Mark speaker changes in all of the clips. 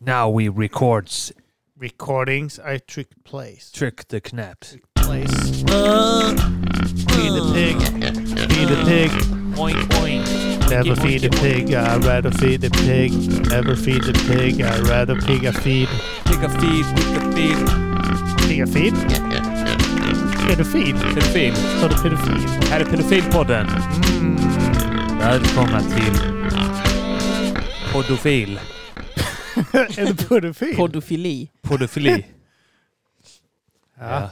Speaker 1: Now we records.
Speaker 2: Recordings I trick plays.
Speaker 1: Trick the knaps.
Speaker 2: Place. feed the pig. Feed the pig.
Speaker 1: Oink oink.
Speaker 2: Never feed the pig. I rather feed the pig. Never feed the pig. I rather pig. I feed.
Speaker 1: Pick a feed, pick a feed.
Speaker 2: Pig. I feed. Pedofil.
Speaker 1: Pedofil.
Speaker 2: Sa du pedofil?
Speaker 1: Här är Pedofilpodden.
Speaker 2: Mm.
Speaker 1: Välkomna till Podofil.
Speaker 2: Är det pedofil?
Speaker 3: Podofili.
Speaker 1: Podofili.
Speaker 2: ja.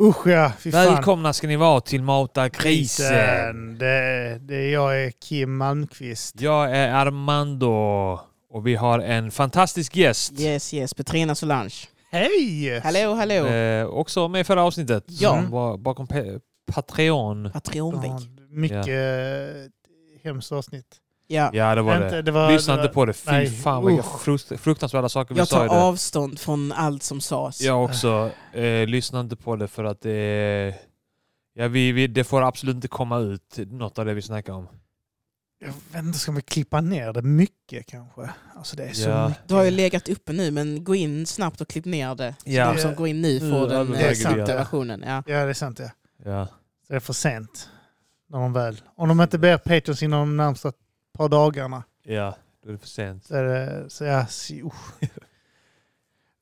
Speaker 2: Usch ja, fy fan.
Speaker 1: Välkomna ska ni vara till Mata grisen.
Speaker 2: Det, det, jag är Kim Malmqvist.
Speaker 1: Jag är Armando och vi har en fantastisk gäst.
Speaker 3: Yes, yes. Petrina Solange.
Speaker 2: Hej!
Speaker 3: Hallå, hallå.
Speaker 1: Eh, också med i förra avsnittet.
Speaker 3: Ja.
Speaker 1: Som var bakom pe- Patreon.
Speaker 3: Patreonvägg.
Speaker 2: Mycket eh, hemskt avsnitt.
Speaker 3: Ja.
Speaker 1: Ja, det var
Speaker 2: Vänta,
Speaker 1: det.
Speaker 2: det var-
Speaker 1: Lyssna
Speaker 2: det var-
Speaker 1: inte på det. Fy
Speaker 2: nej,
Speaker 1: fan vilka
Speaker 2: usch.
Speaker 1: frukt- fruktansvärda saker vi
Speaker 3: Jag
Speaker 1: sa
Speaker 3: tar
Speaker 1: i det.
Speaker 3: avstånd från allt som sades.
Speaker 1: Jag också. Eh, lyssna inte på det för att det är... Ja, vi, vi, det får absolut inte komma ut något av det vi snackar om.
Speaker 2: Jag vet inte, ska vi klippa ner det mycket kanske? Alltså det är så
Speaker 1: Ja.
Speaker 2: mycket.
Speaker 3: Du har ju legat uppe nu, men gå in snabbt och klipp ner det. Så
Speaker 1: Ja.
Speaker 3: de som går in nu
Speaker 1: Nu
Speaker 3: får den
Speaker 1: överväger
Speaker 3: eh,
Speaker 2: vi
Speaker 3: sanna
Speaker 2: det.
Speaker 3: versionen. Ja.
Speaker 2: Ja, det är sant ja.
Speaker 1: Ja.
Speaker 2: Så det är för sent. När de väl. Om de inte ber Patreons inom de närmsta par dagarna.
Speaker 1: Ja, då är det för sent.
Speaker 2: Så, är det, så ja, si- usch.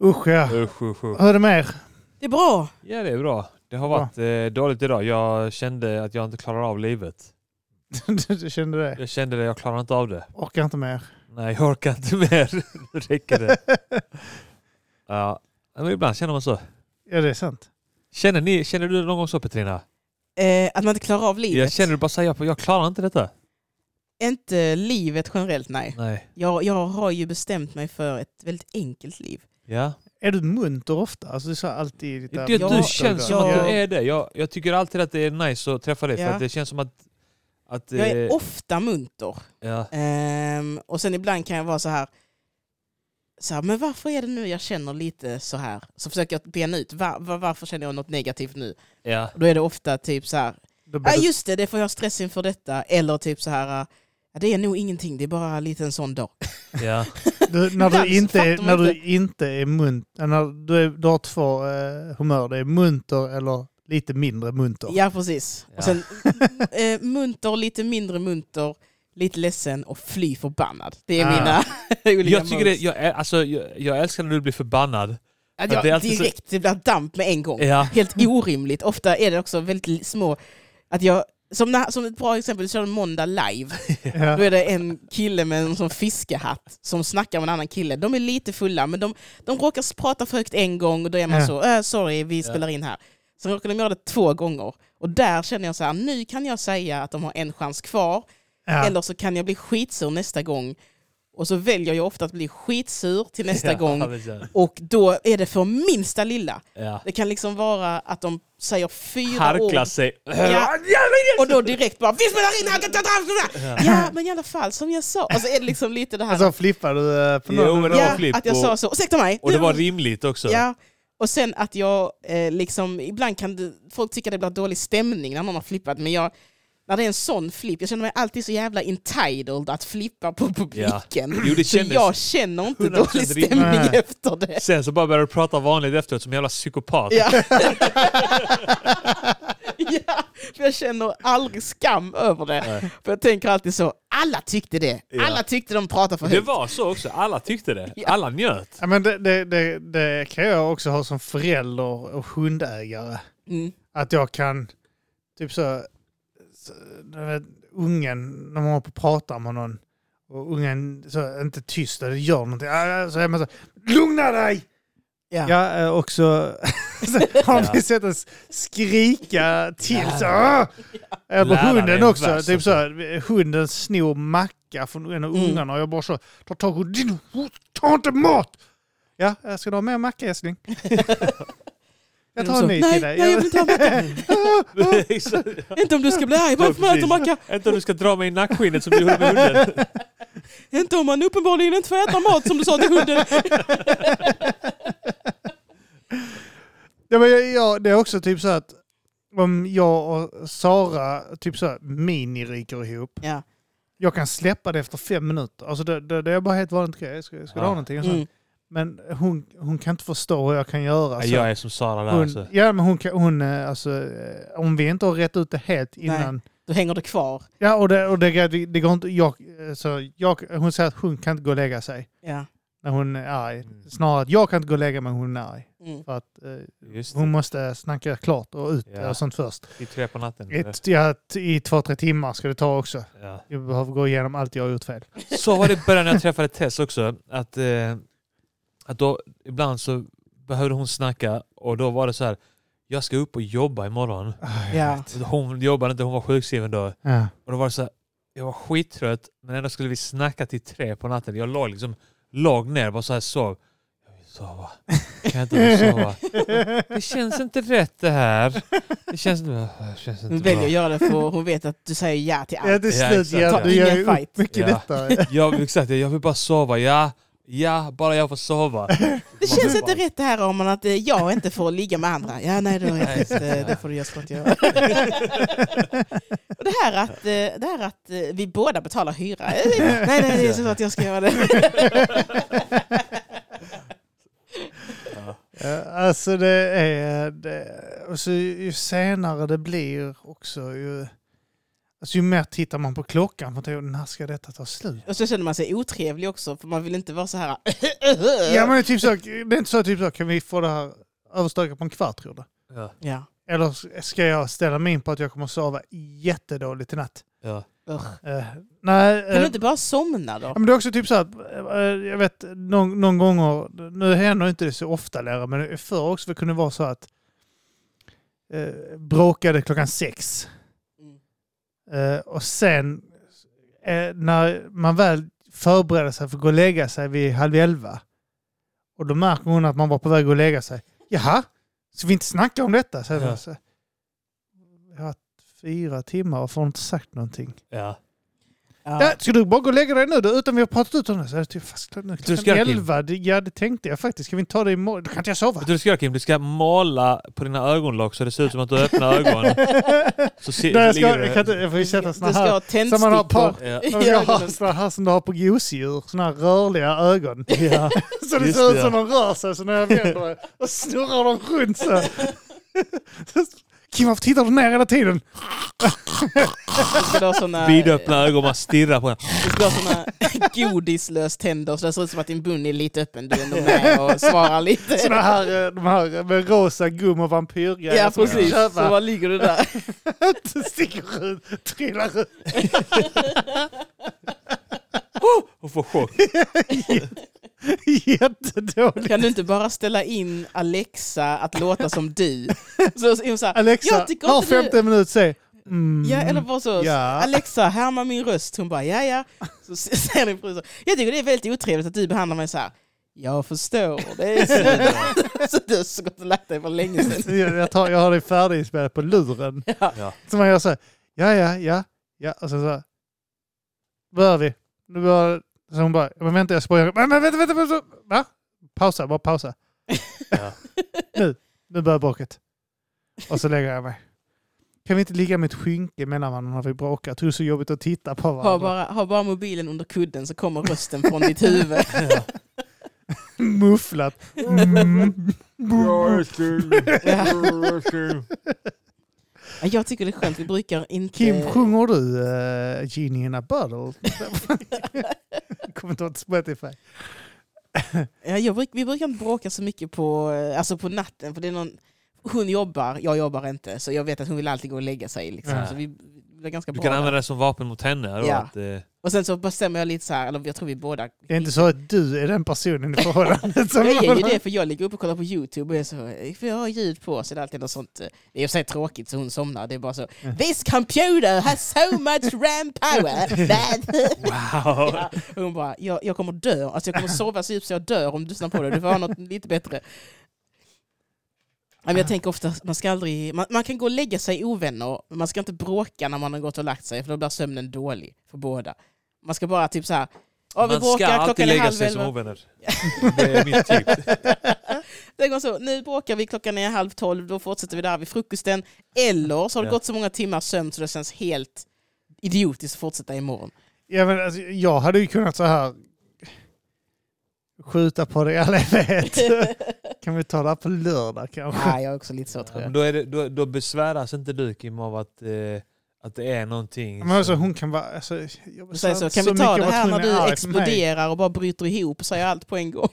Speaker 2: Usch ja.
Speaker 1: Usch, usch, usch.
Speaker 2: Hur är det med er?
Speaker 3: Det är bra.
Speaker 1: Ja, det är bra. Det har
Speaker 2: Bra.
Speaker 1: varit eh, dåligt idag. Jag kände att jag inte klarar av livet.
Speaker 2: Du- Du kände det?
Speaker 1: Jag kände det, jag klarar inte av det.
Speaker 2: Orkar inte mer.
Speaker 1: Nej, jag orkar inte mer. Nu räcker det. Ja, men ibland känner man så.
Speaker 2: Ja, det är sant.
Speaker 1: Känner, ni, känner du någon gång så Petrina?
Speaker 3: Eh, att man inte klarar av livet.
Speaker 1: Jag känner du bara säga på, jag klarar inte detta.
Speaker 3: Inte livet generellt, nej.
Speaker 1: Nej.
Speaker 3: Jag, jag har ju bestämt mig för ett väldigt enkelt liv.
Speaker 1: Ja.
Speaker 2: Är du munter ofta? Alltså du sa alltid... ditt
Speaker 1: Du,
Speaker 2: arbete-
Speaker 1: du
Speaker 3: jag-
Speaker 1: känns som
Speaker 3: jag-
Speaker 1: att du är det. Jag, jag tycker alltid att det är nice att träffa dig för
Speaker 3: Ja.
Speaker 1: att det känns som att... att
Speaker 3: Jag är
Speaker 1: eh,
Speaker 3: ofta munter.
Speaker 1: ja.
Speaker 3: Ehm, och sen ibland kan jag vara så här, så här, men varför är det nu jag känner lite så här? Så försöker jag bena ut, var, var, varför känner jag något negativt nu?
Speaker 1: Ja.
Speaker 3: Då är det ofta typ så här,
Speaker 2: Då blir
Speaker 3: ja
Speaker 2: du-
Speaker 3: just det, det får jag stress inför detta. Eller typ så här, ja, det är nog ingenting, det är bara lite en sån dag.
Speaker 1: Ja.
Speaker 2: Du, när
Speaker 3: Ibland
Speaker 2: du
Speaker 3: så
Speaker 2: inte,
Speaker 3: fattar
Speaker 2: är-
Speaker 3: man
Speaker 2: när du
Speaker 3: inte.
Speaker 2: inte är munter, eh, när du, är, du har två eh, humör, det är munter eller lite mindre munter.
Speaker 3: Ja precis.
Speaker 1: Ja.
Speaker 3: Och sen eh, munter, lite mindre munter, lite ledsen och fly förbannad. Det är
Speaker 2: Ah.
Speaker 3: mina olika
Speaker 1: Jag, tycker det, jag, är- alltså, jag, jag älskar när du blir förbannad.
Speaker 3: Att
Speaker 1: Ja,
Speaker 3: jag
Speaker 1: det är alltid så-
Speaker 3: direkt, det blir damp med en gång.
Speaker 1: Ja.
Speaker 3: Helt orimligt. Ofta är det också väldigt li- små... Att jag, som, när, som ett bra exempel, vi körde måndag live.
Speaker 2: Ja.
Speaker 3: Då är det en kille med en sån fiskehatt som snackar med en annan kille. De är lite fulla, men de, de råkar s- prata för högt en gång och då är man
Speaker 2: Ja.
Speaker 3: så, äh, sorry, vi
Speaker 1: Ja.
Speaker 3: spelar in här. Sen råkar de göra det två gånger. Och där känner jag så här, nu kan jag säga att de har en chans kvar.
Speaker 2: Ja.
Speaker 3: Eller så kan jag bli skitsur nästa gång. Och så väljer jag ofta att bli skitsur till nästa
Speaker 1: ja,
Speaker 3: gång.
Speaker 1: men så-
Speaker 3: Och då är det för minsta lilla.
Speaker 1: Ja.
Speaker 3: Det kan liksom vara att de säger fyra
Speaker 1: Harkla
Speaker 3: ord
Speaker 1: sig.
Speaker 3: Ja. och då direkt bara Vi spelar in! här." Ja, men i alla fall som jag sa. Alltså är det liksom lite det här
Speaker 2: Alltså flippar du eh, på
Speaker 1: Jo,
Speaker 2: någon?
Speaker 1: men det var
Speaker 3: ja,
Speaker 1: klipp
Speaker 3: att jag sa
Speaker 1: och-
Speaker 3: så. Ursäkta mig!
Speaker 1: Och det
Speaker 3: Du-
Speaker 1: var rimligt också.
Speaker 3: ja. Och sen att jag eh, liksom, ibland kan det, folk tycka det blir dålig stämning när någon har flippat, men jag, när det är en sån flipp, jag känner mig alltid så jävla entitled att flippa på publiken.
Speaker 1: Jo, det
Speaker 3: så
Speaker 1: kändes-
Speaker 3: jag känner inte
Speaker 1: 100%
Speaker 3: dålig
Speaker 1: rimligt.
Speaker 3: stämning
Speaker 2: Nej.
Speaker 3: efter det.
Speaker 1: Sen så bara började du prata vanligt efteråt som en jävla psykopat.
Speaker 3: Ja. ja, för jag känner aldrig skam över det. För jag tänker alltid så, alla tyckte det.
Speaker 1: Ja.
Speaker 3: Alla tyckte de pratade för
Speaker 1: Det
Speaker 3: högt.
Speaker 1: var så också. Alla tyckte det.
Speaker 3: Ja.
Speaker 1: Alla njöt.
Speaker 2: Ja, men det, det, det, det kan jag också ha som förälder och hundägare.
Speaker 3: Mm.
Speaker 2: Att jag kan, typ så, så jag vet, ungen, när man håller på och pratar med någon och ungen så, är inte tyst eller gör någonting. Ja, Så är man så lugna dig!
Speaker 3: Ja.
Speaker 2: Ja, eh, och så så har
Speaker 1: Ja.
Speaker 2: vi sett oss skrika till så.
Speaker 1: Lärare.
Speaker 2: Äh, på
Speaker 1: Lärare är
Speaker 2: hunden också.
Speaker 1: värst,
Speaker 2: Typ så här, hunden snor macka från en av
Speaker 3: Mm.
Speaker 2: ungarna och jag bara så tar tag och din ta inte mat! Ja, jag ska du ha mer macka älskling? jag tar
Speaker 3: Så,
Speaker 2: en ny
Speaker 3: nej,
Speaker 2: till
Speaker 3: nej,
Speaker 2: dig.
Speaker 3: jag vill inte ha macka. Inte om du ska bli arg, varför man äter macka.
Speaker 1: Inte om du ska dra mig i nackskinnet som du gjorde med hunden.
Speaker 3: Inte om man uppenbarligen inte får äta mat som du sa till hunden.
Speaker 2: Ja, men jag, jag, det är också typ så att om jag och Sara typ så här miniriker ihop
Speaker 3: Ja.
Speaker 2: Jag kan släppa det efter fem minuter. Alltså det, det, det är bara helt vanligt grej. Ska, ska du
Speaker 1: Ja.
Speaker 2: ha någonting? Och så-
Speaker 3: Mm.
Speaker 2: Men hon, hon kan inte förstå hur jag kan göra.
Speaker 1: Ja,
Speaker 2: så
Speaker 1: jag är som Sara där.
Speaker 2: hon,
Speaker 1: Alltså.
Speaker 2: ja, men hon, kan, hon eh, alltså, eh, om vi inte har rätt ut det helt innan.
Speaker 3: Då hänger det kvar.
Speaker 2: Ja, och det, och det, det går inte, jag, eh, så jag, hon säger att hon kan inte gå och lägga sig
Speaker 3: Ja.
Speaker 2: när hon är arg.
Speaker 1: Mm.
Speaker 2: Snarare att jag kan inte gå och lägga mig när hon är arg.
Speaker 3: Mm.
Speaker 2: För att, eh,
Speaker 1: Just det.
Speaker 2: hon måste snacka klart och ut
Speaker 1: Ja. Mm,
Speaker 2: och sånt först.
Speaker 1: I tre på natten. eller?
Speaker 2: Ett, ja, t- I två, tre timmar ska det ta också.
Speaker 1: Ja.
Speaker 2: Jag behöver gå igenom allt jag har gjort fel.
Speaker 1: Så var det i början när jag träffade Tess också. Att, eh, att då, ibland så behövde hon snacka och då var det så här. Jag ska upp och jobba imorgon.
Speaker 3: Ja.
Speaker 1: Hon jobbade inte, hon var sjukskriven då.
Speaker 2: Ja.
Speaker 1: Och då var det så här, jag var skittrött men ändå skulle vi snacka till tre på natten. Jag låg liksom, låg ner och bara så här sov. Jag vill sova. Kan jag inte få sova? Det känns inte rätt det här. Det känns inte, det känns
Speaker 3: Hon
Speaker 1: inte
Speaker 3: väljer
Speaker 1: bra.
Speaker 3: att göra det för hon vet att du säger ja till
Speaker 2: Ja,
Speaker 3: allt.
Speaker 2: till
Speaker 1: Ja,
Speaker 2: slut.
Speaker 1: exakt.
Speaker 2: Ja,
Speaker 1: Ta
Speaker 2: du gör ju
Speaker 3: ingen
Speaker 2: upp
Speaker 3: fight.
Speaker 2: mycket
Speaker 1: Ja.
Speaker 2: detta.
Speaker 1: Jag, exakt, jag vill bara sova. Ja, ja, bara jag får sova.
Speaker 3: Det känns inte rätt det här om man att eh, jag inte får ligga med andra. Ja, nej, då, är det,
Speaker 1: Nej,
Speaker 3: inte-
Speaker 1: ja.
Speaker 3: det får du just inte göra. Och det här att, eh, det här att eh, vi båda betalar hyra. Eh, Nej, nej, det är så att jag ska göra det.
Speaker 2: Ja, Alltså det är... Det, och så ju senare det blir också ju... Alltså ju mer tittar man på klockan för att tänker, när ska detta ta slut?
Speaker 3: Och så känner man sig otrevlig också, för man vill inte vara så här. eh,
Speaker 2: Ja men det är typ så, det är inte så typ så, kan vi få det här överstökat på en kvart tror du?
Speaker 1: Ja,
Speaker 3: Ja.
Speaker 2: Eller ska jag ställa mig in på att jag kommer att sova jättedåligt i natt?
Speaker 1: ja.
Speaker 3: Ugh.
Speaker 2: Eh, nej,
Speaker 3: Kan
Speaker 2: eh,
Speaker 3: du inte bara somna då?
Speaker 2: Ja, men det är också typ så att, eh, jag vet, någon, någon gång, nu händer inte det så ofta längre, men förr också det kunde vara så att eh, bråkade klockan sex.
Speaker 3: Mm.
Speaker 2: Eh, och sen eh, när man väl förbereder sig för att gå och lägga sig vid halv elva, och då märker hon att man var på väg att gå och lägga sig. Jaha, ska vi inte snacka om detta? Så jag
Speaker 1: Ja.
Speaker 2: bara så, jag har haft fyra timmar, varför har du inte sagt någonting?
Speaker 1: ja.
Speaker 2: Ja, ska du bara gå och lägga dig nu då, utan vi har pratat ut om det? Så jag typ, fast nu
Speaker 1: Du
Speaker 2: klockan
Speaker 1: ska, Kim.
Speaker 2: elva, det, ja det tänkte jag faktiskt. Ska vi inte ta det imorgon? Då kan inte jag sova.
Speaker 1: Vet du vad du ska göra Kim? Du ska måla på dina ögonlock så det ser ut som att du har öppna ögon. Så se,
Speaker 2: Nej, jag, ska,
Speaker 1: ligger du-
Speaker 2: jag, kan inte, jag får ju sätta
Speaker 3: Du ska
Speaker 2: såna här,
Speaker 3: ha
Speaker 2: som man har
Speaker 3: tändstickor.
Speaker 1: Ja.
Speaker 2: man ska ha
Speaker 3: ögonen.
Speaker 2: såna här som du har på gosedjur. Såna här rörliga ögon.
Speaker 1: Ja.
Speaker 2: Så det
Speaker 1: Just
Speaker 2: ser
Speaker 1: det,
Speaker 2: ut som
Speaker 1: ja.
Speaker 2: de rör sig, så när jag vänder mig och snurrar de runt så. här. Kim, varför tittar du ner hela tiden?
Speaker 3: Du ska ha såna, eh,
Speaker 1: Vidöppna ögon, man stirrar på den.
Speaker 3: Du ska ha såna godislöständer så det ser ut som att din mun är lite öppen. Du är ändå med och svarar lite.
Speaker 2: Såna här, eh, de här med rosa gum och vampyrgrejer.
Speaker 3: Ja,
Speaker 2: som man kan
Speaker 3: precis. Så
Speaker 2: köpa.
Speaker 3: bara ligger du där.
Speaker 2: Det sticker ut, trillar ut.
Speaker 1: Och får chock.
Speaker 2: Jättedåligt.
Speaker 3: Kan du inte bara ställa in Alexa att låta som du? Så, så, så här,
Speaker 2: Alexa,
Speaker 3: Jag tycker
Speaker 2: var
Speaker 3: inte du-
Speaker 2: femte minut säg mm.
Speaker 3: Ja, eller bara så.
Speaker 2: Ja.
Speaker 3: Alexa, härma min röst. Hon bara, ja, ja. Så s- säger din fru så. Jag tycker det är väldigt otrevligt att du behandlar mig så här. Jag förstår. Det är så, så du har så gått och lagt dig för länge sedan.
Speaker 2: jag, jag tar, jag har det färdiginspelat på luren.
Speaker 1: Ja.
Speaker 2: Så man gör så här, ja, ja, ja, ja, och sen så här, börjar vi. Nu börjar, så hon bara, men vänta jag spojar, men, men vänta, vänta, vänta, va? Pausa, bara pausa.
Speaker 1: Ja.
Speaker 2: Nu, nu börjar bråket. Och så lägger jag mig. Kan vi inte ligga med ett skynke mellan varandra när vi bråkar? Jag tror det är så jobbigt att titta på
Speaker 3: Ha
Speaker 2: varandra.
Speaker 3: bara, ha bara mobilen under kudden så kommer rösten från ditt huvud.
Speaker 2: Mufflat. Mm.
Speaker 3: Ja. Ja, Jag tycker det är skönt, vi brukar inte...
Speaker 2: Kim, sjunger du uh, Genie in a bottle? Kommer inte ihåg Spotify.
Speaker 3: Ja, jag bruk, vi brukar inte bråka så mycket på, eh, alltså på natten. För det är någon, hon jobbar, jag jobbar inte. Så jag vet att hon vill alltid gå och lägga sig. Liksom.
Speaker 1: Ja.
Speaker 3: Så vi, vi är ganska
Speaker 1: Du
Speaker 3: bra
Speaker 1: kan
Speaker 3: där.
Speaker 1: använda det som vapen mot henne. Då,
Speaker 3: Ja.
Speaker 1: att, eh,
Speaker 3: Och sen så bestämmer jag lite så här, eller jag tror vi båda...
Speaker 2: Det är inte så att du är den personen i förhållandet som...
Speaker 3: Jag är ju det, för jag ligger uppe och kollar på YouTube och är så, eh, får jag ha ljud på? Så det är alltid något sånt. eh, Det är ju så här tråkigt så hon somnar. Det är bara så, this computer has so much RAM power that...
Speaker 1: wow!
Speaker 3: Ja, och hon bara, jag, jag kommer dö. Alltså jag kommer sova så djupt så jag dör om du lyssnar på det. Du får ha något lite bättre. Ja, Men jag tänker ofta, man ska aldrig... Man, man kan gå och lägga sig ovänner, men man ska inte bråka när man har gått och lagt sig, för då blir sömnen dålig för båda. Man ska bara typ så här... "Ja, vi
Speaker 1: Man ska
Speaker 3: bråkar,
Speaker 1: alltid
Speaker 3: klockan är
Speaker 1: lägga
Speaker 3: halv
Speaker 1: sig som
Speaker 3: elva.
Speaker 1: ovänner. Det är mitt tips.
Speaker 3: Det går så, nu bråkar vi, klockan är halv tolv, då fortsätter vi där vid frukosten. Eller så har det
Speaker 1: Ja.
Speaker 3: gått så många timmar sömn så det känns helt idiotiskt att fortsätta imorgon.
Speaker 2: Ja, men alltså, jag hade ju kunnat så här skjuta på det i all evighet. kan vi ta det här på lördag kanske?
Speaker 3: Nej, jag är också lite så tror
Speaker 1: Ja, men
Speaker 3: jag.
Speaker 1: då, är det, då, då besväras inte du Kim av att, eh, att det är någonting.
Speaker 2: Men alltså, hon kan vara... Alltså, jag
Speaker 3: Du säger Mm. så, kan vi
Speaker 2: mycket
Speaker 3: ta det
Speaker 2: var
Speaker 3: här när
Speaker 2: tvungen att
Speaker 3: du
Speaker 2: arg för mig.
Speaker 3: exploderar och bara bryter ihop, säger allt på en gång.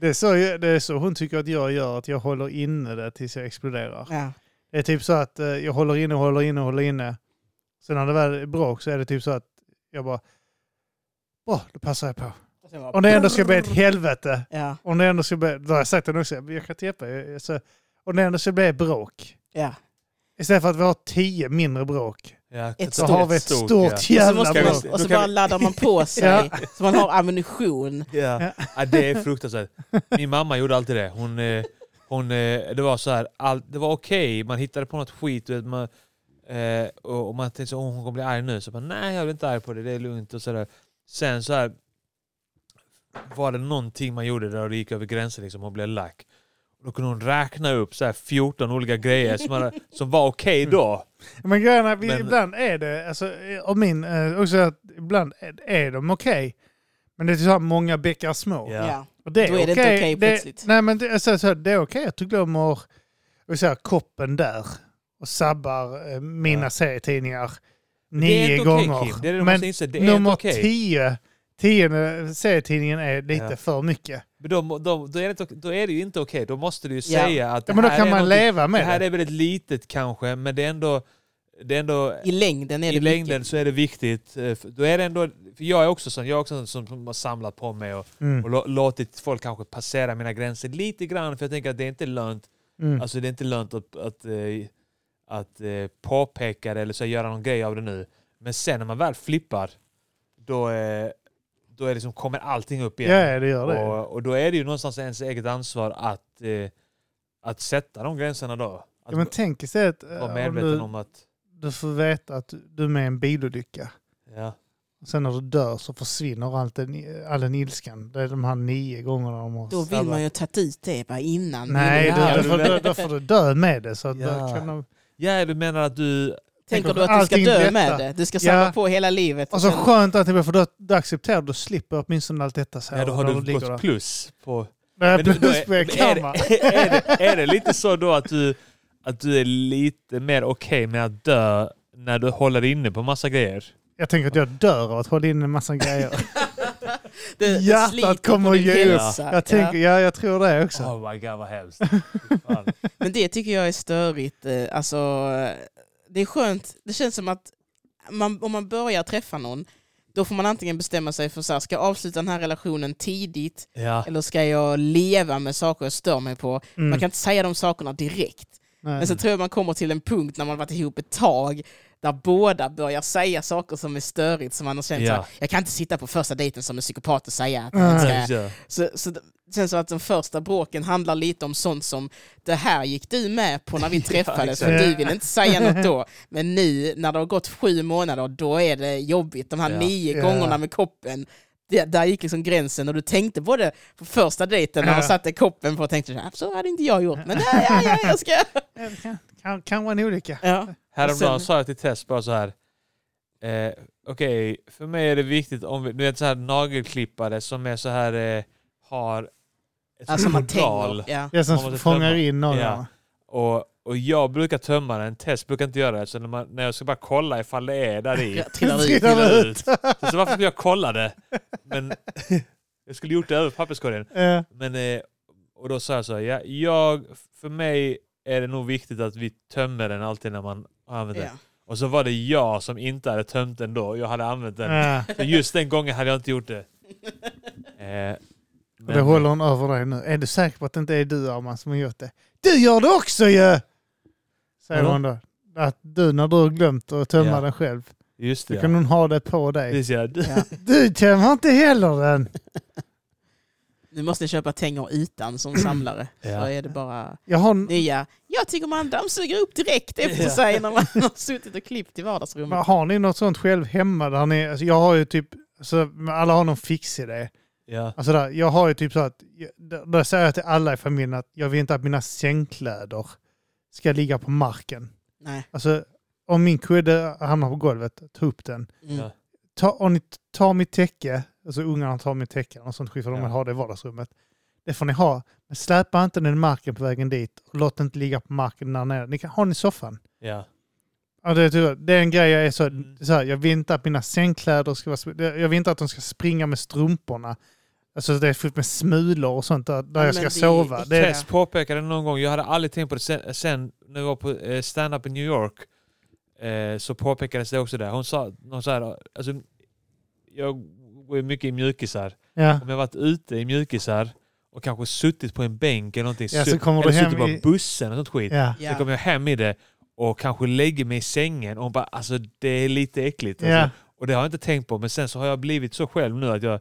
Speaker 2: Det är, så, jag- det är så hon tycker att jag gör, att jag håller inne det tills jag exploderar.
Speaker 3: Ja.
Speaker 2: Det är typ så att eh, jag håller inne, håller inne, håller inne. Sen när det väl är bråk så är det typ så att jag bara... Åh, då passar jag på.
Speaker 3: Och sen bara-
Speaker 2: Om det ändå ska bli ett helvete.
Speaker 3: Ja,
Speaker 2: Om det ändå ska bli... Då har jag sagt det nu också. men Jag kan inte hjälpa. Jag, jag, så, om det ändå ska bli bråk.
Speaker 3: ja.
Speaker 2: Istället för att vi har tio mindre bråk.
Speaker 1: ja,
Speaker 3: Ett
Speaker 2: Så
Speaker 1: så
Speaker 3: stort.
Speaker 2: har vi ett
Speaker 1: Stort,
Speaker 2: stort,
Speaker 3: Och så,
Speaker 2: jävla
Speaker 3: måste
Speaker 1: bra.
Speaker 2: bråk.
Speaker 1: Då
Speaker 3: man, och så
Speaker 1: kan
Speaker 3: bara
Speaker 1: vi-
Speaker 3: laddar man på sig
Speaker 2: Ja.
Speaker 3: så man har ammunition.
Speaker 1: Ja.
Speaker 2: Ja.
Speaker 1: Ja, det är fruktansvärt. Min mamma gjorde alltid det. Hon, eh, hon, eh, det var så här, all, det var okej, man hittade på något skit. du Vet, man, eh, och, och man tänkte så, "Åh, hon kommer bli arg nu. Så man, nej jag blir inte arg på det, det är lugnt. Och så där. Sen så här var det någonting man gjorde där det gick över gränsen liksom, hon blev lack. Då kunde hon räkna upp så här 14 olika grejer som, hade, som var okej då.
Speaker 2: Men grejen är, att vi-
Speaker 1: Men-
Speaker 2: ibland är det, alltså, eh, och min, eh, också att ibland är- är de okej. Men det är typ så här många bäckar små.
Speaker 1: Ja.
Speaker 3: Ja.
Speaker 2: Och det
Speaker 3: Då är det inte
Speaker 2: okej.
Speaker 3: okej
Speaker 2: Det-
Speaker 3: plötsligt.
Speaker 2: Nej men det, alltså, så här, det är okej att du glömmer och så här, koppen där och sabbar eh, mina
Speaker 1: Ja.
Speaker 2: serietidningar
Speaker 1: det är
Speaker 2: nio
Speaker 1: inte okej
Speaker 2: gånger.
Speaker 1: Kim, det är det du
Speaker 2: men
Speaker 1: måste inse. Det är inte
Speaker 2: nummer
Speaker 1: okej.
Speaker 2: tio, tionde serietidningen är lite
Speaker 1: Ja.
Speaker 2: för mycket.
Speaker 1: Men då, då, då, är det, inte ok- då är det ju inte okej. Då måste du ju
Speaker 3: Ja.
Speaker 1: säga att
Speaker 2: Ja, men då
Speaker 1: här
Speaker 2: kan
Speaker 1: är
Speaker 2: man
Speaker 1: någonting-
Speaker 2: leva med
Speaker 1: Det här
Speaker 2: det.
Speaker 1: är väldigt litet kanske, men det är ändå, det är ändå
Speaker 3: I längden är det
Speaker 1: i längden
Speaker 3: mycket.
Speaker 1: så är det viktigt. eh, för- Då är det ändå, för jag är också sån, jag är också sån som har samlat på mig och,
Speaker 2: Mm.
Speaker 1: och lå- låtit folk kanske passera mina gränser lite grann, för jag tänker att det är inte lönt,
Speaker 2: Mm.
Speaker 1: alltså det är inte lönt att, att, eh, att eh, påpeka det eller så göra någon grej av det nu. Men sen när man väl flippar, då, eh, då är det som, kommer allting upp igen.
Speaker 2: ja, ja, det gör det.
Speaker 1: Och, och då är det ju någonstans ens eget ansvar att, eh, att sätta de gränserna då. Att
Speaker 2: ja, men tänk istället eh,
Speaker 1: vara
Speaker 2: om
Speaker 1: medveten
Speaker 2: du,
Speaker 1: om att...
Speaker 2: du får veta att du är med i en bilolycka.
Speaker 1: Ja,
Speaker 2: Och Sen när du dör så försvinner all den, all den ilskan. Det är de här nio gångerna de har
Speaker 3: Då vill
Speaker 2: sabbat.
Speaker 3: man ju ta dit det bara innan.
Speaker 2: Nej,
Speaker 1: Ja,
Speaker 2: då,
Speaker 1: du
Speaker 2: då, får,
Speaker 1: menar-
Speaker 2: då, då får du dö med det. Så att
Speaker 1: Ja.
Speaker 2: då kan de,
Speaker 1: ja du menar att du...
Speaker 3: Tänker
Speaker 2: Tänk
Speaker 3: du
Speaker 2: om
Speaker 3: att du ska
Speaker 2: allting
Speaker 3: dö
Speaker 2: berättar.
Speaker 3: med det? Du ska samla
Speaker 2: Ja.
Speaker 3: på hela livet. och
Speaker 2: och så
Speaker 3: sen-
Speaker 2: Alltså, skönt att det blir för då, då accepterar du, då slipper jag åtminstone allt detta. Så
Speaker 1: Ja, då har
Speaker 2: när
Speaker 1: du
Speaker 2: ligger där.
Speaker 1: gått plus på...
Speaker 2: Nej,
Speaker 1: Men då- då
Speaker 2: plus
Speaker 1: är-
Speaker 2: på en
Speaker 1: men är,
Speaker 2: kammare.
Speaker 1: det- är, det, är det lite så då att du, att du är lite mer okej med att dö när du håller inne på massa grejer?
Speaker 2: Jag tänker att jag dör av att hålla in en massa grejer.
Speaker 3: Det- det
Speaker 2: Hjärtat
Speaker 3: sliter på
Speaker 2: kommer
Speaker 3: din
Speaker 2: att ge upp.
Speaker 3: hälsa. Ja.
Speaker 2: Jag, tänker, ja, jag tror det också.
Speaker 1: Oh my god vad hemskt. Fy fan.
Speaker 3: Men det tycker jag är störigt. eh, Alltså, eh, det är skönt. Det känns som att man, om man börjar träffa någon då får man antingen bestämma sig för så här, ska jag avsluta den här relationen tidigt
Speaker 1: Ja.
Speaker 3: eller ska jag leva med saker jag stör mig på?
Speaker 2: Mm.
Speaker 3: Man kan inte säga de sakerna direkt.
Speaker 2: Nej.
Speaker 3: Men så tror jag man kommer till en punkt när man varit ihop ett tag där båda börjar säga saker som är störigt som man har känt
Speaker 1: Ja.
Speaker 3: så här, jag kan inte sitta på första dejten som en psykopat och säga att
Speaker 2: Nej.
Speaker 3: jag inte ska...
Speaker 1: Ja.
Speaker 3: Så, så det känns som att den första bråken handlar lite om sånt som det här gick du med på när vi träffades
Speaker 1: exakt.
Speaker 3: för du ville inte säga något då. Men nu när det har gått sju månader då är det jobbigt. De här
Speaker 1: Ja.
Speaker 3: nio
Speaker 2: Ja.
Speaker 3: gångerna med koppen det, där gick liksom gränsen och du tänkte både på första dejten när
Speaker 2: Ja.
Speaker 3: de satte koppen på och tänkte så här, så hade inte jag gjort men nej, ja, ja, jag ska...
Speaker 2: kan, kan, kan vara en olycka.
Speaker 3: Ja.
Speaker 1: Häromdagen
Speaker 3: Och sen-
Speaker 1: sa jag till Tess bara så här. Eh, Okej, för mig är det viktigt om vi, du vet så här nagelklippare som är så här eh, har ett
Speaker 3: Alltså man
Speaker 1: fodral.
Speaker 3: tänker. Ja.
Speaker 2: Jag
Speaker 1: Man
Speaker 2: som
Speaker 1: måste
Speaker 2: fångar
Speaker 1: tömma.
Speaker 2: in någon.
Speaker 1: Ja. Och, och jag brukar tömma den, Tess brukar inte göra det. Så när, man, när jag ska bara kolla ifall det är där i.
Speaker 3: Jag trillar ut.
Speaker 2: Trillar
Speaker 1: trillar
Speaker 2: ut.
Speaker 1: Så, så varför skulle jag kolla det? Men jag skulle gjort det över papperskorgen.
Speaker 2: Eh,
Speaker 1: Men, eh, och då sa jag så här, ja, jag, för mig är det nog viktigt att vi tömmer den alltid när man använder den.
Speaker 3: Ja.
Speaker 1: Och så var det jag som inte hade tömt den då. Jag hade använt den.
Speaker 2: eh.
Speaker 1: Så just den gången hade jag inte gjort det. Eh,
Speaker 2: Och
Speaker 1: men-
Speaker 2: det håller hon över dig nu. Är du säker på att det inte är du Arman som har gjort det? Du gör det också ju! Säger
Speaker 1: Vadå?
Speaker 2: hon då. Att du när du har glömt att tömma
Speaker 1: Ja.
Speaker 2: den själv,
Speaker 1: Just
Speaker 2: då
Speaker 1: det.
Speaker 2: kan
Speaker 1: Ja.
Speaker 2: hon ha det på dig.
Speaker 1: Precis, ja. Du-
Speaker 3: Ja.
Speaker 2: Du tömmer inte heller den!
Speaker 3: Nu måste ni köpa tänger utan som samlare.
Speaker 1: Ja.
Speaker 3: Så är det bara
Speaker 2: Jag har, en-
Speaker 3: nya. Jag tycker man dammsuger upp direkt efter
Speaker 1: Ja.
Speaker 3: sig när man har suttit och klippt i vardagsrummet.
Speaker 2: har ni något sånt själv hemma? Där ni, alltså jag har ju typ, alltså, alla har någon fixidé.
Speaker 1: Ja.
Speaker 2: Alltså där, jag har ju typ så att, där- där säger jag till alla i familjen att jag vill inte att mina sängkläder ska ligga på marken.
Speaker 3: Nej.
Speaker 2: Alltså om min kudde hamnar på golvet, ta upp den.
Speaker 3: Mm.
Speaker 1: Ja.
Speaker 2: ta, om ni tar mitt täcke, alltså ungarna tar mitt täcke och sånt skit för de
Speaker 1: Ja.
Speaker 2: vill ha det i vardagsrummet. Det får ni ha. Men släpa inte den marken på vägen dit och låt den inte ligga på marken där nere. Ni kan ha den i soffan.
Speaker 1: Ja.
Speaker 2: Ja, det, är tyvärr- det är en grej jag är så,
Speaker 1: Mm.
Speaker 2: så här, jag vill inte att mina sängkläder ska vara, sp- jag vill inte att de ska springa med strumporna. Alltså det är fullt med smulor och sånt där, där jag
Speaker 3: Ja, men
Speaker 2: ska
Speaker 3: det är
Speaker 2: sova. Det är,
Speaker 1: Tess påpekade någon gång, jag hade aldrig tänkt på det sen, sen när vi var på eh, stand-up i New York, eh, så påpekades det också där. Hon sa, hon sa här, alltså, jag går ju mycket i mjukisar.
Speaker 2: ja.
Speaker 1: Om jag varit ute i mjukisar och kanske suttit på en bänk eller någonting,
Speaker 2: Ja, så
Speaker 1: sutt-
Speaker 2: kommer du
Speaker 1: eller
Speaker 2: hem
Speaker 1: suttit på
Speaker 2: i-
Speaker 1: bussen och sånt skit,
Speaker 3: alltså,
Speaker 2: Ja.
Speaker 1: så kommer jag hem i det och kanske lägger mig i sängen och hon bara, alltså det är lite äckligt. Alltså.
Speaker 2: Ja.
Speaker 1: Och det har jag inte tänkt på, men sen så har jag blivit så själv nu att jag,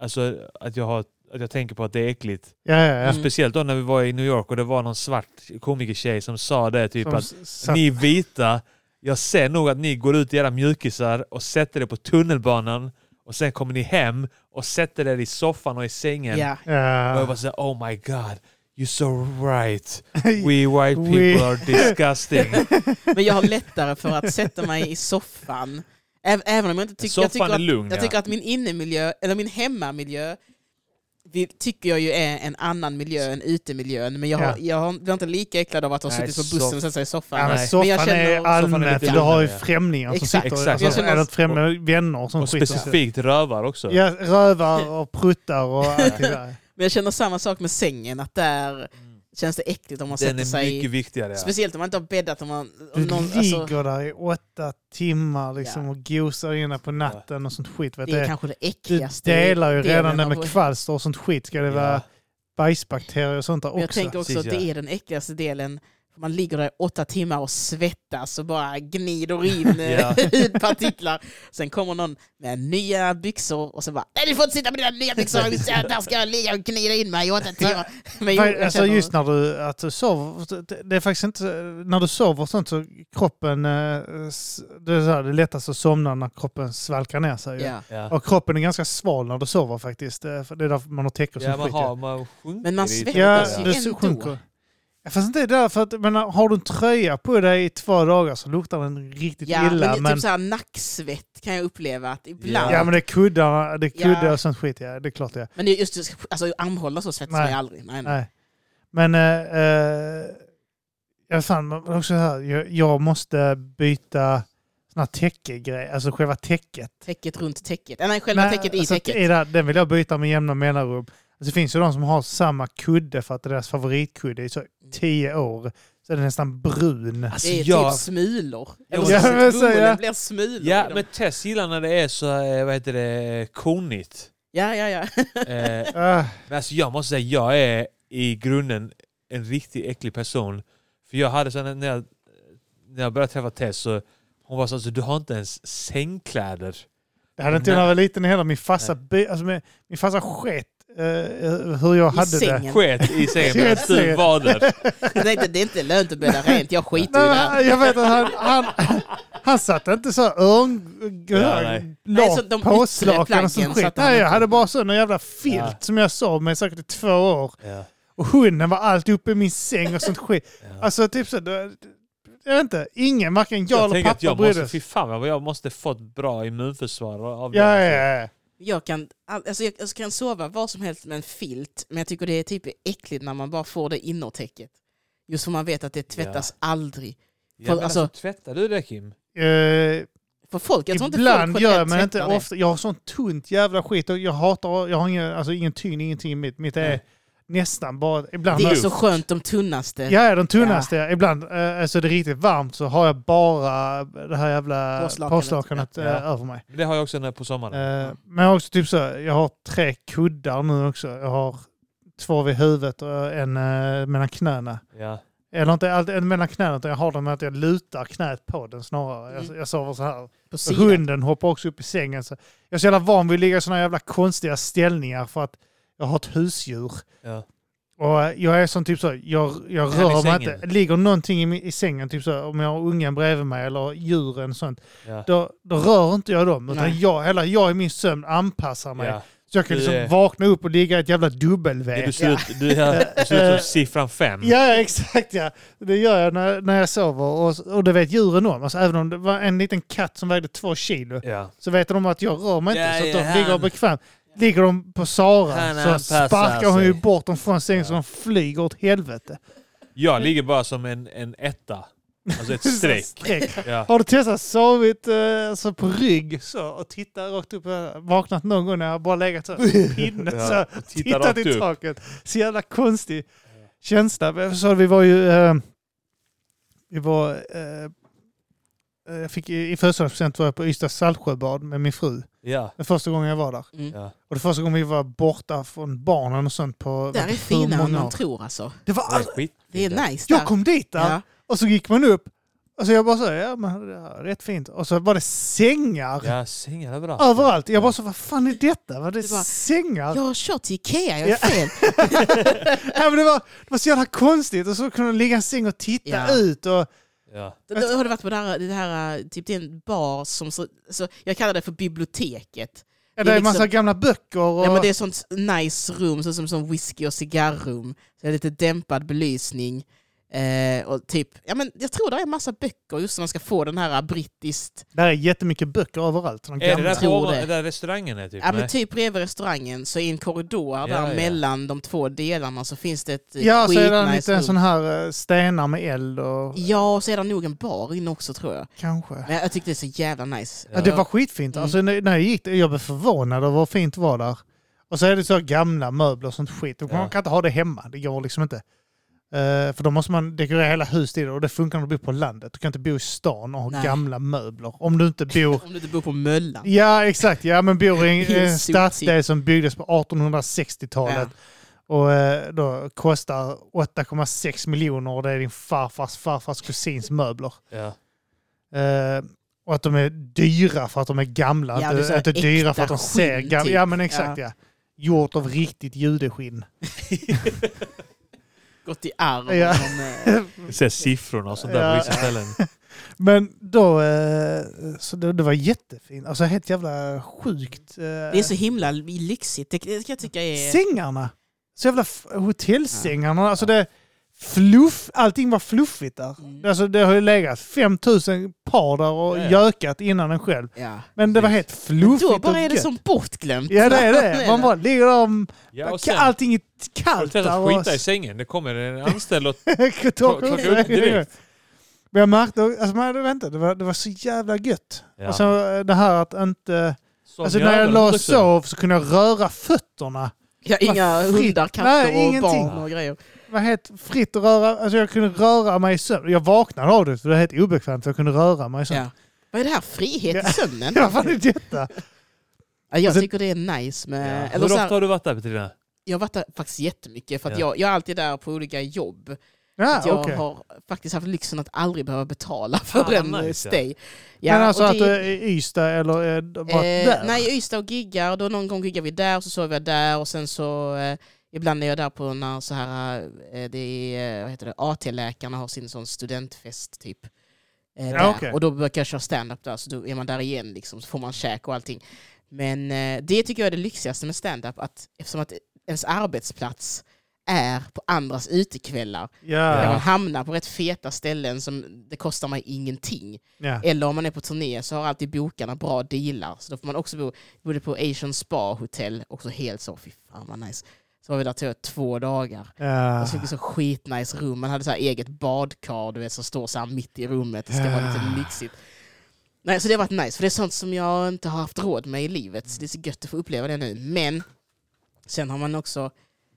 Speaker 1: alltså, att jag, har, att jag tänker på att det är äckligt.
Speaker 2: Ja, ja, ja.
Speaker 3: Mm.
Speaker 1: Speciellt då när vi var i New York och det var någon svart komikertjej som sa det typ
Speaker 2: Som
Speaker 1: att
Speaker 2: s- satt-
Speaker 1: ni vita, jag ser nog att ni går ut i era mjukisar och sätter er på tunnelbanan och sen kommer ni hem och sätter er i soffan och i sängen.
Speaker 3: Ja.
Speaker 1: Och jag
Speaker 2: Ja.
Speaker 1: bara såhär, oh my god, you're so right. We white people
Speaker 2: We-
Speaker 1: are disgusting.
Speaker 3: Men jag har lättare för att sätta mig i soffan. Äv- Även om jag inte tycker... Jag tycker
Speaker 1: soffan är
Speaker 3: att,
Speaker 1: lugn.
Speaker 3: jag tycker att min innemiljö, eller min hemmamiljö, vi, tycker jag ju är en annan miljö än utemiljön. Men jag, har,
Speaker 2: Ja.
Speaker 3: jag har, blir inte lika äcklad av att ha
Speaker 1: Nej,
Speaker 3: suttit på
Speaker 1: soff-
Speaker 3: bussen och satt sig i soffan.
Speaker 2: Ja,
Speaker 1: Nej.
Speaker 2: men
Speaker 1: Men
Speaker 2: soffan
Speaker 3: jag känner-
Speaker 2: är
Speaker 3: soffan är
Speaker 1: lite
Speaker 2: allmänt, för du har ju
Speaker 1: lugnare, ja.
Speaker 2: främlingar som
Speaker 3: Exakt,
Speaker 2: sitter
Speaker 1: exakt.
Speaker 2: alltså,
Speaker 1: Jag
Speaker 3: känner
Speaker 2: eller
Speaker 3: oss-
Speaker 2: främlingar, vänner och
Speaker 1: ja.
Speaker 2: sånt
Speaker 1: Och
Speaker 2: skit. också.
Speaker 1: specifikt rövar också.
Speaker 2: Ja, rövar och pruttar och allt det där.
Speaker 3: Men jag känner samma sak med sängen, att där
Speaker 1: Mm.
Speaker 3: känns det äckligt om man
Speaker 1: Den
Speaker 3: sätter
Speaker 1: är
Speaker 3: sig...
Speaker 1: mycket viktigare. ja.
Speaker 3: Speciellt om man inte har bäddat. Om man, om
Speaker 2: Du
Speaker 3: någon,
Speaker 2: ligger
Speaker 3: alltså,
Speaker 2: där i åtta timmar liksom,
Speaker 3: Ja.
Speaker 2: och gosar inne på natten och sånt skit. Vet
Speaker 3: det är
Speaker 2: du.
Speaker 3: kanske det
Speaker 2: Du
Speaker 3: äckligaste.
Speaker 2: delar ju
Speaker 3: delen
Speaker 2: redan det
Speaker 3: av-
Speaker 2: med kvalster och sånt skit. Ska det vara
Speaker 1: Ja.
Speaker 2: bajsbakterier och sånt där
Speaker 3: Men Jag
Speaker 2: också?
Speaker 3: tänker också
Speaker 1: Precis,
Speaker 3: att
Speaker 1: ja.
Speaker 3: det är den äckligaste delen. För Man ligger där i åtta timmar och svettas och bara gnider in eh,
Speaker 1: Ja.
Speaker 3: hudpartiklar. Sen kommer någon med nya byxor och så bara Nej du får inte sitta med dina nya byxor, där ska jag ligga och gnida in mig i åtta timmar. Men jo,
Speaker 2: Fast,
Speaker 3: jag
Speaker 2: Alltså
Speaker 3: känner-
Speaker 2: just när du, att du sover, det- det är faktiskt inte, när du sover och sånt så kroppen, eh, s- det är så här, det är lättast att somna när kroppen svalkar ner sig. ju.
Speaker 3: ja.
Speaker 1: Ja.
Speaker 2: Och kroppen är ganska sval när du sover faktiskt. Eh, för Det är därför man har täcke och
Speaker 1: Ja,
Speaker 2: sånt
Speaker 1: man
Speaker 2: skit.
Speaker 1: har, man sjunker
Speaker 3: Men man
Speaker 1: i-
Speaker 3: svettas
Speaker 2: Ja,
Speaker 3: ju
Speaker 2: det
Speaker 3: ändå.
Speaker 2: sjunker. Ja, Fast inte därför att, men har du en tröja på dig i två dagar så luktar den riktigt
Speaker 3: ja,
Speaker 2: illa.
Speaker 3: men, typ såhär nacksvett kan jag uppleva att ibland.
Speaker 2: ja, men det är kuddar, det är
Speaker 3: Ja.
Speaker 2: kuddar och sånt skit. Ja, det är klart det är.
Speaker 3: Men just alltså, armhålor så svettas
Speaker 2: Nej.
Speaker 3: man ju aldrig. Nej, nej.
Speaker 2: Nej. Men eh, eh, ja, fan, man- också här, jag, jag måste byta såna här täckegrejer, alltså själva täcket.
Speaker 3: Täcket runt täcket. Eh, Nej, själva
Speaker 2: Nej,
Speaker 3: täcket i
Speaker 2: alltså,
Speaker 3: täcket.
Speaker 2: i det här- den vill jag byta med jämna mellanrum. Alltså, det finns ju de som har samma kudde för att det är deras favoritkudde i så
Speaker 3: Mm.
Speaker 2: tio år. Så är den nästan brun.
Speaker 1: Alltså,
Speaker 3: Det är
Speaker 1: jag-
Speaker 3: typ smulor.
Speaker 1: Ja,
Speaker 3: Eller
Speaker 1: men
Speaker 3: så-
Speaker 2: jag säger-
Speaker 3: Bomullen blir smulor.
Speaker 1: Ja,
Speaker 3: i dem.
Speaker 1: men Tess gillar när det är så, eh, vad heter det, konigt.
Speaker 3: ja, ja, ja.
Speaker 1: Eh,
Speaker 2: Ah,
Speaker 1: men alltså jag måste säga, jag är i grunden en riktigt äcklig person. För jag hade så här, när jag, när jag började träffa Tess så hon var så alltså, du har inte ens sängkläder.
Speaker 2: det hade inte jag när jag var liten heller. Min farsa by- alltså, min, min farsa sket eh, hur jag
Speaker 3: I
Speaker 2: hade det.
Speaker 3: sängen.
Speaker 1: Sket i Alltså, sängen medan du var där.
Speaker 3: Jag tänkte, det är inte lönt att bädda rent, jag skiter i
Speaker 2: Nej,
Speaker 3: det
Speaker 2: men han, jag
Speaker 3: här.
Speaker 2: vet att han, han, han satte inte så örn...
Speaker 1: Ja, nej.
Speaker 3: Nej, så de
Speaker 2: lak- Påslakan och
Speaker 3: yttre
Speaker 2: sånt
Speaker 3: planken
Speaker 2: skit.
Speaker 3: satte han
Speaker 2: Nej, jag
Speaker 3: inte.
Speaker 2: hade bara sån en jävla filt
Speaker 1: Ja.
Speaker 2: som jag sov med säkert i två år.
Speaker 1: Ja.
Speaker 2: Och hunden var alltid uppe i min säng och sånt skit.
Speaker 1: Ja.
Speaker 2: Alltså typ så... då- Jag vet inte. Ingen, varken jag,
Speaker 1: Jag
Speaker 2: eller
Speaker 1: tänker att
Speaker 2: pappa
Speaker 1: jag
Speaker 2: brydde
Speaker 1: måste, fy
Speaker 2: sig.
Speaker 1: fan vad jag måste fått bra immunförsvar av det.
Speaker 2: Ja, ja, ja.
Speaker 3: Jag kan, all- alltså jag, alltså kan sova var som helst med en filt, men jag tycker det är typ äckligt när man bara får det innertäcket. Just för man vet att det tvättas aldrig.
Speaker 1: Ja, men alltså,
Speaker 3: alltså-
Speaker 1: tvättar du det Kim?
Speaker 2: Eh,
Speaker 3: För folk, jag tror inte
Speaker 2: Ibland
Speaker 3: folk
Speaker 2: gör jag
Speaker 3: generellt
Speaker 2: men inte
Speaker 3: tvättar det.
Speaker 2: ofta. Jag har sånt tunt jävla skit. Och jag hatar, jag har ingen, alltså, ingen tyngd, ingenting i mitt. Mitt är
Speaker 1: Nej.
Speaker 2: nästan bara... Ibland
Speaker 3: Det
Speaker 2: har
Speaker 3: är
Speaker 2: jag-
Speaker 3: så skönt, de tunnaste.
Speaker 2: Ja, ja, de tunnaste. Ibland, eh, alltså det är riktigt varmt, så har jag bara det här jävla
Speaker 3: Påslakanet.
Speaker 2: påslakanet
Speaker 1: Ja.
Speaker 2: eh,
Speaker 1: Ja.
Speaker 2: över mig.
Speaker 1: Det har jag också när- på sommaren.
Speaker 2: Eh, Men jag har också typ så, här, jag har tre kuddar nu också. Jag har två vid huvudet och en eh, mellan knäna.
Speaker 1: Ja.
Speaker 2: Eller inte alltid en mellan knäna, utan jag har dem med att jag lutar knät på den snarare. Jag,
Speaker 3: Mm.
Speaker 2: jag sover så här.
Speaker 3: På
Speaker 2: Och
Speaker 3: sidan.
Speaker 2: hunden hoppar också upp i sängen. Så jag är så jävla van vid att ligga i såna jävla konstiga ställningar för att jag har ett husdjur.
Speaker 1: Ja.
Speaker 2: Och eh, jag är sån typ så, jag, jag
Speaker 1: Här i
Speaker 2: rör mig
Speaker 1: sängen.
Speaker 2: inte. Ligger någonting i, min- i sängen, typ så, om jag har ungen bredvid mig eller djuren och sånt,
Speaker 1: Ja.
Speaker 2: då, då rör inte jag dem. Utan
Speaker 3: Nej.
Speaker 2: jag, hela jag i min sömn anpassar mig.
Speaker 1: Ja.
Speaker 2: Så Så jag kan
Speaker 1: Du
Speaker 2: liksom
Speaker 1: är-
Speaker 2: vakna upp och ligga i ett jävla
Speaker 1: Det,
Speaker 2: W.
Speaker 1: du ser ut, Mm. du är, du ser ut som siffran fem.
Speaker 2: Ja, exakt ja. Det gör jag när, när jag sover och, och det vet djuren om. Alltså, även om det var en liten katt som vägde två kilo
Speaker 1: Ja.
Speaker 2: så vet de att jag rör mig inte.
Speaker 1: Ja,
Speaker 2: så
Speaker 1: ja,
Speaker 2: att de
Speaker 1: han-
Speaker 2: ligger bekvämt. Ligger de på Sara
Speaker 1: Han
Speaker 2: så
Speaker 1: anpassar
Speaker 2: sparkar hon ju
Speaker 1: sig.
Speaker 2: bort dem från sängen
Speaker 1: Ja.
Speaker 2: så de flyger åt helvete.
Speaker 1: Jag ligger bara som en, en etta. Alltså ett
Speaker 2: Så
Speaker 1: streck.
Speaker 2: streck.
Speaker 1: Ja.
Speaker 2: Har du testat sovit eh, alltså på rygg så och tittat rakt upp? Jag har Vaknat någon gång när jag bara legat så pinne
Speaker 1: Ja,
Speaker 2: så
Speaker 1: och tittar
Speaker 2: tittat
Speaker 1: rakt
Speaker 2: i
Speaker 1: upp.
Speaker 2: taket. Så jävla konstig känsla. Men jag sa, vi var ju... eh, vi var... eh, jag fick i, i födelsedagspresent var jag på Ystads Saltsjöbad med min fru.
Speaker 1: Ja.
Speaker 2: Det var första gången jag var där.
Speaker 3: Mm.
Speaker 1: Ja.
Speaker 2: Och det var första gången vi var borta från barnen och sånt på...
Speaker 3: Där
Speaker 2: vet
Speaker 3: är
Speaker 2: inte hur
Speaker 3: finare än
Speaker 2: många
Speaker 3: man
Speaker 2: år.
Speaker 3: tror alltså.
Speaker 2: Det var
Speaker 1: Det är
Speaker 2: all...
Speaker 1: skit.
Speaker 3: Det är nice där.
Speaker 2: Jag kom dit där
Speaker 3: Ja.
Speaker 2: och så gick man upp. Alltså jag bara så, ja men det här är rätt fint. Och så var det sängar
Speaker 1: Ja, sängen överallt.
Speaker 2: överallt. Jag bara så, vad fan är detta? Var det
Speaker 3: Du bara,
Speaker 2: sängar?
Speaker 3: Jag har kört till Ikea, jag är
Speaker 2: Ja.
Speaker 3: fel.
Speaker 2: Ja, men det, var, det var så jävla konstigt. Och så kunde det ligga en säng och titta
Speaker 3: Ja.
Speaker 2: ut. Och,
Speaker 1: Ja.
Speaker 3: Då- då Har du varit på det här, det här eh, typ det är en bar som, så, så, jag kallar det för biblioteket.
Speaker 2: ja,
Speaker 3: Det
Speaker 2: det
Speaker 3: är
Speaker 2: är en massa
Speaker 3: liksom-
Speaker 2: gamla böcker. Och,
Speaker 3: Ja, men det är sånt nice rum, så som, som whisky och cigarrum. Så det är lite dämpad belysning. Eh, och typ, ja, men jag tror det är massa böcker just när man ska få den här brittiskt.
Speaker 1: Typ,
Speaker 2: Där är jättemycket böcker överallt. De
Speaker 1: Är det
Speaker 2: gamla.
Speaker 1: där,
Speaker 3: Tror
Speaker 1: på,
Speaker 3: det.
Speaker 1: där restaurangen är typ?
Speaker 3: Ja, men
Speaker 1: Nej.
Speaker 3: typ bredvid restaurangen så i en korridor
Speaker 1: Ja,
Speaker 3: där
Speaker 1: ja.
Speaker 3: mellan de två delarna så finns det ett eh,
Speaker 2: ja, så är det
Speaker 3: skitnice
Speaker 2: lite en
Speaker 3: rum.
Speaker 2: sån här eh, stenar med eld och
Speaker 3: Ja, och så är det nog en bar inne också tror jag.
Speaker 2: kanske.
Speaker 3: Men jag tyckte det är så jävla nice.
Speaker 2: Ja, det var skitfint.
Speaker 3: Mm.
Speaker 2: Alltså, när när jag gick där, jag blev förvånad över hur fint det var där. Och så är det så här gamla möbler och sånt skit. Och Man
Speaker 1: Ja.
Speaker 2: kan inte ha det hemma. Det går liksom inte. Eh, för då måste man dekorera hela huset i det och det funkar när du bor på landet. Du kan inte bo i stan och ha
Speaker 3: Nej.
Speaker 2: gamla möbler. Om du inte bor...
Speaker 3: Om du inte bor på Möllan.
Speaker 2: Ja, exakt. Ja, men bor i en,
Speaker 3: I en
Speaker 2: en stadsdel som byggdes på 1860-talet. Och eh, då kostar 8,6 miljoner och det är din farfars farfars kusins möbler.
Speaker 1: Ja.
Speaker 2: Eh, och att de är dyra för att de är gamla.
Speaker 3: Ja,
Speaker 2: inte-
Speaker 3: det är så här
Speaker 2: inte dyra för att de
Speaker 3: äkta
Speaker 2: ser
Speaker 3: skinn,
Speaker 2: gamla
Speaker 3: typ.
Speaker 2: Ja, men exakt ja. Gjort av riktigt judeskinn.
Speaker 3: Gått i arv.
Speaker 2: Ja.
Speaker 3: Men, eh,
Speaker 1: Du ser siffrorna och sånt där
Speaker 2: Ja.
Speaker 1: på vissa ställen.
Speaker 2: Men då, eh, så det, det var jättefint. Alltså helt jävla sjukt. eh,
Speaker 3: det är så himla lyxigt. Det det kan jag tycka är...
Speaker 2: Sängarna! Så jävla f- hotellsängarna. Alltså det fluff, allting var fluffigt där.
Speaker 3: Mm.
Speaker 2: Alltså det har ju legat 5000 par där och
Speaker 1: Ja, ja.
Speaker 2: gökat innan en själv.
Speaker 3: Ja.
Speaker 2: Men det var helt fluffigt
Speaker 3: Då bara är
Speaker 2: och
Speaker 3: det
Speaker 2: gött.
Speaker 3: som bortglömt.
Speaker 2: Ja det är
Speaker 3: Det
Speaker 2: det.
Speaker 3: är
Speaker 2: Man
Speaker 3: det.
Speaker 2: bara ligger där om
Speaker 1: Ja, och
Speaker 2: Ka-
Speaker 1: sen,
Speaker 2: Allting är
Speaker 1: har du
Speaker 2: kallt
Speaker 1: testat att skita i
Speaker 2: där.
Speaker 1: sängen? Det kommer en anställd och
Speaker 2: och
Speaker 1: plockar ut direkt.
Speaker 2: Men jag märkte, alltså man, vänta, det, var, det var så jävla gött.
Speaker 1: Ja.
Speaker 2: Och
Speaker 3: Alltså,
Speaker 2: så eh, det här att inte...
Speaker 1: Som
Speaker 2: alltså
Speaker 1: gör
Speaker 2: när jag
Speaker 1: det
Speaker 2: låg och
Speaker 1: också.
Speaker 2: sov så kunde jag röra fötterna.
Speaker 3: Ja, inga
Speaker 2: fritt.
Speaker 3: hundar, katter
Speaker 2: Nej,
Speaker 3: och
Speaker 2: ingenting.
Speaker 3: barn och grejer.
Speaker 2: Det var helt fritt att röra, alltså jag kunde röra mig i sömn. Jag vaknade av det för det var helt obekvämt för jag kunde röra mig i sömn.
Speaker 3: Ja. Vad är det här? Frihet
Speaker 2: Ja.
Speaker 3: i sömnen?
Speaker 2: Ja. Vad fan är detta?
Speaker 3: Ja, jag
Speaker 2: Alltså-
Speaker 3: tycker det är nice
Speaker 1: Ja.
Speaker 2: eh,
Speaker 3: med...
Speaker 1: Hur
Speaker 3: Eller så
Speaker 1: ofta
Speaker 3: här,
Speaker 1: har du varit där Petrina?
Speaker 3: jag har varit där faktiskt jättemycket för att
Speaker 1: Ja.
Speaker 3: jag, jag är alltid där på olika jobb.
Speaker 2: Ja,
Speaker 3: att jag
Speaker 2: Ah, okej.
Speaker 3: har faktiskt haft lyxen att aldrig behöva betala för
Speaker 1: Fan,
Speaker 3: en
Speaker 1: vad
Speaker 3: eh,
Speaker 1: nice, ja.
Speaker 3: stay. Ja,
Speaker 2: Men alltså
Speaker 3: och
Speaker 2: att
Speaker 3: det-
Speaker 2: du är i Ystad eller eh, varit
Speaker 3: Eh,
Speaker 2: där?
Speaker 3: nej, i Ystad och giggar. Och då någon gång giggar vi där och så sover jag där och sen så eh, ibland är jag där på när så här, eh, det är, eh, vad heter det, AT-läkarna har sin sån studentfest typ. Eh,
Speaker 2: Ja,
Speaker 3: där.
Speaker 2: okej.
Speaker 3: Och då brukar jag köra stand-up där så då är man där igen liksom så får man käk och allting. Men eh, det tycker jag är det lyxigaste med stand-up att eftersom att ens arbetsplats är på andras utekvällar
Speaker 2: Ja.
Speaker 3: där
Speaker 1: Ja.
Speaker 3: man hamnar på rätt feta ställen som det kostar mig ingenting.
Speaker 2: ja.
Speaker 3: Eller om man är på turné så har alltid bokarna bra dealar. Så då får man också bo bodde på Asian Spa Hotel, också helt så, fy fan vad nice. Så var vi där tror jag, två dagar.
Speaker 2: Ja.
Speaker 3: Och så fick vi så skitnice rum. Man hade så här eget badkar, du vet, som står så här mitt i rummet. Det ska vara lite lyxigt. Nej, så det har varit nice, för det är sånt som jag inte har haft råd med i livet. Så det är så gött att få uppleva det nu. Men sen har man också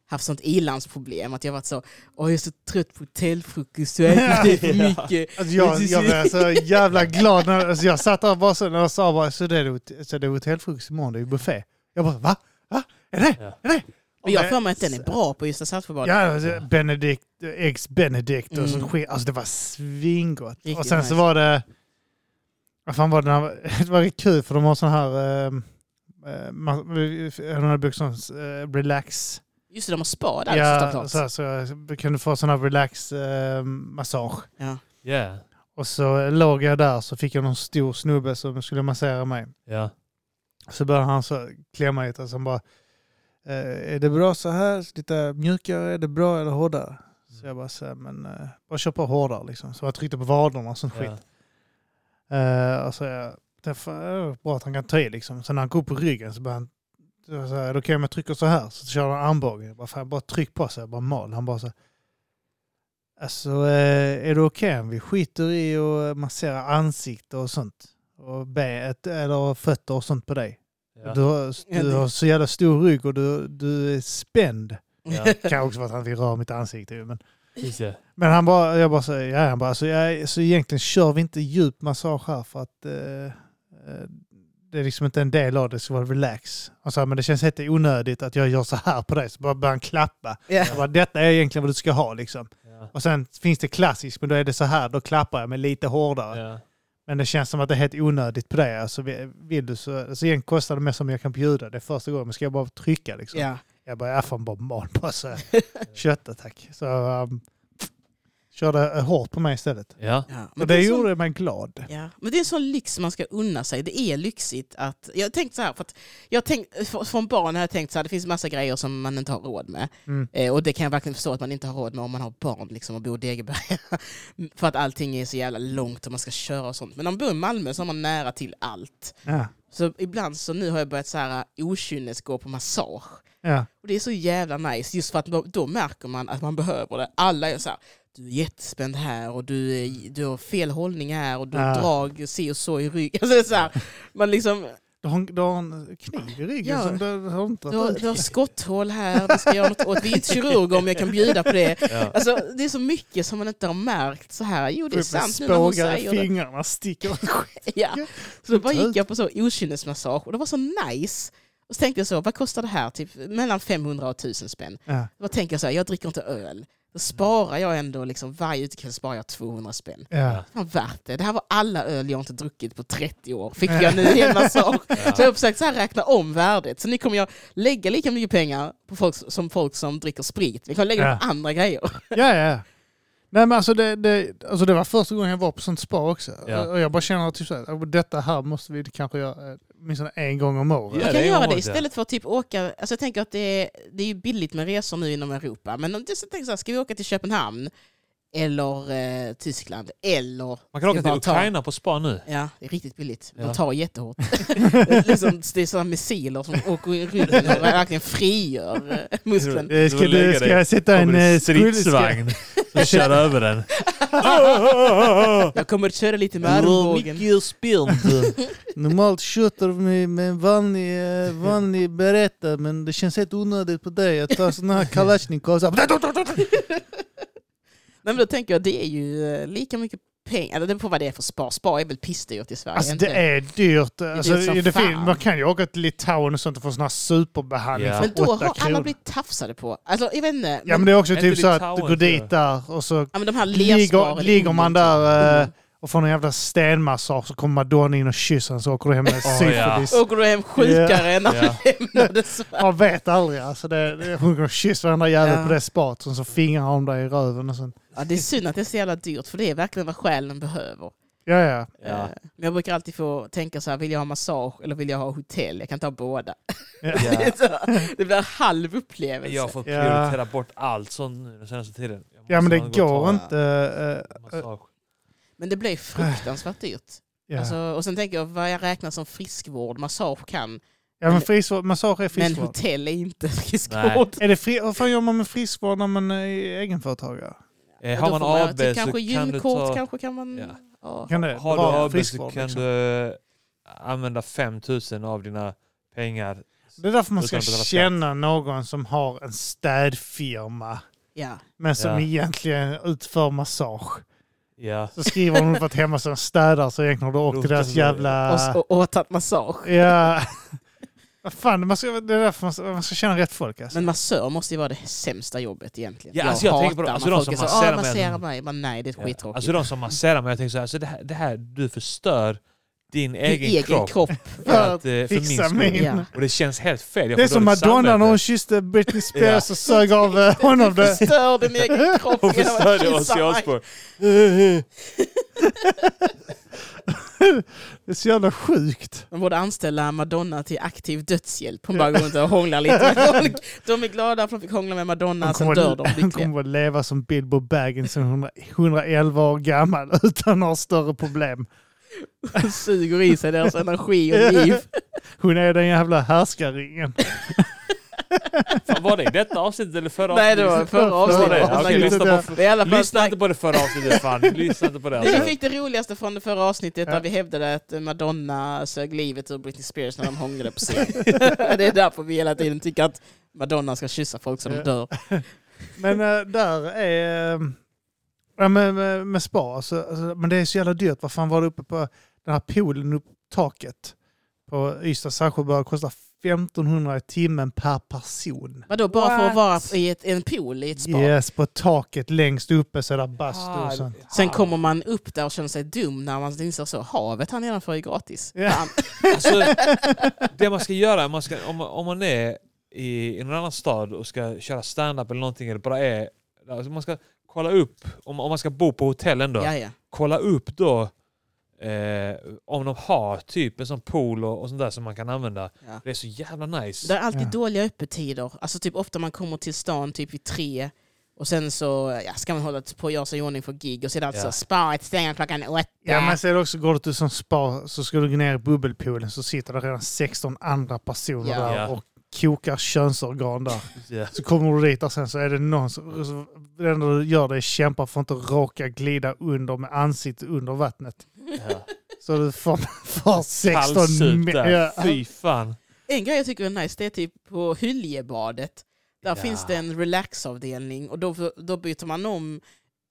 Speaker 3: haft sånt ilandsproblem, att jag har varit så, åh jag är så trött på hotellfrukost, så jag har ätit för mycket.
Speaker 2: Alltså jag, jag blev så jävla glad. När, alltså jag satt där bara så när jag sa bara, så det är, hot- så det är hotellfrukost imorgon, det är ju buffé. Jag bara va? Va? Är det?
Speaker 1: Ja.
Speaker 2: Är det?
Speaker 3: Men jag har för mig att den är bra på Ystad Saltsjöbaden.
Speaker 2: Ja, alltså, Benedict, eggs Benedict och
Speaker 3: Mm.
Speaker 2: sånt skit. Alltså det var svingott.
Speaker 3: Riktigt
Speaker 2: och sen
Speaker 3: nice.
Speaker 2: så var det, vad fan var det, när, det var rätt kul för de har sån här, eh, eh, man- hon hade byggt sån eh, relax.
Speaker 3: Just det, de har spa där också
Speaker 2: Ja,
Speaker 3: såklart.
Speaker 2: så, här, så kan du få sån här relax eh, massage.
Speaker 3: Ja.
Speaker 1: Yeah.
Speaker 2: Och så låg jag där så fick jag någon stor snubbe som skulle massera mig.
Speaker 1: Ja.
Speaker 2: Så började han så klämma lite och sen bara Eh, är det bra så här? Lite mjukare? Är det bra eller hårdare? Så jag bara så här, men eh, bara köpa hårdare liksom. Så jag tryckte på vaderna och sånt skit.
Speaker 1: Ja.
Speaker 2: Eh, och så jag, det är fan bra att han kan ta i liksom. Sen när han går upp på ryggen så börjar han, så jag säger, då kan jag trycka så här. Så kör han armbågen. Jag bara, fan, bara tryck på så jag bara mal. Han bara så här, Alltså eh, är det okej om vi skiter i och massera ansikte och sånt? Och bet eller fötter och sånt på dig?
Speaker 1: Ja.
Speaker 2: Du, har,
Speaker 3: Ja,
Speaker 2: du
Speaker 3: det-
Speaker 2: har så jävla stor rygg och du, du är spänd.
Speaker 1: Ja.
Speaker 2: Kan också vara att han vill röra mitt ansikte. ju, Men
Speaker 1: Just det.
Speaker 2: men han bara, jag bara säger, ja, han bara, så, jag, så egentligen kör vi inte djup massage här för att eh, eh, det är liksom inte en del av det, så var relax. Han sa, men det känns helt onödigt att jag gör så här på dig, så bara börjar han klappa.
Speaker 3: Ja.
Speaker 2: Jag bara, detta är egentligen vad du ska ha liksom.
Speaker 1: Ja.
Speaker 2: Och sen finns det klassiskt, men då är det så här, då klappar jag men lite hårdare.
Speaker 1: Ja.
Speaker 2: Men det känns som att det är helt onödigt på dig. Alltså, vi- vill du så, alltså egentligen kostar det mest som jag kan bjuda, det är första gången, men ska jag bara trycka liksom?
Speaker 3: Ja.
Speaker 2: Jag bara, jag får bara mal på så här. Köttattack. Så um, körde eh, hårt på mig istället.
Speaker 1: Ja.
Speaker 3: Ja.
Speaker 2: Och
Speaker 3: Men
Speaker 2: det,
Speaker 3: är en sån-
Speaker 2: gjorde mig glad.
Speaker 3: Ja, men det är en sån lyx man ska unna sig. Det är lyxigt att... Jag har tänkt så här, för att jag har tänkt, för- från barn har jag tänkt så här, det finns massa grejer som man inte har råd med.
Speaker 2: Mm.
Speaker 3: Eh, och det kan jag verkligen förstå att man inte har råd med om man har barn liksom, och bor i Degeberga. för att allting är så jävla långt och man ska köra och sånt. Men om man bor i Malmö så har man nära till allt.
Speaker 2: Ja.
Speaker 3: Så ibland så nu har jag börjat så här okynnes gå på massage.
Speaker 2: Ja.
Speaker 3: Och det är så jävla nice, just för att då, då märker man att man behöver det. Alla är så här, du är jättespänd här och du, är- du har fel hållning här och du har
Speaker 2: Ja.
Speaker 3: drag si och så i ryggen. Alltså det är så här, man liksom,
Speaker 2: Du har, du har en kniv i ryggen
Speaker 3: Ja.
Speaker 2: som du har inte
Speaker 3: du, har,
Speaker 2: varit
Speaker 3: du har skotthål här, du ska göra något åt. Vi är inte kirurger om jag kan bjuda på det.
Speaker 1: Ja.
Speaker 3: Alltså, det är så mycket som man inte har märkt så här. Jo, det är sant nu när hon
Speaker 2: Spågar i
Speaker 3: säger det.
Speaker 2: fingrarna, sticker ut skit.
Speaker 3: Ja. Så då bara gick jag på så okynnesmassage och det var så nice. Och så tänkte jag så, vad kostar det här? Typ mellan 500 och 1000 spänn.
Speaker 2: Ja.
Speaker 3: Då tänker jag så här, jag dricker inte öl. Då sparar jag ändå, liksom, varje utekväll sparar jag 200 spänn.
Speaker 2: Ja.
Speaker 3: Fan värt det. Det här var alla öl jag inte druckit på 30 år. Fick jag nu i en massage. Så jag har försökt så här räkna om värdet. Så nu kommer jag lägga lika mycket pengar på folk som folk som dricker sprit. Vi kommer lägga det på andra grejer.
Speaker 2: ja, ja. Nej, men alltså det, det, alltså det var första gången jag var på sånt spa också.
Speaker 1: Ja.
Speaker 2: Och jag bara känner att typ så här, detta här måste vi kanske göra eh, åtminstone en gång om året.
Speaker 1: Ja,
Speaker 3: Man
Speaker 1: det
Speaker 3: kan
Speaker 1: är
Speaker 3: göra
Speaker 1: området,
Speaker 3: det
Speaker 1: ja.
Speaker 3: istället för att typ åka, alltså jag tänker att det är, det är ju billigt med resor nu inom Europa, men om du så tänker så här, ska vi åka till Köpenhamn eller eh, Tyskland eller...
Speaker 1: Man kan åka
Speaker 3: ska bara
Speaker 1: till
Speaker 3: ta-
Speaker 1: Ukraina på spa
Speaker 2: Eh,
Speaker 1: nu.
Speaker 3: Ja, det är riktigt billigt. De
Speaker 1: Ja.
Speaker 3: tar jättehårt. liksom, det är sådana missiler som åker i ryggen och verkligen frigör eh, musklerna.
Speaker 2: Eh, Ska,
Speaker 1: Du lägger
Speaker 2: du, ska
Speaker 1: dig.
Speaker 2: jag sätta en...
Speaker 1: Kommer
Speaker 2: eh,
Speaker 1: en
Speaker 2: skuld- ska-
Speaker 1: stridsvagn och kör över den.
Speaker 3: Jag kommer att köra lite med armbågen.
Speaker 1: spänd.
Speaker 2: Normalt tjötar vi med, med en vanlig, eh, vanlig berätta, men det känns helt onödigt på dig att ta sådana här kalasjnikov. Så här-
Speaker 3: Nej, men då tänker jag, det är ju eh, lika mycket pengar, eller det beror på vad det är för spa. Spa är väl pissdyrt i Sverige?
Speaker 2: Alltså
Speaker 3: inte?
Speaker 2: det är dyrt. Alltså,
Speaker 3: dyrt som
Speaker 2: det fin-
Speaker 3: fan.
Speaker 2: man kan ju åka till Litauen och sånt och få sån här superbehandling
Speaker 1: Ja.
Speaker 2: för
Speaker 3: Men då
Speaker 2: åtta
Speaker 3: har alla
Speaker 2: kronor.
Speaker 3: blivit tafsade på. Alltså, jag vet inte.
Speaker 2: Ja men det är också
Speaker 1: Är
Speaker 2: typ
Speaker 1: inte
Speaker 2: så att du
Speaker 1: Litauen
Speaker 2: går
Speaker 1: för-
Speaker 2: dit där och så
Speaker 3: Ja, men de här
Speaker 2: ligger,
Speaker 3: lersparen-
Speaker 2: ligger man där eh,
Speaker 3: Mm.
Speaker 2: och får en jävla stenmassage så kommer Madonna in och kysser en så åker du hem med syfilis.
Speaker 3: Och går du hem sjukare än när
Speaker 1: Ja.
Speaker 3: du lämnade Sverige.
Speaker 2: Man vet aldrig. Alltså det, det, hon kommer kyssa varenda jävel
Speaker 3: Ja.
Speaker 2: på det spat och så fingrar hon dig i röven och sånt.
Speaker 3: Ja, det är synd att det är så jävla dyrt, för det är verkligen vad själen behöver.
Speaker 2: Ja ja.
Speaker 1: Ja.
Speaker 3: Eh, Men jag brukar alltid få tänka så här, vill jag ha massage eller vill jag ha hotell? Jag kan ta båda.
Speaker 1: Ja.
Speaker 3: Det är så här, det blir en halv upplevelse.
Speaker 1: Jag har fått
Speaker 2: Ja.
Speaker 1: prioritera bort allt sånt nu den senaste tiden. Jag
Speaker 2: Ja men
Speaker 1: måste
Speaker 2: det
Speaker 1: nog gå och
Speaker 2: går
Speaker 1: ta
Speaker 2: inte. eh,
Speaker 1: en massage.
Speaker 3: Men det blir fruktansvärt dyrt.
Speaker 2: ja.
Speaker 3: Alltså, och sen tänker jag, vad jag räknar som friskvård, massage kan,
Speaker 2: ja men frisvård, massage är
Speaker 3: men
Speaker 2: friskvård.
Speaker 3: hotell är inte friskvård.
Speaker 2: Är det fri, vad fan gör man med friskvård när man är egenföretagare?
Speaker 1: Eh,
Speaker 3: Då
Speaker 1: har
Speaker 3: får
Speaker 1: man
Speaker 3: man
Speaker 1: AB
Speaker 3: typ
Speaker 1: så
Speaker 3: kanske
Speaker 1: kan du
Speaker 3: gymkort,
Speaker 1: ta...
Speaker 3: kanske kan man...
Speaker 1: Ja.
Speaker 3: Ja.
Speaker 2: Kan det
Speaker 1: Har
Speaker 2: vara
Speaker 1: du AB så
Speaker 2: Eh, friskvård,
Speaker 1: kan
Speaker 2: liksom?
Speaker 1: du eh, använda 5000 av dina pengar.
Speaker 2: Det är därför man ska
Speaker 1: Utan att betala skatt.
Speaker 2: känna någon som har en städfirma
Speaker 3: Ja.
Speaker 2: men som
Speaker 1: Ja.
Speaker 2: egentligen utför massage.
Speaker 1: Ja.
Speaker 2: Så skriver hon att hemma som städare så egentligen har du åkt till
Speaker 1: Rotar
Speaker 2: deras
Speaker 1: sig.
Speaker 2: jävla...
Speaker 3: Och,
Speaker 1: Ah.
Speaker 3: och, och tagit massage.
Speaker 2: Ja. Vad fan, man ska, det är därför man ska, man ska känna rätt folk alltså.
Speaker 3: Men massör måste ju vara det sämsta jobbet egentligen.
Speaker 1: Ja, alltså jag tänker på det. Alltså
Speaker 3: när
Speaker 1: de
Speaker 3: folk
Speaker 1: som
Speaker 3: är så, "Ah,
Speaker 1: masserar mig."
Speaker 3: massera mig. Bara, nej, det är skittråkigt.
Speaker 1: Alltså de som masserar mig, jag tänker så här, alltså det här, det här du förstör din
Speaker 3: Din
Speaker 1: egen, kropp.
Speaker 2: För
Speaker 1: För att, eh, för min
Speaker 2: Fixa
Speaker 1: skull.
Speaker 2: min.
Speaker 3: Ja.
Speaker 1: Och det känns helt fel. Jag
Speaker 2: Det är
Speaker 1: får
Speaker 2: som
Speaker 1: dåligt
Speaker 2: Madonna när
Speaker 1: samvete.
Speaker 2: hon kysste Britney Spears och sög av eh, honom. Det.
Speaker 3: Förstör din egen kropp.
Speaker 1: Hon
Speaker 3: genom att
Speaker 1: förstörde
Speaker 3: kyssa
Speaker 1: Ozzy
Speaker 3: mig.
Speaker 1: Osbourne.
Speaker 2: Det är så jävla sjukt.
Speaker 3: De borde anställa Madonna till aktiv dödshjälp. Hon bara går runt och hånglar lite med folk. De är glada för att de fick hångla med Madonna, sen dör de
Speaker 2: han
Speaker 3: lyckliga.
Speaker 2: kommer att leva som Bilbo Baggins som 100 111 år gammal utan några större problem.
Speaker 3: Hon suger i sig deras energi och liv.
Speaker 2: Hon är den jävla härskarringen.
Speaker 1: Fan, var det i detta avsnittet eller förra
Speaker 3: Nej, det
Speaker 1: avsnittet?
Speaker 3: var förra
Speaker 1: Var det?
Speaker 3: avsnittet.
Speaker 1: Ja,
Speaker 3: Han
Speaker 1: okej,
Speaker 3: snackade-
Speaker 1: lyssna på,
Speaker 3: Det är i alla fall
Speaker 1: lyssna
Speaker 3: snack-
Speaker 1: inte på det förra avsnittet fan. Lyssna inte på det.
Speaker 3: Nej,
Speaker 1: Alltså.
Speaker 3: Vi fick det roligaste från det förra avsnittet
Speaker 2: Ja.
Speaker 3: där vi hävdade att Madonna sög livet ur Britney Spears när de hånglade på scen. det är därför vi hela tiden tycker att Madonna ska kyssa folk som
Speaker 2: Ja.
Speaker 3: dör.
Speaker 2: Men eh, där är... eh, ja, men, med, med spa, alltså, alltså, men det är så jävla dyrt. Vad fan var det uppe på den här poolen upp taket på Ystad Saltsjöbad kostar 1500 i timmen per person.
Speaker 3: Vadå, bara för att vara
Speaker 1: What?
Speaker 3: i ett, en pool i ett spa?
Speaker 2: Yes, på taket längst uppe så är det bastu och sånt.
Speaker 3: Sen kommer man upp där och känner sig dum när man inser så, havet han nedanför är gratis.
Speaker 2: Ja.
Speaker 3: Fan.
Speaker 1: Alltså, det man ska göra, man ska, om, om man är i en annan stad och ska köra stand-up eller någonting, eller bara är... Alltså man ska kolla upp, om, om man ska bo på hotell ändå,
Speaker 3: Ja, ja.
Speaker 1: kolla upp då eh, om de har typ en sån pool och, och sånt där som man kan använda.
Speaker 3: Ja.
Speaker 1: Det är så jävla nice.
Speaker 3: Det är alltid
Speaker 2: Ja.
Speaker 3: dåliga öppettider. Alltså typ ofta man kommer till stan typ vid tre och sen så ja, ska man hålla på och göra sig i ordning för gig och så är det alltid
Speaker 1: Ja.
Speaker 3: så, spaet stänger klockan åtta.
Speaker 2: Ja, men sen också, går du till som spa så ska du gå ner i bubbelpoolen så sitter det redan 16 andra personer
Speaker 3: Ja.
Speaker 2: där
Speaker 1: Ja.
Speaker 2: och kokar könsorgan där.
Speaker 1: Ja.
Speaker 2: Så kommer du dit och sen så är det någon som... så- Det enda du gör det är kämpa för att inte råka glida under med ansiktet under vattnet.
Speaker 1: Ja.
Speaker 2: Så du får, får 16
Speaker 1: Halssup
Speaker 2: me-
Speaker 1: där,
Speaker 2: ja.
Speaker 1: fy fan.
Speaker 3: En grej jag tycker är nice, det är typ på Hyljebadet. Där
Speaker 1: Ja.
Speaker 3: finns det en relaxavdelning och då, då byter man om,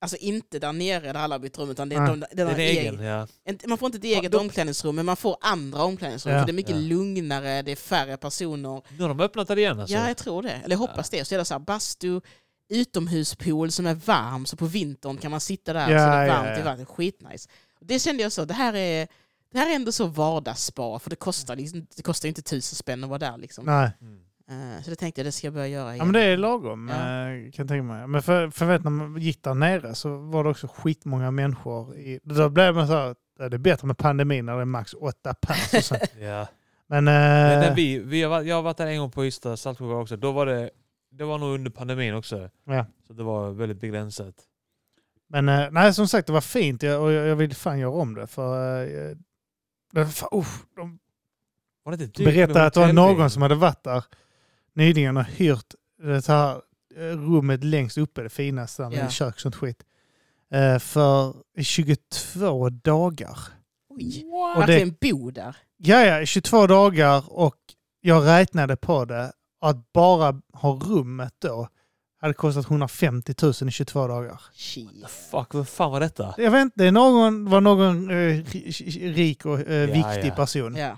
Speaker 3: alltså inte där nere där alla byter rum, utan det är
Speaker 2: Nej.
Speaker 3: de, den
Speaker 1: Den är
Speaker 3: här
Speaker 1: egen, ja.
Speaker 3: en- Man får inte ett eget
Speaker 1: då-
Speaker 3: omklädningsrum, men man får andra omklädningsrum.
Speaker 2: Ja.
Speaker 3: För det är mycket
Speaker 1: Ja.
Speaker 3: lugnare, det är färre personer.
Speaker 1: Nu har de öppnat det igen alltså.
Speaker 3: Ja, jag tror det. Eller jag hoppas det. Så är det så här, bastu, utomhuspool som är varm, så på vintern kan man sitta där
Speaker 2: Ja,
Speaker 3: så det är
Speaker 2: ja,
Speaker 3: varmt
Speaker 2: ja.
Speaker 3: i vattnet. Skitnice. Det kände jag så, det här är, det här är ändå så vardagsspa, för det kostar, liksom, det kostar ju inte tusen spänn att vara där. Liksom.
Speaker 2: Nej,
Speaker 1: Mm.
Speaker 3: Eh, Så det tänkte jag, det ska jag börja göra igen.
Speaker 2: ja, men det är lagom
Speaker 3: Ja.
Speaker 2: eh, kan jag tänka mig. Men för, för jag vet när man gick där nere så var det också skitmånga människor. I, då blev man så här, det är bättre med pandemin när det är max åtta pers. och så.
Speaker 1: Ja. Men
Speaker 2: Men,
Speaker 1: när
Speaker 2: eh,
Speaker 1: vi, vi har, varit- jag har varit där en gång på Ystad Saltsjöbad också. Då var det, det var nog under pandemin också.
Speaker 2: Ja.
Speaker 1: Så det var väldigt begränsat.
Speaker 2: Men eh, nej, som sagt, det var fint jag, och jag, jag vill fan göra om det. För, eh, det, fan, usch, de
Speaker 1: Var det inte dyrt med
Speaker 2: berättade att det var
Speaker 1: hotellrum?
Speaker 2: någon som hade varit där nyligen och hyrt det här eh, rummet längst uppe, det finaste där med
Speaker 3: Ja.
Speaker 2: kök och sånt skit. eh, För 22 dagar.
Speaker 3: Oj,
Speaker 2: Och det-
Speaker 3: verkligen bo där.
Speaker 2: Ja, ja, 22 dagar och jag räknade på det. Att bara ha rummet då hade kostat 150 000 i 22 dagar.
Speaker 3: Shit.
Speaker 1: Fuck, vad fan var detta?
Speaker 2: Jag vet inte, det är någon, det var någon eh, ri- rik och eh,
Speaker 1: Ja,
Speaker 2: viktig
Speaker 1: ja.
Speaker 2: person.
Speaker 3: Ja,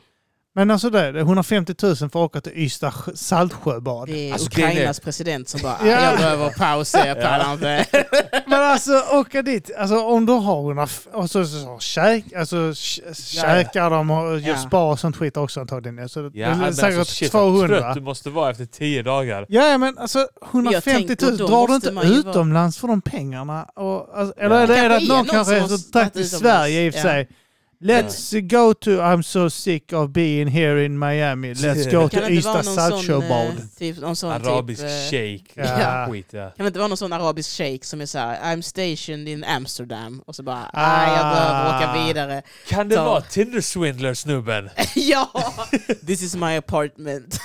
Speaker 2: Men alltså det, det är 150 000 för att åka till Ystad sj- Saltsjöbad.
Speaker 3: det är
Speaker 1: Alltså, det är det.
Speaker 3: Ukrainas president som bara,
Speaker 2: Ja.
Speaker 3: jag behöver pausa, jag pallar inte.
Speaker 2: Men alltså åka dit, alltså om du har 100... f- Och så, så, så käk, alltså, kä- käkar de och gör
Speaker 3: Ja.
Speaker 2: spa och sånt skit också antagligen. Så det
Speaker 1: Ja,
Speaker 2: det är
Speaker 1: men
Speaker 2: säkert
Speaker 1: alltså, shit, vad
Speaker 2: 200.
Speaker 1: trött du måste vara efter tio dagar.
Speaker 2: Ja, ja, men alltså 150
Speaker 3: tänker,
Speaker 2: 000,
Speaker 3: då
Speaker 2: drar du
Speaker 3: måste
Speaker 2: inte
Speaker 3: man ju vara-
Speaker 2: utomlands för de pengarna? Och, alltså, eller
Speaker 1: Ja.
Speaker 2: är det
Speaker 3: Kanske
Speaker 2: att
Speaker 3: är
Speaker 2: någon
Speaker 3: någon
Speaker 2: kanske
Speaker 3: som
Speaker 2: är
Speaker 3: har
Speaker 2: så tack
Speaker 3: varit
Speaker 2: till
Speaker 3: utomlands.
Speaker 2: Sverige i och för
Speaker 3: Ja.
Speaker 2: sig. Let's go to I'm so sick of being here in Miami. Let's go
Speaker 3: Kan
Speaker 2: to
Speaker 3: det inte vara
Speaker 2: Ystad
Speaker 3: någon sån,
Speaker 2: Saltsjöbad.
Speaker 3: eh, typ, någon sån
Speaker 1: Arabisk
Speaker 3: typ, eh,
Speaker 1: shake.
Speaker 2: Ja.
Speaker 1: Ja. Skit, ja.
Speaker 3: Kan det inte vara någon sån arabisk shejk som är så här, I'm stationed in Amsterdam och så bara, nej
Speaker 2: Ah.
Speaker 3: jag behöver åka vidare.
Speaker 1: Kan det
Speaker 3: Ta-
Speaker 1: vara Tinder Swindler snubben?
Speaker 3: ja! This is my apartment.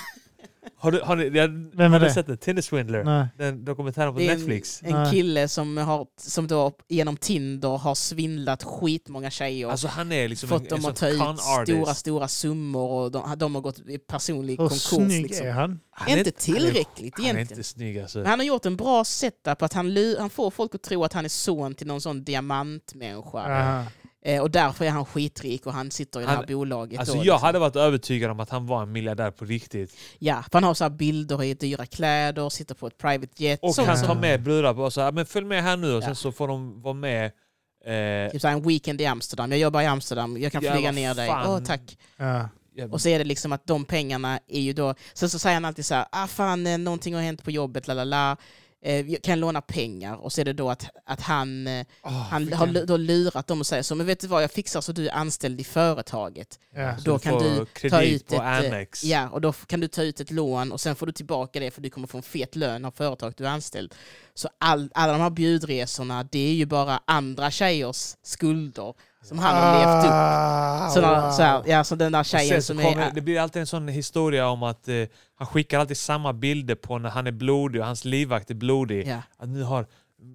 Speaker 1: Har du, har ni, jag,
Speaker 2: Vem
Speaker 1: har
Speaker 2: är
Speaker 1: ni
Speaker 2: det?
Speaker 1: sett det? Tinder Swindler?
Speaker 2: Nej.
Speaker 1: Den dokumentären på
Speaker 3: Det är en-
Speaker 1: Netflix.
Speaker 3: En
Speaker 2: Nej.
Speaker 3: kille som, har, som då genom Tinder har svindlat skitmånga tjejer.
Speaker 1: Alltså han är liksom
Speaker 3: fått
Speaker 1: en, en
Speaker 3: dem
Speaker 1: sån
Speaker 3: att ta ut
Speaker 1: con artist.
Speaker 3: stora, stora summor och de, de har gått i personlig
Speaker 2: Hur
Speaker 3: konkurs.
Speaker 2: snygg är
Speaker 3: Liksom.
Speaker 2: han?
Speaker 1: Han är
Speaker 3: Inte tillräckligt
Speaker 1: Han är
Speaker 3: egentligen.
Speaker 1: inte snygg alltså.
Speaker 3: Men han har gjort en bra setup, att han, lu- han får folk att tro att han är son till någon sån diamantmänniska.
Speaker 2: Aha.
Speaker 3: Eh, och därför är han skitrik och han sitter i det här
Speaker 1: Han-
Speaker 3: bolaget.
Speaker 1: Alltså
Speaker 3: då,
Speaker 1: jag
Speaker 3: liksom.
Speaker 1: hade varit övertygad om att han var en miljardär på riktigt.
Speaker 3: Ja, för han har så här bilder i dyra kläder, sitter på ett private jet.
Speaker 1: Och
Speaker 3: så,
Speaker 1: han
Speaker 3: så,
Speaker 1: tar med brudar på så här, men följ med här nu och
Speaker 3: Ja.
Speaker 1: sen så får de vara med. Eh,
Speaker 3: typ så här, en weekend i Amsterdam, jag jobbar i Amsterdam, jag kan
Speaker 1: Ja,
Speaker 3: flyga
Speaker 1: vad
Speaker 3: ner dig.
Speaker 1: fan.
Speaker 3: Åh, tack.
Speaker 2: Ja.
Speaker 1: ja,
Speaker 3: Och så är det liksom att de pengarna är ju då... Sen så säger han alltid så här, ah fan eh, någonting har hänt på jobbet, la la la. Eh, eh, jag kan låna pengar och så är det då att, att han, eh,
Speaker 2: Åh,
Speaker 3: han
Speaker 2: vilken-
Speaker 3: har lu- då lurat dem och säger så, men vet du vad, jag fixar så du är anställd i företaget.
Speaker 2: Ja.
Speaker 3: då kan du ta ut
Speaker 1: kredit på
Speaker 3: ett, eh,
Speaker 1: Amex.
Speaker 3: Ja, och då f- kan du ta ut ett lån och sen får du tillbaka det för du kommer få en fet lön av företaget du är anställd. Så all, alla de här bjudresorna, det är ju bara andra tjejers skulder som han har levt upp.
Speaker 2: Ah,
Speaker 3: Så, när,
Speaker 2: wow.
Speaker 3: så, här, ja, så den där
Speaker 1: Och sen
Speaker 3: tjejen
Speaker 1: så
Speaker 3: som
Speaker 1: kommer,
Speaker 3: är...
Speaker 1: Det blir alltid en sån historia om att eh, han skickar alltid samma bilder på när han är blodig och hans livvakt är blodig.
Speaker 3: Ja,
Speaker 1: Att nu har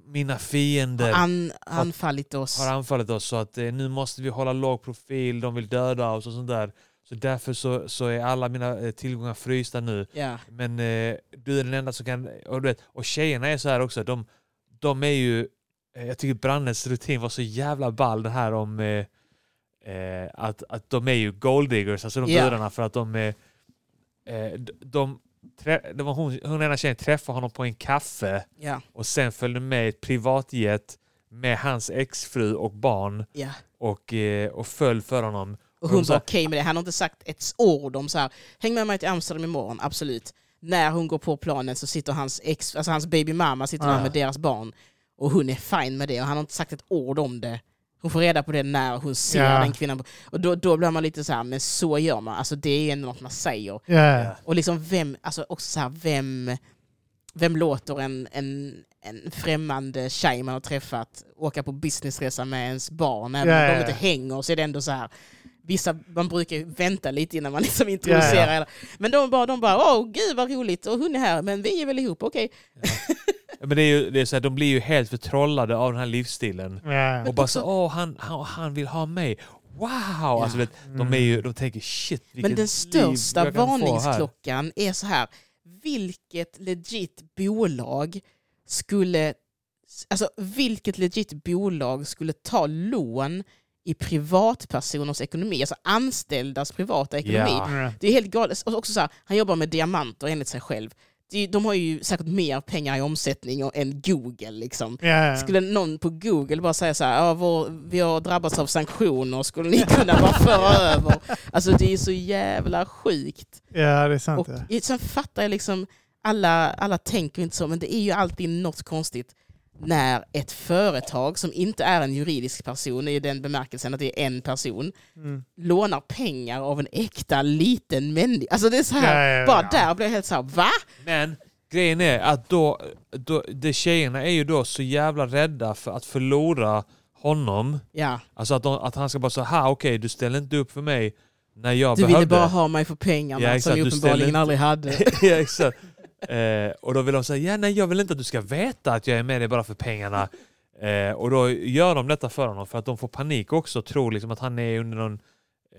Speaker 1: mina
Speaker 3: har
Speaker 1: fiender
Speaker 3: an, anfallit oss.
Speaker 1: har anfallit oss så att eh, nu måste vi hålla låg profil, de vill döda oss och sånt där. Så därför så, så är alla mina eh, tillgångar frysta nu.
Speaker 3: Ja,
Speaker 1: Men eh, du är den enda som kan... Och, du vet, och tjejerna är så här också, de, de är ju... eh, Jag tycker Brannes rutin var så jävla ball det här om eh, eh, att, att de är ju golddiggers, alltså de
Speaker 3: Ja.
Speaker 1: bröderna för att de... Eh, eh, d- de trä, det var hon, hon ena tjejen träffade honom på en kaffe
Speaker 3: ja,
Speaker 1: och sen följde med i ett privatjet med hans exfru och barn
Speaker 3: ja.
Speaker 1: och, eh, och föll för honom.
Speaker 3: Och
Speaker 1: Och
Speaker 3: hon
Speaker 1: de
Speaker 3: var
Speaker 1: sa-
Speaker 3: okej med det. Han har inte sagt ett ord om så här, häng med mig till Amsterdam imorgon, absolut. När hon går på planen så sitter hans ex, alltså hans baby mamma sitter
Speaker 2: Ah.
Speaker 3: där med deras barn. Och hon är fine med det och han har inte sagt ett ord om det. Hon får reda på det när hon ser
Speaker 2: Ja.
Speaker 3: den kvinnan. på- Och då, då blir man lite så här, men så gör man. Alltså det är ändå något man säger.
Speaker 2: Ja.
Speaker 3: Och liksom vem, alltså också så här, vem, vem låter en, en, en främmande tjej man har träffat åka på businessresa med ens barn? Även
Speaker 2: Ja,
Speaker 3: om
Speaker 2: ja,
Speaker 3: de
Speaker 2: ja.
Speaker 3: inte hänger så är det ändå så här. Vissa, man brukar ju vänta lite innan man liksom introducerar.
Speaker 2: Ja, ja.
Speaker 3: hela- Men de bara, de bara, åh gud vad roligt och hon är här, men vi är väl ihop, okej.
Speaker 1: Men det är ju, det är så här, de blir ju helt förtrollade av den här livsstilen.
Speaker 2: Ja.
Speaker 1: Och bara så, åh, han, han, han vill ha mig. Wow! Alltså, vet, de, är ju, de tänker shit, vilket
Speaker 3: Men den
Speaker 1: liv
Speaker 3: största
Speaker 1: jag kan få här."
Speaker 3: varningsklockan är så här, vilket legit bolag skulle, alltså vilket legit bolag skulle ta lån i privatpersoners ekonomi, alltså anställdas privata ekonomi.
Speaker 1: Ja.
Speaker 2: Ja.
Speaker 3: Det är helt galet. Och också så här, han jobbar med diamanter enligt sig själv. Det är- De har ju säkert mer pengar i omsättning än Google liksom.
Speaker 2: Ja.
Speaker 3: Skulle någon på Google bara säga så här, ja, vår, vi har drabbats av sanktioner, skulle ni kunna bara föra över? Alltså det är så jävla sjukt.
Speaker 2: ja, det är sant.
Speaker 3: Och
Speaker 2: ja.
Speaker 3: sen fattar jag liksom, alla, alla tänker inte så, men det är ju alltid något konstigt när ett företag som inte är en juridisk person, i den bemärkelsen att det är en person,
Speaker 2: Mm.
Speaker 3: lånar pengar av en äkta liten människa. Alltså det är så
Speaker 2: Ja,
Speaker 3: här,
Speaker 2: ja, ja.
Speaker 3: bara där blir jag helt så här, va?
Speaker 1: Men grejen är att då, då, de tjejerna är ju då så jävla rädda för att förlora honom.
Speaker 3: Ja,
Speaker 1: Alltså att, de, att han ska bara så här, okej, du ställer inte upp för mig när jag
Speaker 3: du ville
Speaker 1: behövde.
Speaker 3: bara ha mig för pengarna
Speaker 1: Ja,
Speaker 3: som
Speaker 1: exakt,
Speaker 3: vi
Speaker 1: du ställer
Speaker 3: uppenbarligen
Speaker 1: inte-
Speaker 3: aldrig hade.
Speaker 1: ja, exakt. Eh, och då vill de säga, ja nej jag vill inte att du ska veta att jag är med dig bara för pengarna. Eh, och då gör de detta för honom för att de får panik också och tror liksom att han är under någon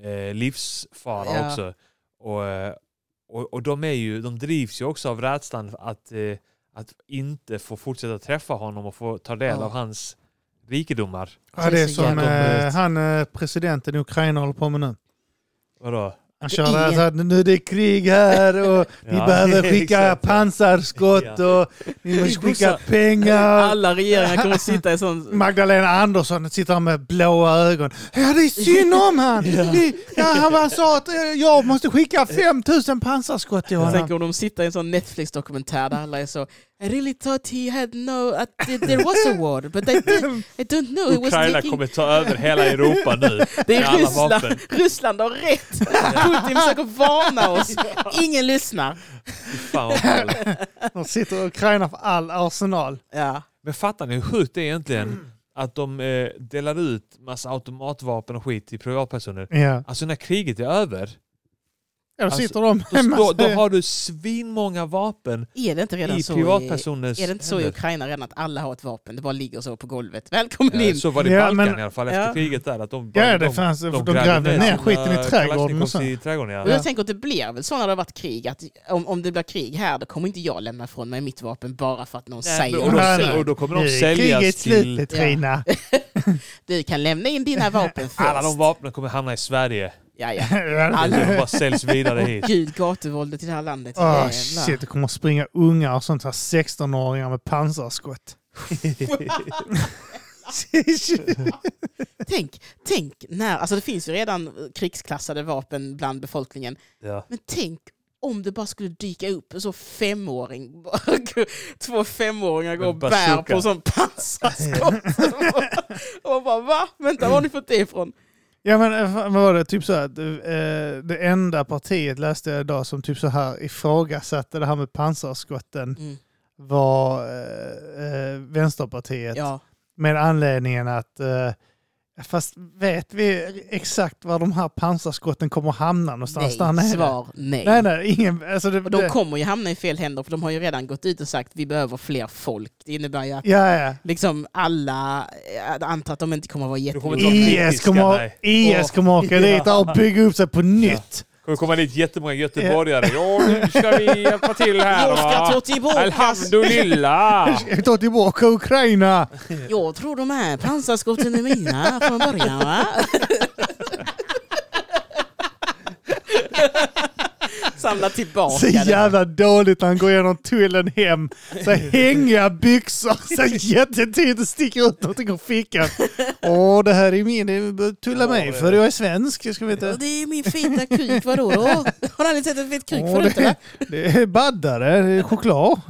Speaker 1: eh, livsfara
Speaker 3: Ja.
Speaker 1: också. Och, eh, och, och de, är ju, de drivs ju också av rädslan att, eh, att inte få fortsätta träffa honom och få ta del
Speaker 3: Ja.
Speaker 1: av hans rikedomar.
Speaker 2: Ja, det är
Speaker 3: så
Speaker 2: som
Speaker 1: jävla
Speaker 2: eh,
Speaker 1: dåligt.
Speaker 2: han eh, presidenten i Ukraina håller på med nu.
Speaker 1: Vadå?
Speaker 2: Han
Speaker 3: Det
Speaker 2: kör
Speaker 3: är-
Speaker 2: där så att nu det är krig här och ni
Speaker 1: Ja,
Speaker 2: behöver skicka
Speaker 1: exakt.
Speaker 2: pansarskott och ni måste skicka pengar.
Speaker 3: Alla regeringar kommer att sitta i sån...
Speaker 2: Magdalena Andersson sitter här med blåa ögon. Ja, det är synd om han! Det- Ja, han bara sa att eh, jag måste skicka 5000 pansarskott till
Speaker 3: Sen
Speaker 2: honom.
Speaker 3: kommer de sitta i en sån Netflix-dokumentär där alla är så I really thought he had no... Att th- there was a war, but I, did, I don't know. It was
Speaker 1: Ukraina
Speaker 3: taking...
Speaker 1: kommer ta över hela Europa nu.
Speaker 3: Det
Speaker 1: med
Speaker 3: är
Speaker 1: alla
Speaker 3: Ryssland.
Speaker 1: vapen.
Speaker 3: Ryssland har rätt. Putin försöker varna oss. Ingen lyssnar.
Speaker 1: Fy Fan vad kul.
Speaker 2: De sitter i Ukraina för all arsenal.
Speaker 3: Ja.
Speaker 1: Men fattar ni hur sjukt det är egentligen
Speaker 2: Mm.
Speaker 1: att de eh, delar ut massa automatvapen och skit till privatpersoner?
Speaker 2: Ja.
Speaker 1: Alltså när kriget är över,
Speaker 2: Ja, då
Speaker 1: Alltså,
Speaker 2: sitter de
Speaker 1: då,
Speaker 2: hemma.
Speaker 1: står, då har du svinmånga vapen
Speaker 3: Är det inte redan
Speaker 1: i
Speaker 3: så
Speaker 1: privatpersoners
Speaker 3: Är det inte så i
Speaker 1: händer.
Speaker 3: Ukraina redan att alla har ett vapen? Det bara ligger så på golvet. Välkommen
Speaker 1: Ja,
Speaker 3: in!
Speaker 1: så var det i
Speaker 2: Ja,
Speaker 1: Balkan
Speaker 2: men-
Speaker 1: i alla fall efter
Speaker 3: Ja.
Speaker 1: kriget där. Att de,
Speaker 2: Ja, det fanns, de, de grävde ner
Speaker 1: sina
Speaker 2: skiten i trädgården och
Speaker 1: Kalashnikovs
Speaker 2: så.
Speaker 1: i trädgården ja.
Speaker 3: Och jag tänker att det blir väl så när det har varit krig, att om, om det blir krig här då kommer inte jag lämna ifrån mig mitt vapen bara för att någon
Speaker 1: Nej,
Speaker 3: säger
Speaker 1: men- och,
Speaker 2: Nej,
Speaker 1: då,
Speaker 2: nej.
Speaker 1: och då kommer
Speaker 2: Nu
Speaker 1: de
Speaker 2: är kriget
Speaker 1: säljas till...
Speaker 2: slut, Petrina.
Speaker 3: Du kan lämna in dina vapen först.
Speaker 1: Alla de vapnen kommer hamna i Sverige.
Speaker 3: ja, ja.
Speaker 1: Så de bara säljs vidare hit.
Speaker 3: Gud, gatuvåldet i det här landet.
Speaker 2: Åh
Speaker 3: Jävlar.
Speaker 2: Ah, shit, det kommer springa unga och sånt här 16-åringar med pansarskott.
Speaker 3: Tänk, tänk när, alltså det finns ju redan krigsklassade vapen bland befolkningen,
Speaker 1: Ja.
Speaker 3: men tänk om det bara skulle dyka upp en så femåring, bara gå- två femåringar går och
Speaker 1: En
Speaker 3: bär
Speaker 1: bazooka.
Speaker 3: på en sån pansarskott. och man bara va? Vänta, var har ni fått det ifrån?
Speaker 2: Ja men eh, vad var det, typ så här, att, eh, det enda partiet läste jag idag som typ så här ifrågasatte det här med pansarskotten
Speaker 3: Mm.
Speaker 2: var eh, eh, Vänsterpartiet.
Speaker 3: Ja.
Speaker 2: Med anledningen att, eh, fast vet vi exakt var de här pansarskotten kommer hamna någonstans där
Speaker 3: nej,
Speaker 2: nere?
Speaker 3: svar nej.
Speaker 2: Nej, nej, ingen, alltså det,
Speaker 3: Och de
Speaker 2: det,
Speaker 3: kommer ju hamna i fel händer för de har ju redan gått ut och sagt vi behöver fler folk. Det innebär ju att
Speaker 2: ja, ja.
Speaker 3: liksom alla eh, antar att de inte kommer att vara
Speaker 1: kommer
Speaker 3: jättemånga.
Speaker 1: inte vara
Speaker 2: IS
Speaker 1: kritiska,
Speaker 2: kommer,
Speaker 1: nej.
Speaker 2: IS
Speaker 1: Åh.
Speaker 2: kommer åka dit och bygga upp sig på nytt.
Speaker 1: kommer komma dit jättemånga göteborgare. Ja, nu ska vi hjälpa till här
Speaker 3: Jag ska ta
Speaker 1: va?
Speaker 3: tillbaka
Speaker 1: Alhamdulillah!
Speaker 2: Ska vi ta tillbaka Ukraina?
Speaker 3: Jag tror de här pansarskotten är mina från början va? Samla tillbaka
Speaker 2: Så
Speaker 3: det.
Speaker 2: jävla dåligt när han går genom tullen hem. Så hängiga byxor, så jättetydligt det sticker ut någonting ur fickan. Åh, det här är min, det bör tulla mig för jag är svensk. Jag ska veta.
Speaker 3: Och Det är min feta kuk, vadå då? Har ni aldrig sett ett fett kuk
Speaker 2: Åh,
Speaker 3: förut eller?
Speaker 2: det, det är baddare, det är choklad.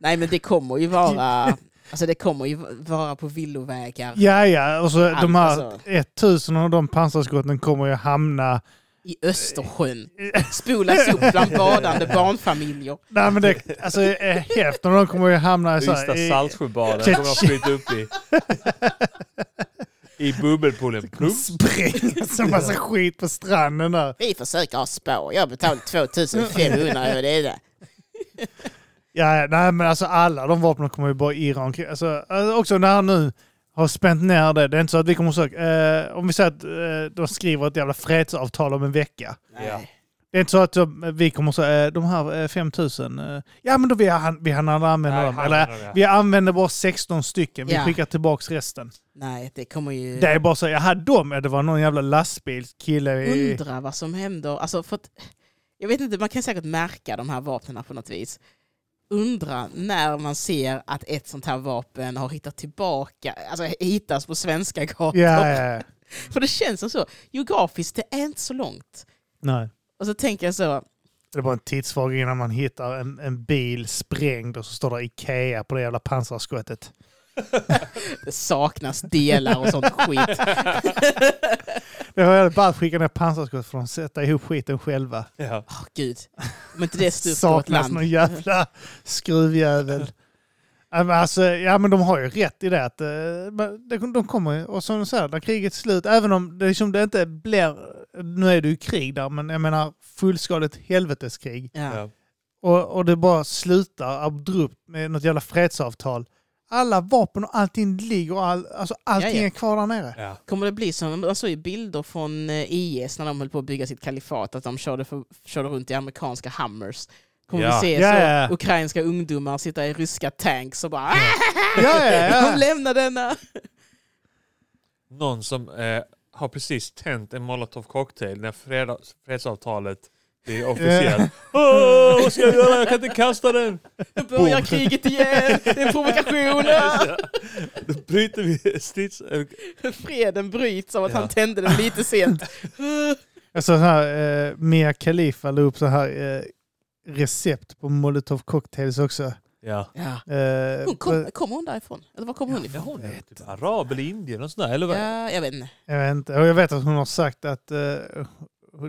Speaker 3: Nej men det kommer ju vara, alltså det kommer ju vara på villovägar
Speaker 2: Ja, ja, och så
Speaker 3: Allt,
Speaker 2: de här
Speaker 3: alltså.
Speaker 2: 1000 av de pansarskotten kommer ju hamna...
Speaker 3: i Östersjön. Spolas upp bland badande barnfamiljer.
Speaker 2: Nej, men det, alltså eh, hälften av dem kommer ju hamna i... så här-
Speaker 1: Ystad
Speaker 2: i-
Speaker 1: Saltsjöbaden kommer de flytta upp i. I bubbelpoolen. Plump.
Speaker 2: sprängas en massa skit på stranden där.
Speaker 3: Vi försöker ha spår, jag betalade 2500 över det där.
Speaker 2: Ja, ja, nej men alltså alla de vapnen kommer ju bara irra omkring. Alltså, alltså också när han nu har spänt ner det. Det är inte så att vi kommer söka. Eh, om vi säger att eh, de skriver ett jävla fredsavtal om en vecka.
Speaker 1: Ja.
Speaker 2: Det är inte så att eh, vi kommer säga eh, de här eh, 5000. Eh, ja men då vi hann vi hann aldrig använda
Speaker 1: Nej,
Speaker 2: dem.
Speaker 1: han-
Speaker 2: Eller,
Speaker 1: ja.
Speaker 2: vi använder bara 16 stycken. Vi
Speaker 3: Ja.
Speaker 2: skickar tillbaks resten.
Speaker 3: Nej, det kommer ju...
Speaker 2: Det är bara så, jaha de, ja, det var någon jävla lastbilskille i...
Speaker 3: undrar vad som händer. Alltså för att, jag vet inte, man kan säkert märka de här vapnen på något vis. Undra när man ser att ett sånt här vapen har hittat tillbaka, alltså hittas på svenska gator.
Speaker 2: Ja, ja, ja.
Speaker 3: För det känns som så, geografiskt det är inte så långt.
Speaker 2: Nej.
Speaker 3: Och så tänker jag så,
Speaker 2: Det är bara en tidsfråga innan man hittar en, en bil sprängd och så står det Ikea på det jävla pansarskottet.
Speaker 3: det saknas delar och sånt skit.
Speaker 2: Det har jag bara skickat ner pansarskott för att de sätta ihop skiten själva.
Speaker 1: Ja.
Speaker 3: Åh gud, om inte det styrs på ett
Speaker 2: Saknas
Speaker 3: land.
Speaker 2: någon jävla skruvjävel. Ja, men Alltså, ja men de har ju rätt i det att eh, men de de kommer ju, och som du säger, när kriget är slut, även om det, liksom det inte blir, nu är det ju krig där, men jag menar fullskaligt helveteskrig.
Speaker 3: Ja.
Speaker 1: Ja.
Speaker 2: och, och det bara slutar abrupt med något jävla fredsavtal. Alla vapen och allting ligger och all, alltså allting
Speaker 3: Jaja.
Speaker 2: är kvar där nere.
Speaker 1: Ja.
Speaker 3: Kommer det bli som, man såg ju bilder från eh, IS när de höll på att bygga sitt kalifat, att de körde, för, körde runt i amerikanska hammers. Kommer
Speaker 1: Ja.
Speaker 3: vi se
Speaker 2: Ja,
Speaker 3: så
Speaker 2: ja, ja.
Speaker 3: ukrainska ungdomar sitta i ryska tanks och bara ah,
Speaker 2: Ja, ja,
Speaker 3: de
Speaker 2: ja.
Speaker 3: lämnar denna.
Speaker 1: Någon som eh, har precis tänt en molotov cocktail när freda- fredsavtalet blir officiellt. Eh. Åh, vad ska jag göra? Jag kan inte kasta den!
Speaker 3: Nu börjar
Speaker 1: Boom.
Speaker 3: kriget igen, det är en provokation. Ah!
Speaker 1: Då bryter vi strids... eh,
Speaker 3: Freden bryts av att
Speaker 1: Ja.
Speaker 3: han tände den lite sent.
Speaker 2: Alltså, så här, eh, Mia Khalifa la upp så här eh, recept på molotov cocktails också.
Speaker 1: Ja.
Speaker 3: Ja.
Speaker 2: Eh,
Speaker 3: Hon
Speaker 2: på-
Speaker 3: kom, kom hon därifrån? Eller var kom hon
Speaker 1: ja,
Speaker 3: ifrån?
Speaker 1: hon är typ arab eller indier och sådär, eller vad?
Speaker 3: Ja, jag vet inte.
Speaker 2: jag, vet inte, och jag vet att hon har sagt att eh,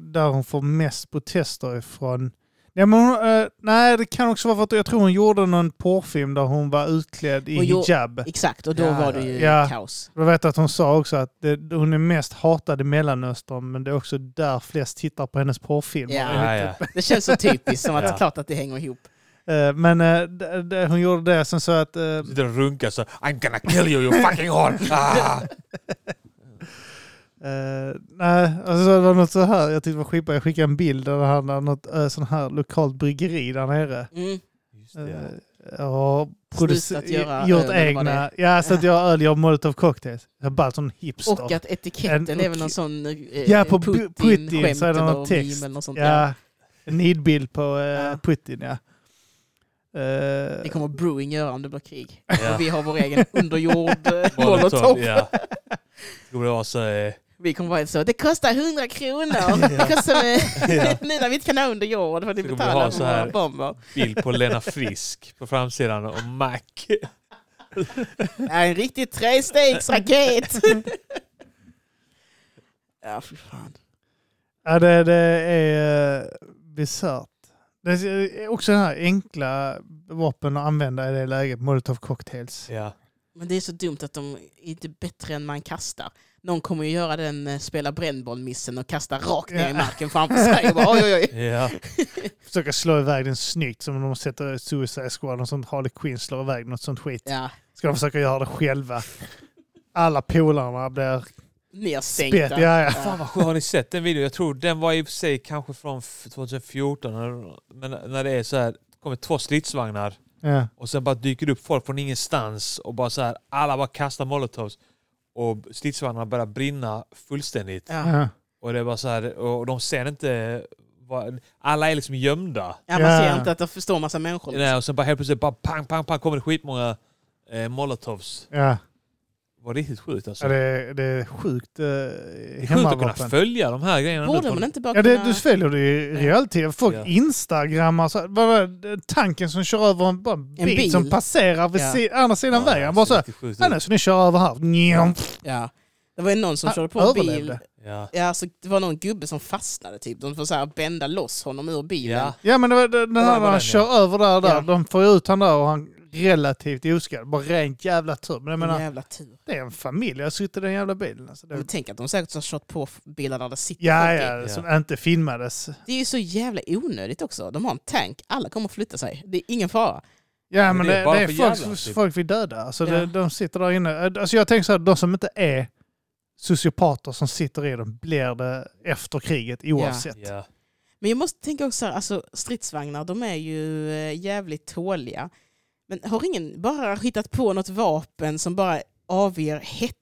Speaker 2: där hon får mest protester ifrån Nej, men hon, eh, nej, det kan också vara för att jag tror hon gjorde någon porrfilm där hon var utklädd i
Speaker 3: Och jo-
Speaker 2: hijab.
Speaker 3: Exakt, och då
Speaker 2: Ja,
Speaker 3: var det ju
Speaker 2: ja.
Speaker 3: kaos.
Speaker 2: Jag vet att hon sa också att det, hon är mest hatad i Mellanöstern men det är också där flest tittar på hennes porrfilmer.
Speaker 3: Ja.
Speaker 1: Ja, ja.
Speaker 3: Det känns så typiskt, som att det
Speaker 1: Ja.
Speaker 3: är klart att det hänger ihop.
Speaker 2: Eh, Men eh, d- d- hon gjorde det, sen så att... eh,
Speaker 1: Sitter och runkar så I'm gonna kill you, you fucking hole! Ah!
Speaker 2: eh, nej, alltså det var något så här, jag tyckte det var skitbra, jag skickade en bild där det handlade om något eh, sån här lokalt bryggeri där nere.
Speaker 3: Mm.
Speaker 1: Just
Speaker 2: Eh,
Speaker 1: det, ja.
Speaker 2: Ja.
Speaker 3: Slutat göra
Speaker 2: gjort
Speaker 3: öl, eller vad
Speaker 2: egna, ja så att jag öl, jag har molotov cocktails. Jag är bara sån hipster.
Speaker 3: Och att etiketten
Speaker 2: En-
Speaker 3: är
Speaker 2: och-
Speaker 3: väl någon sån eh,
Speaker 2: Ja, på bu- Putin så är
Speaker 3: skämt
Speaker 2: det
Speaker 3: eller
Speaker 2: någon text.
Speaker 3: meme eller något sånt. Ja.
Speaker 2: ja, en nidbild på eh,
Speaker 3: Ja.
Speaker 2: Putin ja. Eh,
Speaker 3: Det kommer Brewing göra om det blir krig.
Speaker 1: Ja.
Speaker 3: Och vi har vår egen underjord eh,
Speaker 1: Molotov,
Speaker 3: molotov.
Speaker 1: ja. Det kommer vara så eh,
Speaker 3: Vi kommer vara så, det kostar 100 kronor. Det kostar med, nu när vi inte kan ha under jord för att
Speaker 1: Så
Speaker 3: vi
Speaker 1: kommer vi ha
Speaker 3: betalar
Speaker 1: så
Speaker 3: för våra
Speaker 1: här.
Speaker 3: bomber.
Speaker 1: Bild på Lena Frisk på framsidan och Mac.
Speaker 3: Det är en riktig trestegsraket. ja, fy fan.
Speaker 2: Ja, det, det är eh, bisarrt. Det är också den här enkla vapen att använda i det läget, molotov cocktails.
Speaker 1: Ja.
Speaker 3: Men det är så dumt att de är inte bättre än man kastar. Någon kommer ju göra den eh, spela brännbollmissen och kasta rakt ner i marken framför sig. Och bara, oj, oj, oj.
Speaker 1: ja.
Speaker 2: Försöka slå iväg den snyggt som de sätter i Suicide Squad och sånt. Harley Quinn slår iväg något sånt skit.
Speaker 3: Ja,
Speaker 2: Ska de försöka göra det själva. Alla polarna blir
Speaker 3: nersänkta.
Speaker 2: spett. Ja, ja.
Speaker 1: Fan vad skönt. Har ni sett den videon? Jag tror den var i och för sig kanske från f- 2014. när- Men när det är så här, det kommer två stridsvagnar
Speaker 2: ja.
Speaker 1: och sen bara dyker det upp folk från ingenstans och bara så här, alla bara kastar molotovs och stridsvagnarna börjar brinna fullständigt.
Speaker 3: Ja.
Speaker 2: ja.
Speaker 1: Och det är bara så här, och de ser inte, vad- alla är liksom gömda.
Speaker 3: Ja, man ser
Speaker 2: Ja.
Speaker 3: inte att det står massa människor.
Speaker 1: Nej, och sen bara helt plötsligt bara pang, pang, pang kommer det skitmånga eh, molotovs.
Speaker 2: ja.
Speaker 1: Det var riktigt sjukt alltså.
Speaker 2: ja det, är, det är sjukt eh,
Speaker 1: det är sjukt att kunna
Speaker 2: hemmavapen.
Speaker 1: följa de här grejerna. nu
Speaker 3: Borde
Speaker 1: på-
Speaker 3: man inte bara
Speaker 2: Ja, det,
Speaker 3: kunna...
Speaker 2: du följer det i realtid. Folk
Speaker 1: Ja.
Speaker 2: instagrammar. Så, vad var det? tanken som kör över en, bara en bil,
Speaker 3: bil.
Speaker 2: som passerar vid
Speaker 3: Ja.
Speaker 2: si, andra sidan
Speaker 1: Ja,
Speaker 2: vägen.
Speaker 1: det
Speaker 2: Bara
Speaker 1: ser
Speaker 2: så här,
Speaker 1: riktigt sjukt
Speaker 2: ja,
Speaker 1: ut.
Speaker 2: nu ska ni köra över här. Njom.
Speaker 3: ja. Det var ju någon som
Speaker 2: Han
Speaker 3: körde på en bil.
Speaker 2: överlevde.
Speaker 1: Ja.
Speaker 3: Ja, så det var någon gubbe som fastnade typ. De får så här bända loss honom ur bilen.
Speaker 1: Ja.
Speaker 2: Ja men det var, det, den
Speaker 1: var
Speaker 2: här när
Speaker 1: den, ja.
Speaker 2: han kör över där, där
Speaker 3: Ja.
Speaker 2: de får ut han där och han relativt oskadd. Bara rent jävla tur. Men jag
Speaker 3: Men,
Speaker 2: menar,
Speaker 3: jävla tur.
Speaker 2: det är en familj. Jag sitter i den jävla bilen. Alltså, det,
Speaker 3: Men tänk att de säkert har kört på bilar där det sitter
Speaker 2: ja,
Speaker 3: folk i.
Speaker 2: ja, som inte filmades.
Speaker 3: Det är ju så jävla onödigt också. De har en tank, alla kommer att flytta sig. Det är ingen fara.
Speaker 2: Ja men,
Speaker 1: Men det är
Speaker 2: det,
Speaker 1: bara
Speaker 2: det är
Speaker 1: för
Speaker 2: folk,
Speaker 1: jävlar, typ.
Speaker 2: folk vi dödar. Alltså,
Speaker 3: Ja.
Speaker 2: det, de sitter där inne. Alltså, jag tänker så här, de som inte är sociopater som sitter i dem blir det efter kriget oavsett.
Speaker 1: Ja.
Speaker 3: Men jag måste tänka också så här, alltså stridsvagnar, de är ju eh, jävligt tåliga. Men har ingen bara hittat på något vapen som bara avger hetta?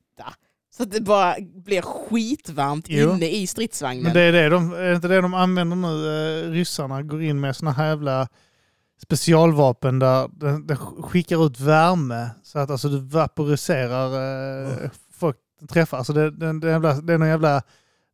Speaker 3: Så att det bara blir skitvarmt
Speaker 2: Jo.
Speaker 3: inne i stridsvagnen.
Speaker 2: Men det är, det, de, är det inte det de använder nu? Eh, ryssarna går in med såna här jävla specialvapen där den, den skickar ut värme så att alltså, du vaporiserar eh, folk den träffar. Alltså, det, den, den jävla, det är någon jävla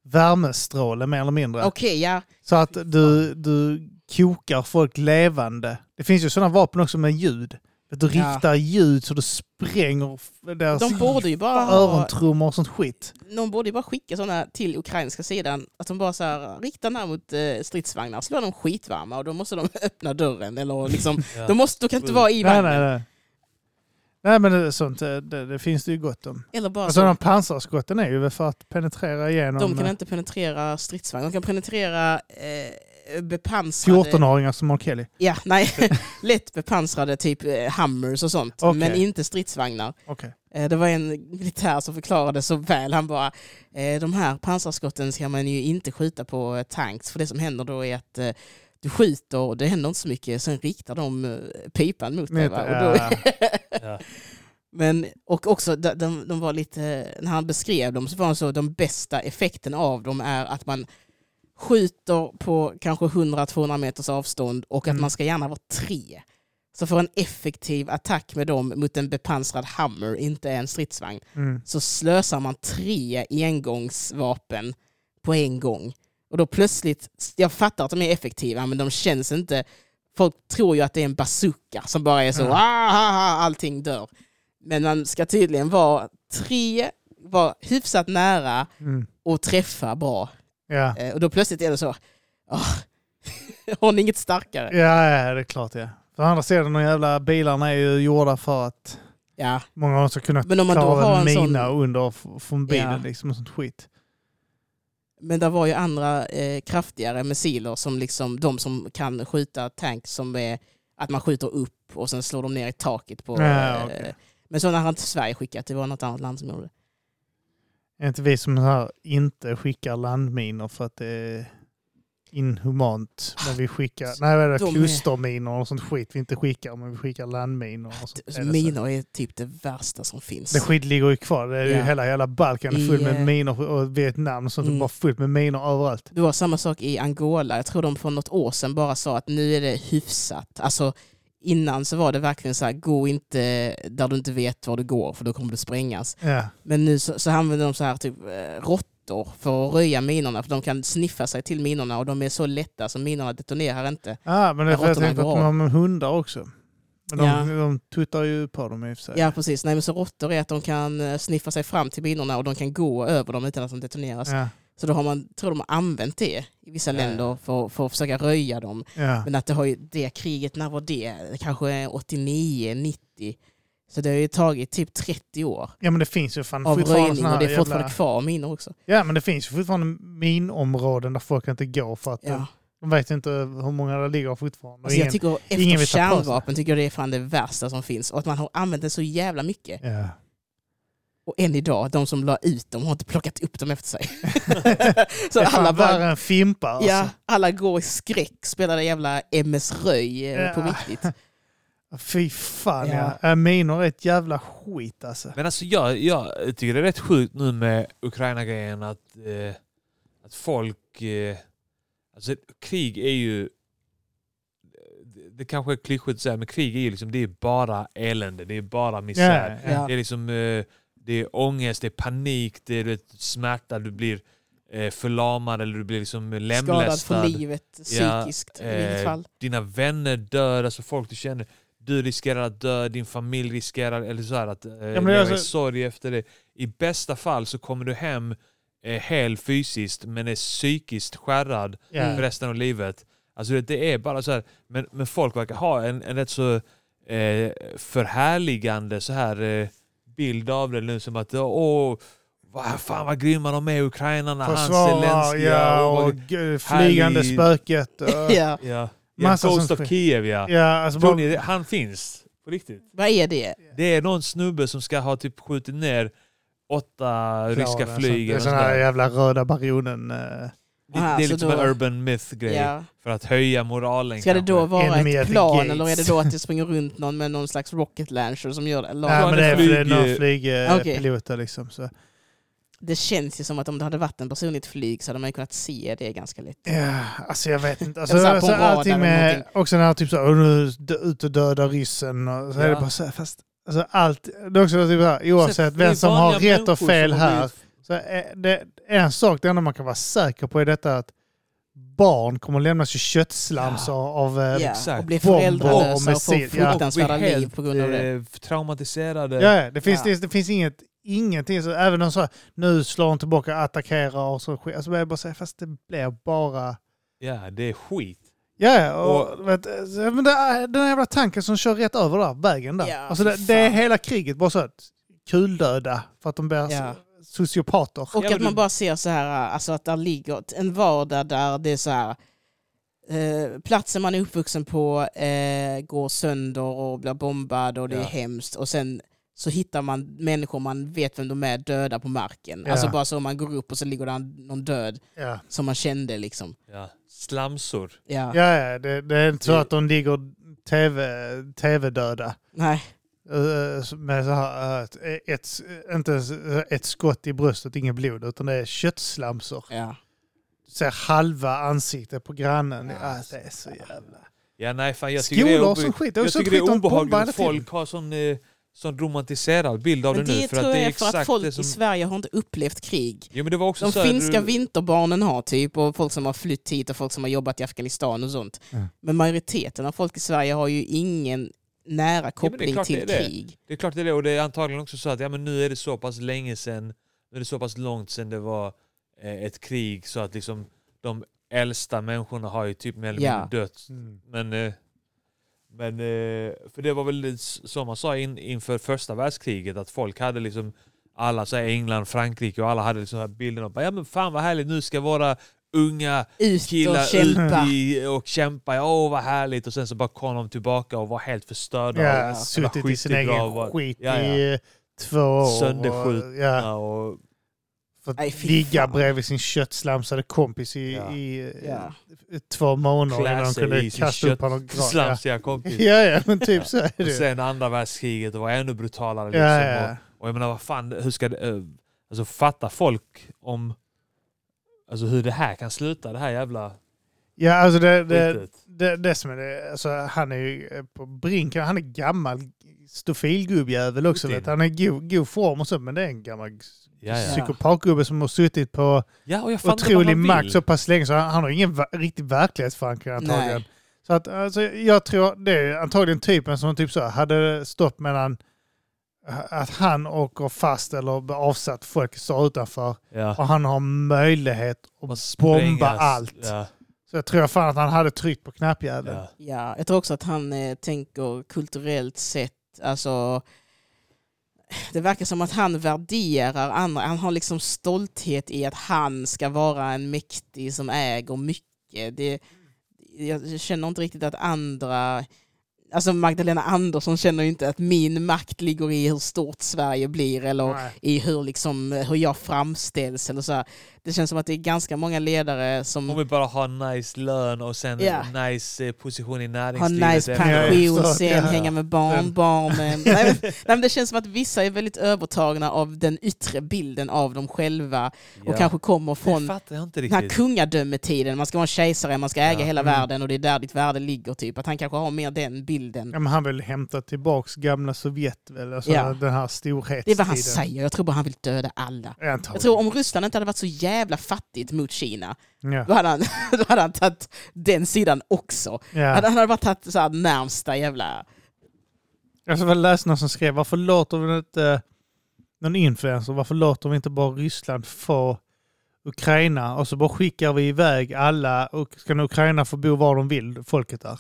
Speaker 2: värmestråle mer eller mindre.
Speaker 3: Okej, ja.
Speaker 2: Så att du, du kokar folk levande. Det finns ju sådana vapen också med ljud. Att du
Speaker 3: Ja.
Speaker 2: riktar ljud så du spränger f- deras
Speaker 3: De borde ju bara ha,
Speaker 2: örontrummor och sånt skit.
Speaker 3: någon borde ju bara skicka sådana till ukrainska sidan. Att de bara så här, riktar den här mot eh, stridsvagnar, slår de skitvarma och då måste de öppna dörren. Eller liksom,
Speaker 1: Ja.
Speaker 3: de, måste, de kan inte vara i
Speaker 2: Nej,
Speaker 3: vagnen.
Speaker 2: nej, nej. Nej, men det, är sånt, eh, det, det finns det ju gott om.
Speaker 3: Eller bara
Speaker 2: Alltså,
Speaker 3: så-
Speaker 2: de pansarskotten är ju väl för att penetrera igenom
Speaker 3: De kan
Speaker 2: eh,
Speaker 3: inte penetrera stridsvagnar, de kan penetrera eh, bepansrade...
Speaker 2: 14-åringar som R. Kelly.
Speaker 3: Ja, nej. Lätt bepansrade typ eh, hammers och sånt,
Speaker 2: Okej.
Speaker 3: men inte stridsvagnar.
Speaker 2: Okej.
Speaker 3: Eh, det var en militär som förklarade så väl, han bara eh, de här pansarskotten ska man ju inte skjuta på eh, tanks, för det som händer då är att eh, du skjuter och det händer inte så mycket, sen riktar de eh, pipan mot dig.
Speaker 2: Men,
Speaker 3: Va? Och då,
Speaker 2: äh,
Speaker 1: Ja.
Speaker 3: men, och också, de, de, de var lite, när han beskrev dem så var han så, de bästa effekten av dem är att man skjuter på kanske 100-200 meters avstånd och att
Speaker 2: Mm.
Speaker 3: man ska gärna vara tre. Så för en effektiv attack med dem mot en bepansrad hammer, inte en stridsvagn,
Speaker 2: mm.
Speaker 3: så slösar man tre engångsvapen på en gång. Och då plötsligt, jag fattar att de är effektiva, men de känns inte... Folk tror ju att det är en bazooka som bara är så,
Speaker 2: Ja.
Speaker 3: ah, ah, ah, allting dör. Men man ska tydligen vara tre, vara hyfsat nära
Speaker 2: Mm.
Speaker 3: och träffa bra.
Speaker 2: Ja.
Speaker 3: Eh, Och då plötsligt är det så, ah, har ni inget starkare?
Speaker 2: Ja, ja, det är klart ja. För andra sidan, de jävla bilarna är ju gjorda för att
Speaker 3: Ja,
Speaker 2: Många har också kunnat
Speaker 3: Men om man då
Speaker 2: klara
Speaker 3: har en
Speaker 2: mina under f- från bilen
Speaker 3: Ja.
Speaker 2: liksom och sånt skit.
Speaker 3: men det var ju andra eh, kraftigare missiler som liksom, de som kan skjuta tanks som är att man skjuter upp och sen slår de ner i taket på...
Speaker 2: Ja,
Speaker 3: eh,
Speaker 2: okej.
Speaker 3: Men sådana har inte Sverige skickat, det var något annat land som gjorde det.
Speaker 2: Är inte vi som här inte skickar landminor för att det är inhumant. Men vi skickar, nej vad är det,
Speaker 3: Alltså, De är-
Speaker 2: klusterminor och sånt skit vi inte skickar men vi skickar landminor och sånt.
Speaker 3: Så
Speaker 2: Är det så?
Speaker 3: Alltså, Minor är typ det värsta som finns.
Speaker 2: Det skit ligger ju kvar. Det är ju
Speaker 3: Ja.
Speaker 2: hela, hela Balkan är full
Speaker 3: I, eh,
Speaker 2: med minor och Vietnam och sånt.
Speaker 3: Mm.
Speaker 2: Bara fullt med minor överallt.
Speaker 3: Det var samma sak i Angola. Jag tror de för något år sedan bara sa att nu är det hyfsat. Alltså, innan så var det verkligen så här, gå inte där du inte vet var du går för då kommer du sprängas.
Speaker 2: Ja.
Speaker 3: Men nu så, så använder de så här typ eh, råttor plattor för att röja minorna, för de kan sniffa sig till minorna och de är så lätta så minorna detonerar inte.
Speaker 2: Ja, Ah, men det är för att jag
Speaker 3: Råttorna
Speaker 2: tänkte att
Speaker 3: går
Speaker 2: de
Speaker 3: av.
Speaker 2: har med hundar också. Men de,
Speaker 3: Ja.
Speaker 2: de tuttar ju på dem i och för sig.
Speaker 3: Ja, precis. Nej, men så råttor är att de kan eh, sniffa sig fram till minorna och de kan gå över dem utan att de detoneras.
Speaker 2: Ja,
Speaker 3: Så då har man, tror de har använt det i vissa
Speaker 1: Ja.
Speaker 3: länder för, för att försöka röja dem.
Speaker 2: ja.
Speaker 3: Men att det har ju det kriget, när var det? Kanske 89, 90. Så det har ju tagit typ 30 år
Speaker 2: ja, men det finns ju fan
Speaker 3: av
Speaker 2: fortfarande
Speaker 3: röjning
Speaker 2: såna
Speaker 3: och
Speaker 2: här
Speaker 3: det är fortfarande
Speaker 2: jävla...
Speaker 3: kvar minor också.
Speaker 2: Ja, men det finns ju fortfarande minområden där folk inte går för att de,
Speaker 3: Ja.
Speaker 2: de vet inte hur många det ligger fortfarande.
Speaker 3: Alltså jag tycker
Speaker 2: ingen
Speaker 3: efter
Speaker 2: vill ta på sig.
Speaker 3: kärnvapen tycker jag det är fan det värsta som finns. Och att man har använt det så jävla mycket.
Speaker 2: ja.
Speaker 3: Och än idag, de som la ut dem har inte plockat upp dem efter sig. så
Speaker 2: det är
Speaker 3: alla
Speaker 2: fan
Speaker 3: bara
Speaker 2: värre än fimpar. Alltså.
Speaker 3: Ja, alla går i skräck, spelar det jävla MS Röj eh, på
Speaker 2: Ja.
Speaker 3: riktigt.
Speaker 2: Fy fan ja.
Speaker 3: Ja. Mm.
Speaker 2: ja. Minor är ett jävla skit alltså.
Speaker 1: Men alltså jag, jag tycker det är rätt sjukt nu med Ukraina-grejen att, eh, att folk... Eh, alltså krig är ju... Det, det kanske är klyschigt att säga, men krig är ju liksom, det är bara elände, det är bara misär.
Speaker 2: Ja, ja.
Speaker 3: Ja.
Speaker 1: Det är liksom eh, det är ångest, det är panik, det är du vet, smärta, du blir eh, förlamad eller du blir liksom
Speaker 3: Skadad
Speaker 1: lemlästad.
Speaker 3: för livet,
Speaker 1: Ja,
Speaker 3: psykiskt i
Speaker 1: eh,
Speaker 3: mitt fall.
Speaker 1: Dina vänner dör, alltså folk du känner. Du riskerar att dö, din familj riskerar eller så här, att eh,
Speaker 2: men
Speaker 1: leva i
Speaker 2: alltså-
Speaker 1: sorg efter det. I bästa fall så kommer du hem eh, hel fysiskt men är psykiskt skärrad
Speaker 2: Ja.
Speaker 1: för resten av livet. Alltså det, det är bara så här, men, men folk verkar ha en, en rätt så eh, förhärligande så här eh, bild av det nu som att åh, vad fan vad grymma de är ukrainarna, han
Speaker 2: Försvara,
Speaker 1: Zelenskyj
Speaker 2: ja,
Speaker 1: och,
Speaker 2: och g- flygande
Speaker 1: härlig-
Speaker 2: spöket. Och, ja.
Speaker 3: Ja.
Speaker 1: ja. Ja,
Speaker 2: Massa
Speaker 1: Ghost
Speaker 2: som
Speaker 1: of
Speaker 2: sker.
Speaker 1: Kiev ja.
Speaker 2: alltså
Speaker 1: Tror
Speaker 2: bara,
Speaker 1: ni det? han finns? På riktigt?
Speaker 3: Vad är det?
Speaker 1: Det är någon snubbe som ska ha typ skjutit ner åtta ryska
Speaker 2: Klara,
Speaker 1: flyg.
Speaker 2: sånt.
Speaker 1: eller
Speaker 2: Det är
Speaker 1: något sånt
Speaker 2: sådana här
Speaker 1: där.
Speaker 2: jävla röda baronen. eh,
Speaker 1: Det,
Speaker 3: Ah,
Speaker 1: det är
Speaker 3: så
Speaker 1: liksom
Speaker 3: då-
Speaker 1: en urban myth-grej.
Speaker 3: Ja.
Speaker 1: För att höja moralen
Speaker 3: Ska det
Speaker 1: kanske.
Speaker 3: då vara
Speaker 2: Enemy at
Speaker 3: ett
Speaker 2: the
Speaker 3: plan
Speaker 2: gates.
Speaker 3: eller är det då att det springer runt någon med någon slags rocket launcher som gör det? Eller-
Speaker 2: Nej,
Speaker 1: Ja,
Speaker 2: men det är för
Speaker 1: flyg-
Speaker 2: det är några flygpiloter
Speaker 3: Okej.
Speaker 2: piloter liksom. Så.
Speaker 3: Det känns ju som att om det hade varit en person i ett flyg så hade man ju kunnat se det ganska lätt.
Speaker 2: Ja, alltså jag vet inte. Alltså,
Speaker 3: så här på
Speaker 2: alltså,
Speaker 3: radar eller
Speaker 2: allting med,
Speaker 3: någonting.
Speaker 2: också när typ så här, "Åh, nu dö- ut och döda ryssen. Och så är det
Speaker 1: Ja.
Speaker 2: bara så här, fast alltså, allt, det är också typ så här, oavsett
Speaker 1: Det är
Speaker 2: vem som har
Speaker 1: vanliga
Speaker 2: rätt och
Speaker 1: människor
Speaker 2: fel
Speaker 1: som
Speaker 2: här.
Speaker 1: har blivit-
Speaker 2: Så är det en sak, det enda man kan vara säker på är detta att barn kommer lämnas i köttslamsor av... eh,
Speaker 3: Ja,
Speaker 1: exakt.
Speaker 3: och bli
Speaker 2: Bomber och
Speaker 3: föräldralösa och få
Speaker 2: missil, ja.
Speaker 3: fruktansvärda
Speaker 1: Och bli
Speaker 3: liv på grund av det.
Speaker 1: Eh, traumatiserade.
Speaker 2: Ja, det finns,
Speaker 3: Ja.
Speaker 2: Det, det finns inget, ingenting. Så även om så här, nu slår hon tillbaka, attackerar och så sker. Alltså jag bara säger, fast det blir bara...
Speaker 1: Ja, det är skit.
Speaker 2: Ja, och,
Speaker 1: Och-
Speaker 2: och, vet, så- men det, är- den här jävla tanken som kör rätt över där, vägen där.
Speaker 3: Ja,
Speaker 2: alltså det,
Speaker 3: fy
Speaker 2: det är
Speaker 3: fan.
Speaker 2: hela kriget, bara så här, kuldöda för att de blir
Speaker 3: Ja.
Speaker 2: sociopater.
Speaker 3: Och
Speaker 1: eh, Ja, men
Speaker 3: att
Speaker 1: du-
Speaker 3: man bara ser så här, alltså att där ligger ett- en vardag där det är så här, eh, platsen man är uppvuxen på eh, går sönder och blir bombad och det
Speaker 1: Ja.
Speaker 3: är hemskt och sen så hittar man människor man vet vem de är döda på marken.
Speaker 2: Ja.
Speaker 3: Alltså bara så man går upp och så ligger där någon död
Speaker 2: Ja,
Speaker 3: som man kände liksom.
Speaker 1: Ja. Slamsor.
Speaker 3: Ja,
Speaker 2: ja, ja det, det är inte så
Speaker 1: Det-
Speaker 2: att de ligger TV, tv-döda.
Speaker 3: nej,
Speaker 2: Eh, Med så här, eh, ett, inte ens eh, ett skott i bröstet, inget blod, utan det är köttslamsor.
Speaker 3: ja.
Speaker 2: Du ser halva ansiktet på grannen.
Speaker 3: Ja,
Speaker 2: Ja, det är så jävla...
Speaker 1: Ja, nej fan jag tycker det är
Speaker 2: Skolor och
Speaker 1: obe-
Speaker 2: sånt skit. Det är
Speaker 1: Jag
Speaker 2: också
Speaker 1: tycker det
Speaker 2: skit
Speaker 1: är
Speaker 2: de bombar
Speaker 1: obehagligt
Speaker 2: hela
Speaker 1: att
Speaker 2: tiden.
Speaker 1: folk har sån, eh, sån romantiserad bild av
Speaker 3: Men
Speaker 1: det nu.
Speaker 3: det
Speaker 1: för att
Speaker 3: tror
Speaker 1: det är
Speaker 3: jag är för att
Speaker 1: exakt
Speaker 3: folk
Speaker 1: det som...
Speaker 3: i Sverige har inte upplevt krig.
Speaker 1: Jo, men det var också
Speaker 3: De
Speaker 1: så här,
Speaker 3: finska
Speaker 1: du...
Speaker 3: vinterbarnen har typ, och folk som har flytt hit och folk som har jobbat i Afghanistan och sånt.
Speaker 2: Mm.
Speaker 3: Men majoriteten av folk i Sverige har ju ingen nära koppling
Speaker 1: klart
Speaker 3: till
Speaker 1: det är det.
Speaker 3: krig.
Speaker 1: Det är klart det är det. Och det är antagligen också så att ja, men nu är det så pass länge sedan, nu är det så pass långt sedan det var eh, ett krig så att liksom de äldsta människorna har ju typ mer eller
Speaker 3: Ja.
Speaker 1: mindre dött.
Speaker 2: Mm.
Speaker 1: Men, eh, men eh, för det var väl lite s- som man sa in, inför första världskriget att folk hade liksom alla så här England, Frankrike och alla hade liksom här bilden av bara, ja men fan vad härligt nu ska våra unga
Speaker 3: Ut
Speaker 1: killar
Speaker 3: och kämpa.
Speaker 1: ut i, och kämpa, åh vad härligt och sen så bara kom de tillbaka och var helt förstörda och
Speaker 2: Ja, suttit i sin egen
Speaker 1: skyttegravar.
Speaker 2: skit
Speaker 1: Ja,
Speaker 2: i eh, två år.
Speaker 1: Sönderskjutna.
Speaker 2: och- Ja,
Speaker 1: Ja, och,
Speaker 2: för att
Speaker 3: Nej, fy
Speaker 2: ligga
Speaker 3: fan.
Speaker 2: bredvid sin köttslamsade kompis i,
Speaker 1: Ja.
Speaker 2: i eh,
Speaker 3: Ja.
Speaker 2: två månader innan
Speaker 1: klä
Speaker 2: de
Speaker 1: sig i
Speaker 2: kunde
Speaker 1: sin
Speaker 2: kasta upp honom. och gra-
Speaker 1: köttslamsiga
Speaker 2: Ja.
Speaker 1: kompis.
Speaker 2: ja, ja, men typ så är
Speaker 1: Och
Speaker 2: det.
Speaker 1: sen andra världskriget och var ännu brutalare. Liksom.
Speaker 2: Ja, ja.
Speaker 1: Och, och jag menar, vad fan, hur ska det, eh, alltså fatta folk om alltså hur det här kan sluta, det här jävla
Speaker 2: ja, alltså det, det,
Speaker 1: skitet.
Speaker 2: Det, det som är det, alltså, han är ju eh, på brinken, han är gammal stofilgubbjävel också.
Speaker 1: Putin.
Speaker 2: Vet. du. Han är i god, god form och så, men det är en gammal
Speaker 1: Ja, ja.
Speaker 2: psykopatgubbe som har suttit på
Speaker 1: ja och jag fattar vad
Speaker 2: otrolig
Speaker 1: man
Speaker 2: makt
Speaker 1: vill.
Speaker 2: så pass länge så han, han har ingen va- riktig verklighetsförankring antagligen.
Speaker 3: Nej.
Speaker 2: Så att, alltså, jag tror det är antagligen typen som typ så här, hade stått mellan att han åker fast eller blir avsatt, folk står utanför
Speaker 1: Ja.
Speaker 2: och han har möjlighet att
Speaker 1: Man
Speaker 2: bomba
Speaker 1: sprängas.
Speaker 2: allt.
Speaker 1: Ja,
Speaker 2: Så jag tror fan att han hade tryckt på knappjäveln.
Speaker 1: ja.
Speaker 3: Ja, jag tror också att han eh, tänker kulturellt sett, alltså det verkar som att han värderar andra, han har liksom stolthet i att han ska vara en mäktig som äger mycket. Det, jag känner inte riktigt att andra, alltså Magdalena Andersson känner ju inte att min makt ligger i hur stort Sverige blir eller
Speaker 2: Nej.
Speaker 3: i hur, liksom, hur jag framställs eller så här. Det känns som att det är ganska många ledare
Speaker 2: Mm.
Speaker 3: som...
Speaker 1: Hon vill bara ha nice lön och sen
Speaker 3: Ja.
Speaker 1: nice eh, position i
Speaker 3: ha
Speaker 1: näringslivet.
Speaker 3: nice
Speaker 1: efter.
Speaker 2: pension.
Speaker 3: pension
Speaker 2: Ja,
Speaker 3: sen,
Speaker 2: ja.
Speaker 3: hänga med barnbarn. Men, nej, men, nej, men det känns som att vissa är väldigt övertagna av den yttre bilden av dem själva och
Speaker 1: Ja.
Speaker 3: kanske kommer
Speaker 1: Det
Speaker 3: från
Speaker 1: fattar jag inte
Speaker 3: den här
Speaker 1: riktigt.
Speaker 3: kungadömetiden. Man ska vara en kejsare, man ska äga
Speaker 1: Ja,
Speaker 3: hela
Speaker 2: mm.
Speaker 3: världen och det är där ditt värde ligger. Typ. Att han kanske har mer den bilden.
Speaker 2: Ja, men han vill hämta tillbaks gamla Sovjet väl? Alltså
Speaker 3: Ja.
Speaker 2: den här storhetstiden.
Speaker 3: Det är vad han säger. Jag tror bara han vill döda alla.
Speaker 2: Ja, antagligen.
Speaker 3: Jag tror om Ryssland inte hade varit så jävla fattigt mot Kina,
Speaker 2: Ja.
Speaker 3: då hade han, då hade han tagit den sidan också.
Speaker 2: Ja.
Speaker 3: Han hade bara tagit så här närmsta jävla...
Speaker 2: Jag ska väl läsa någon som skrev varför låter vi inte eh, någon influencer, varför låter vi inte bara Ryssland få Ukraina och så bara skickar vi iväg alla och ska nog Ukraina få bo var de vill, folket där.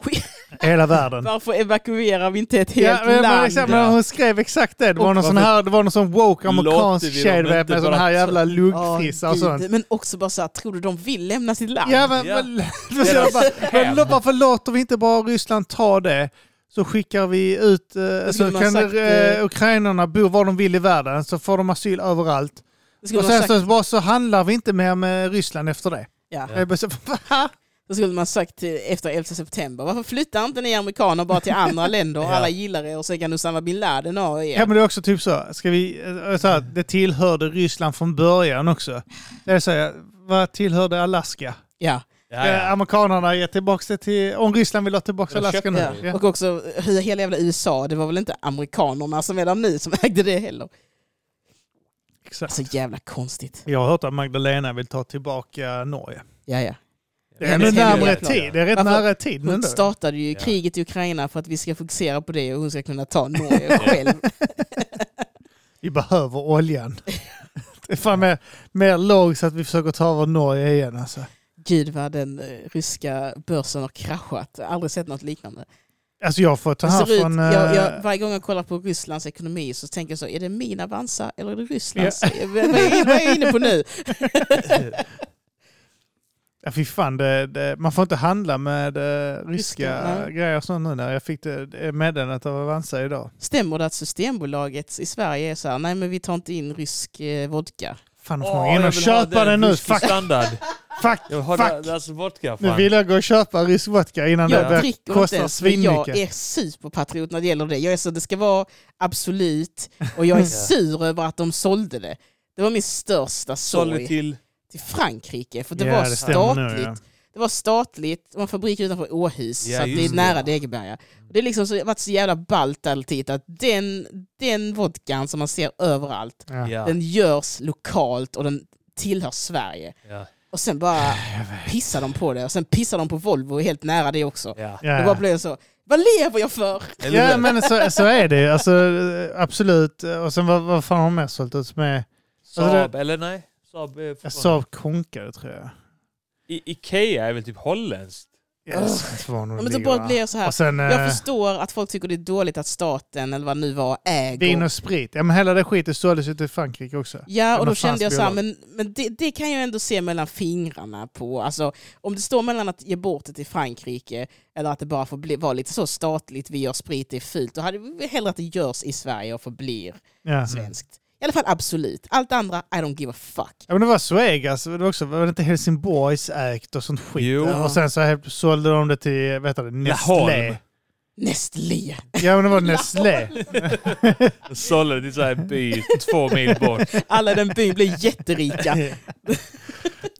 Speaker 3: Skit.
Speaker 2: Hela världen.
Speaker 3: Varför evakuerar vi inte ett helt
Speaker 2: Ja, men, men,
Speaker 3: land?
Speaker 2: exakt, men hon skrev exakt det. Det var
Speaker 1: Och
Speaker 2: någon sån
Speaker 1: varför-
Speaker 2: här, det var någon sån woke
Speaker 1: Låter vi
Speaker 2: amerikansk
Speaker 1: dem
Speaker 2: tjej du vet,
Speaker 1: inte
Speaker 2: med sån
Speaker 1: bara-
Speaker 2: här jävla
Speaker 3: Ja,
Speaker 2: luggfrissa och
Speaker 3: gud.
Speaker 2: sånt.
Speaker 3: Men också bara så här, tror du de vill lämna sitt land?
Speaker 2: alltså. Ja, men,
Speaker 1: Ja.
Speaker 2: men, men, så jag bara, men lo- varför låter vi inte bara Ryssland ta det? Så skickar vi ut, eh, så
Speaker 3: skulle man
Speaker 2: kan
Speaker 3: sagt,
Speaker 2: eh,
Speaker 3: eh,
Speaker 2: ukrainarna bo var de vill i världen, så får de asyl överallt.
Speaker 3: Då
Speaker 2: Och
Speaker 3: skulle, man
Speaker 2: sen
Speaker 3: sagt,
Speaker 2: så, bara, så handlar vi inte mer med Ryssland efter det.
Speaker 3: ja.
Speaker 1: Ja.
Speaker 2: Jag bara så, va?
Speaker 3: då skulle man sagt eh, efter 11 september, varför flyttar inte ni amerikaner bara till andra länder och
Speaker 1: Ja.
Speaker 3: alla gillar er och sen kan Usama bin Laden ha er?
Speaker 2: Ja, men det är också typ så, ska vi, eh, så här, det tillhörde Ryssland från början också. Det är så, här, vad tillhörde Alaska?
Speaker 3: Ja.
Speaker 1: Ja,
Speaker 2: Eh,
Speaker 1: ja.
Speaker 2: amerikanerna har gett tillbaka det till, om Ryssland vill ha tillbaka
Speaker 1: Ja, de
Speaker 2: Alaska
Speaker 1: köpte
Speaker 2: nu.
Speaker 1: det.
Speaker 2: Ja.
Speaker 3: Och också eh, hela jävla USA, det var väl inte amerikanerna som är där nu som ägde det heller.
Speaker 2: Exakt.
Speaker 3: Alltså jävla konstigt.
Speaker 2: Jag har hört att Magdalena vill ta tillbaka Norge.
Speaker 3: Ja, ja.
Speaker 2: Det är
Speaker 3: men
Speaker 2: ändå
Speaker 3: det är
Speaker 2: närmare
Speaker 3: jävla-
Speaker 2: tid. Det är rätt
Speaker 3: Varför-
Speaker 2: nära tid nu
Speaker 3: Hon
Speaker 2: ändå.
Speaker 3: startade ju
Speaker 1: Ja.
Speaker 3: kriget i Ukraina för att vi ska fokusera på det och hon ska kunna ta Norge själv.
Speaker 2: Vi behöver oljan. Det är fan mer, mer låg så att vi försöker ta över Norge igen alltså.
Speaker 3: Gud vad den eh, ryska börsen har kraschat. Jag har aldrig sett något liknande.
Speaker 2: Alltså jag får ta
Speaker 3: Det
Speaker 2: här
Speaker 3: ser ut,
Speaker 2: från... eh,
Speaker 3: jag, jag, varje gång jag kollar på Rysslands ekonomi så tänker jag så, är det min Avanza eller är det Rysslands? Vad, vad är, vad är jag inne på nu?
Speaker 2: Ja, fy fan, det, det, man får inte handla med eh, ryska
Speaker 3: Ryska, nej.
Speaker 2: grejer och sånt nu när jag fick det, det meddelandet av Avanza idag.
Speaker 3: Stämmer det att Systembolaget i Sverige är så här, nej men vi tar inte in rysk eh, vodka?
Speaker 2: Fan, då får
Speaker 1: Åh,
Speaker 2: man in
Speaker 1: jag
Speaker 2: och
Speaker 1: vill ha
Speaker 2: köpa
Speaker 1: den
Speaker 2: den nu.
Speaker 1: whisky
Speaker 2: Fuck,
Speaker 1: standard.
Speaker 2: fuck,
Speaker 1: Jag alltså, vill ha
Speaker 2: fuck.
Speaker 1: deras vodka.
Speaker 2: Nu
Speaker 1: Fan.
Speaker 2: vill jag gå och köpa rysk vodka innan det
Speaker 3: Jag
Speaker 2: börjar
Speaker 3: dricker inte
Speaker 2: kosta
Speaker 3: ens, men jag
Speaker 2: svinmycket.
Speaker 3: är superpatriot när det gäller det. Jag är så, det ska vara absolut och jag är sur över att de sålde det. Det var min största
Speaker 1: Sålde
Speaker 3: sorg. Till,
Speaker 1: till...
Speaker 3: Frankrike, för det
Speaker 2: Ja,
Speaker 3: var
Speaker 2: stämmer
Speaker 3: statligt.
Speaker 2: Nu, ja.
Speaker 3: Det var statligt, det var en fabrik utanför Åhus,
Speaker 1: Ja,
Speaker 3: så att det är
Speaker 1: just det.
Speaker 3: nära Degeberga. Och det är liksom så, det har varit så jävla ballt alltid att den, den vodkan som man ser överallt,
Speaker 2: Ja.
Speaker 1: Ja.
Speaker 3: den görs lokalt och den tillhör Sverige.
Speaker 1: Ja.
Speaker 3: Och sen bara pissar de på det och sen pissar de på Volvo helt nära det också.
Speaker 1: Ja.
Speaker 3: Det
Speaker 2: Ja.
Speaker 3: bara blev så, vad lever jag för?
Speaker 1: Eller
Speaker 2: Ja
Speaker 1: hur?
Speaker 2: men så, så är det ju. alltså, eh, absolut. Och sen vad, vad fan har de mer sålt ut som är
Speaker 1: Saab,
Speaker 2: Alltså,
Speaker 1: eller nej? Saab är
Speaker 2: ja,
Speaker 1: fortfarande-
Speaker 2: Saab Konkare tror jag.
Speaker 1: I, Ikea är väl typ holländskt?
Speaker 2: Yes, det var nog
Speaker 3: Ja, men
Speaker 2: det
Speaker 3: så bara
Speaker 2: va?
Speaker 3: blir jag så här,
Speaker 2: Och sen
Speaker 3: jag
Speaker 2: eh,
Speaker 3: förstår att folk tycker det är dåligt att staten, eller vad det nu var,
Speaker 2: vin
Speaker 3: äger.
Speaker 2: och sprit. Ja men hela det skiten såldes ju till Frankrike också. Men
Speaker 3: Ja, och då
Speaker 2: vad fan
Speaker 3: kände jag så
Speaker 2: spelar
Speaker 3: här, men, men det, det kan jag ändå se mellan fingrarna på. Alltså, om det står mellan att ge bort det till Frankrike eller att det bara får bli, vara lite så statligt, vi gör sprit, det är fult, då hade vi hellre att det görs i Sverige och förblir
Speaker 2: Ja.
Speaker 3: svenskt. I alla fall absolut. Allt andra, I don't give a fuck.
Speaker 2: Ja men det var Suegas, det var också, var det inte Helsingborgs ägt och sånt skit?
Speaker 1: Jo.
Speaker 2: Och sen så helt- sålde de det till, vet du,
Speaker 1: Laholm.
Speaker 2: Nestlé.
Speaker 3: Nestlé.
Speaker 2: Ja men det var Nestlé.
Speaker 1: Sålde till så här by två mil bort.
Speaker 3: Alla i den byn blir jätterika.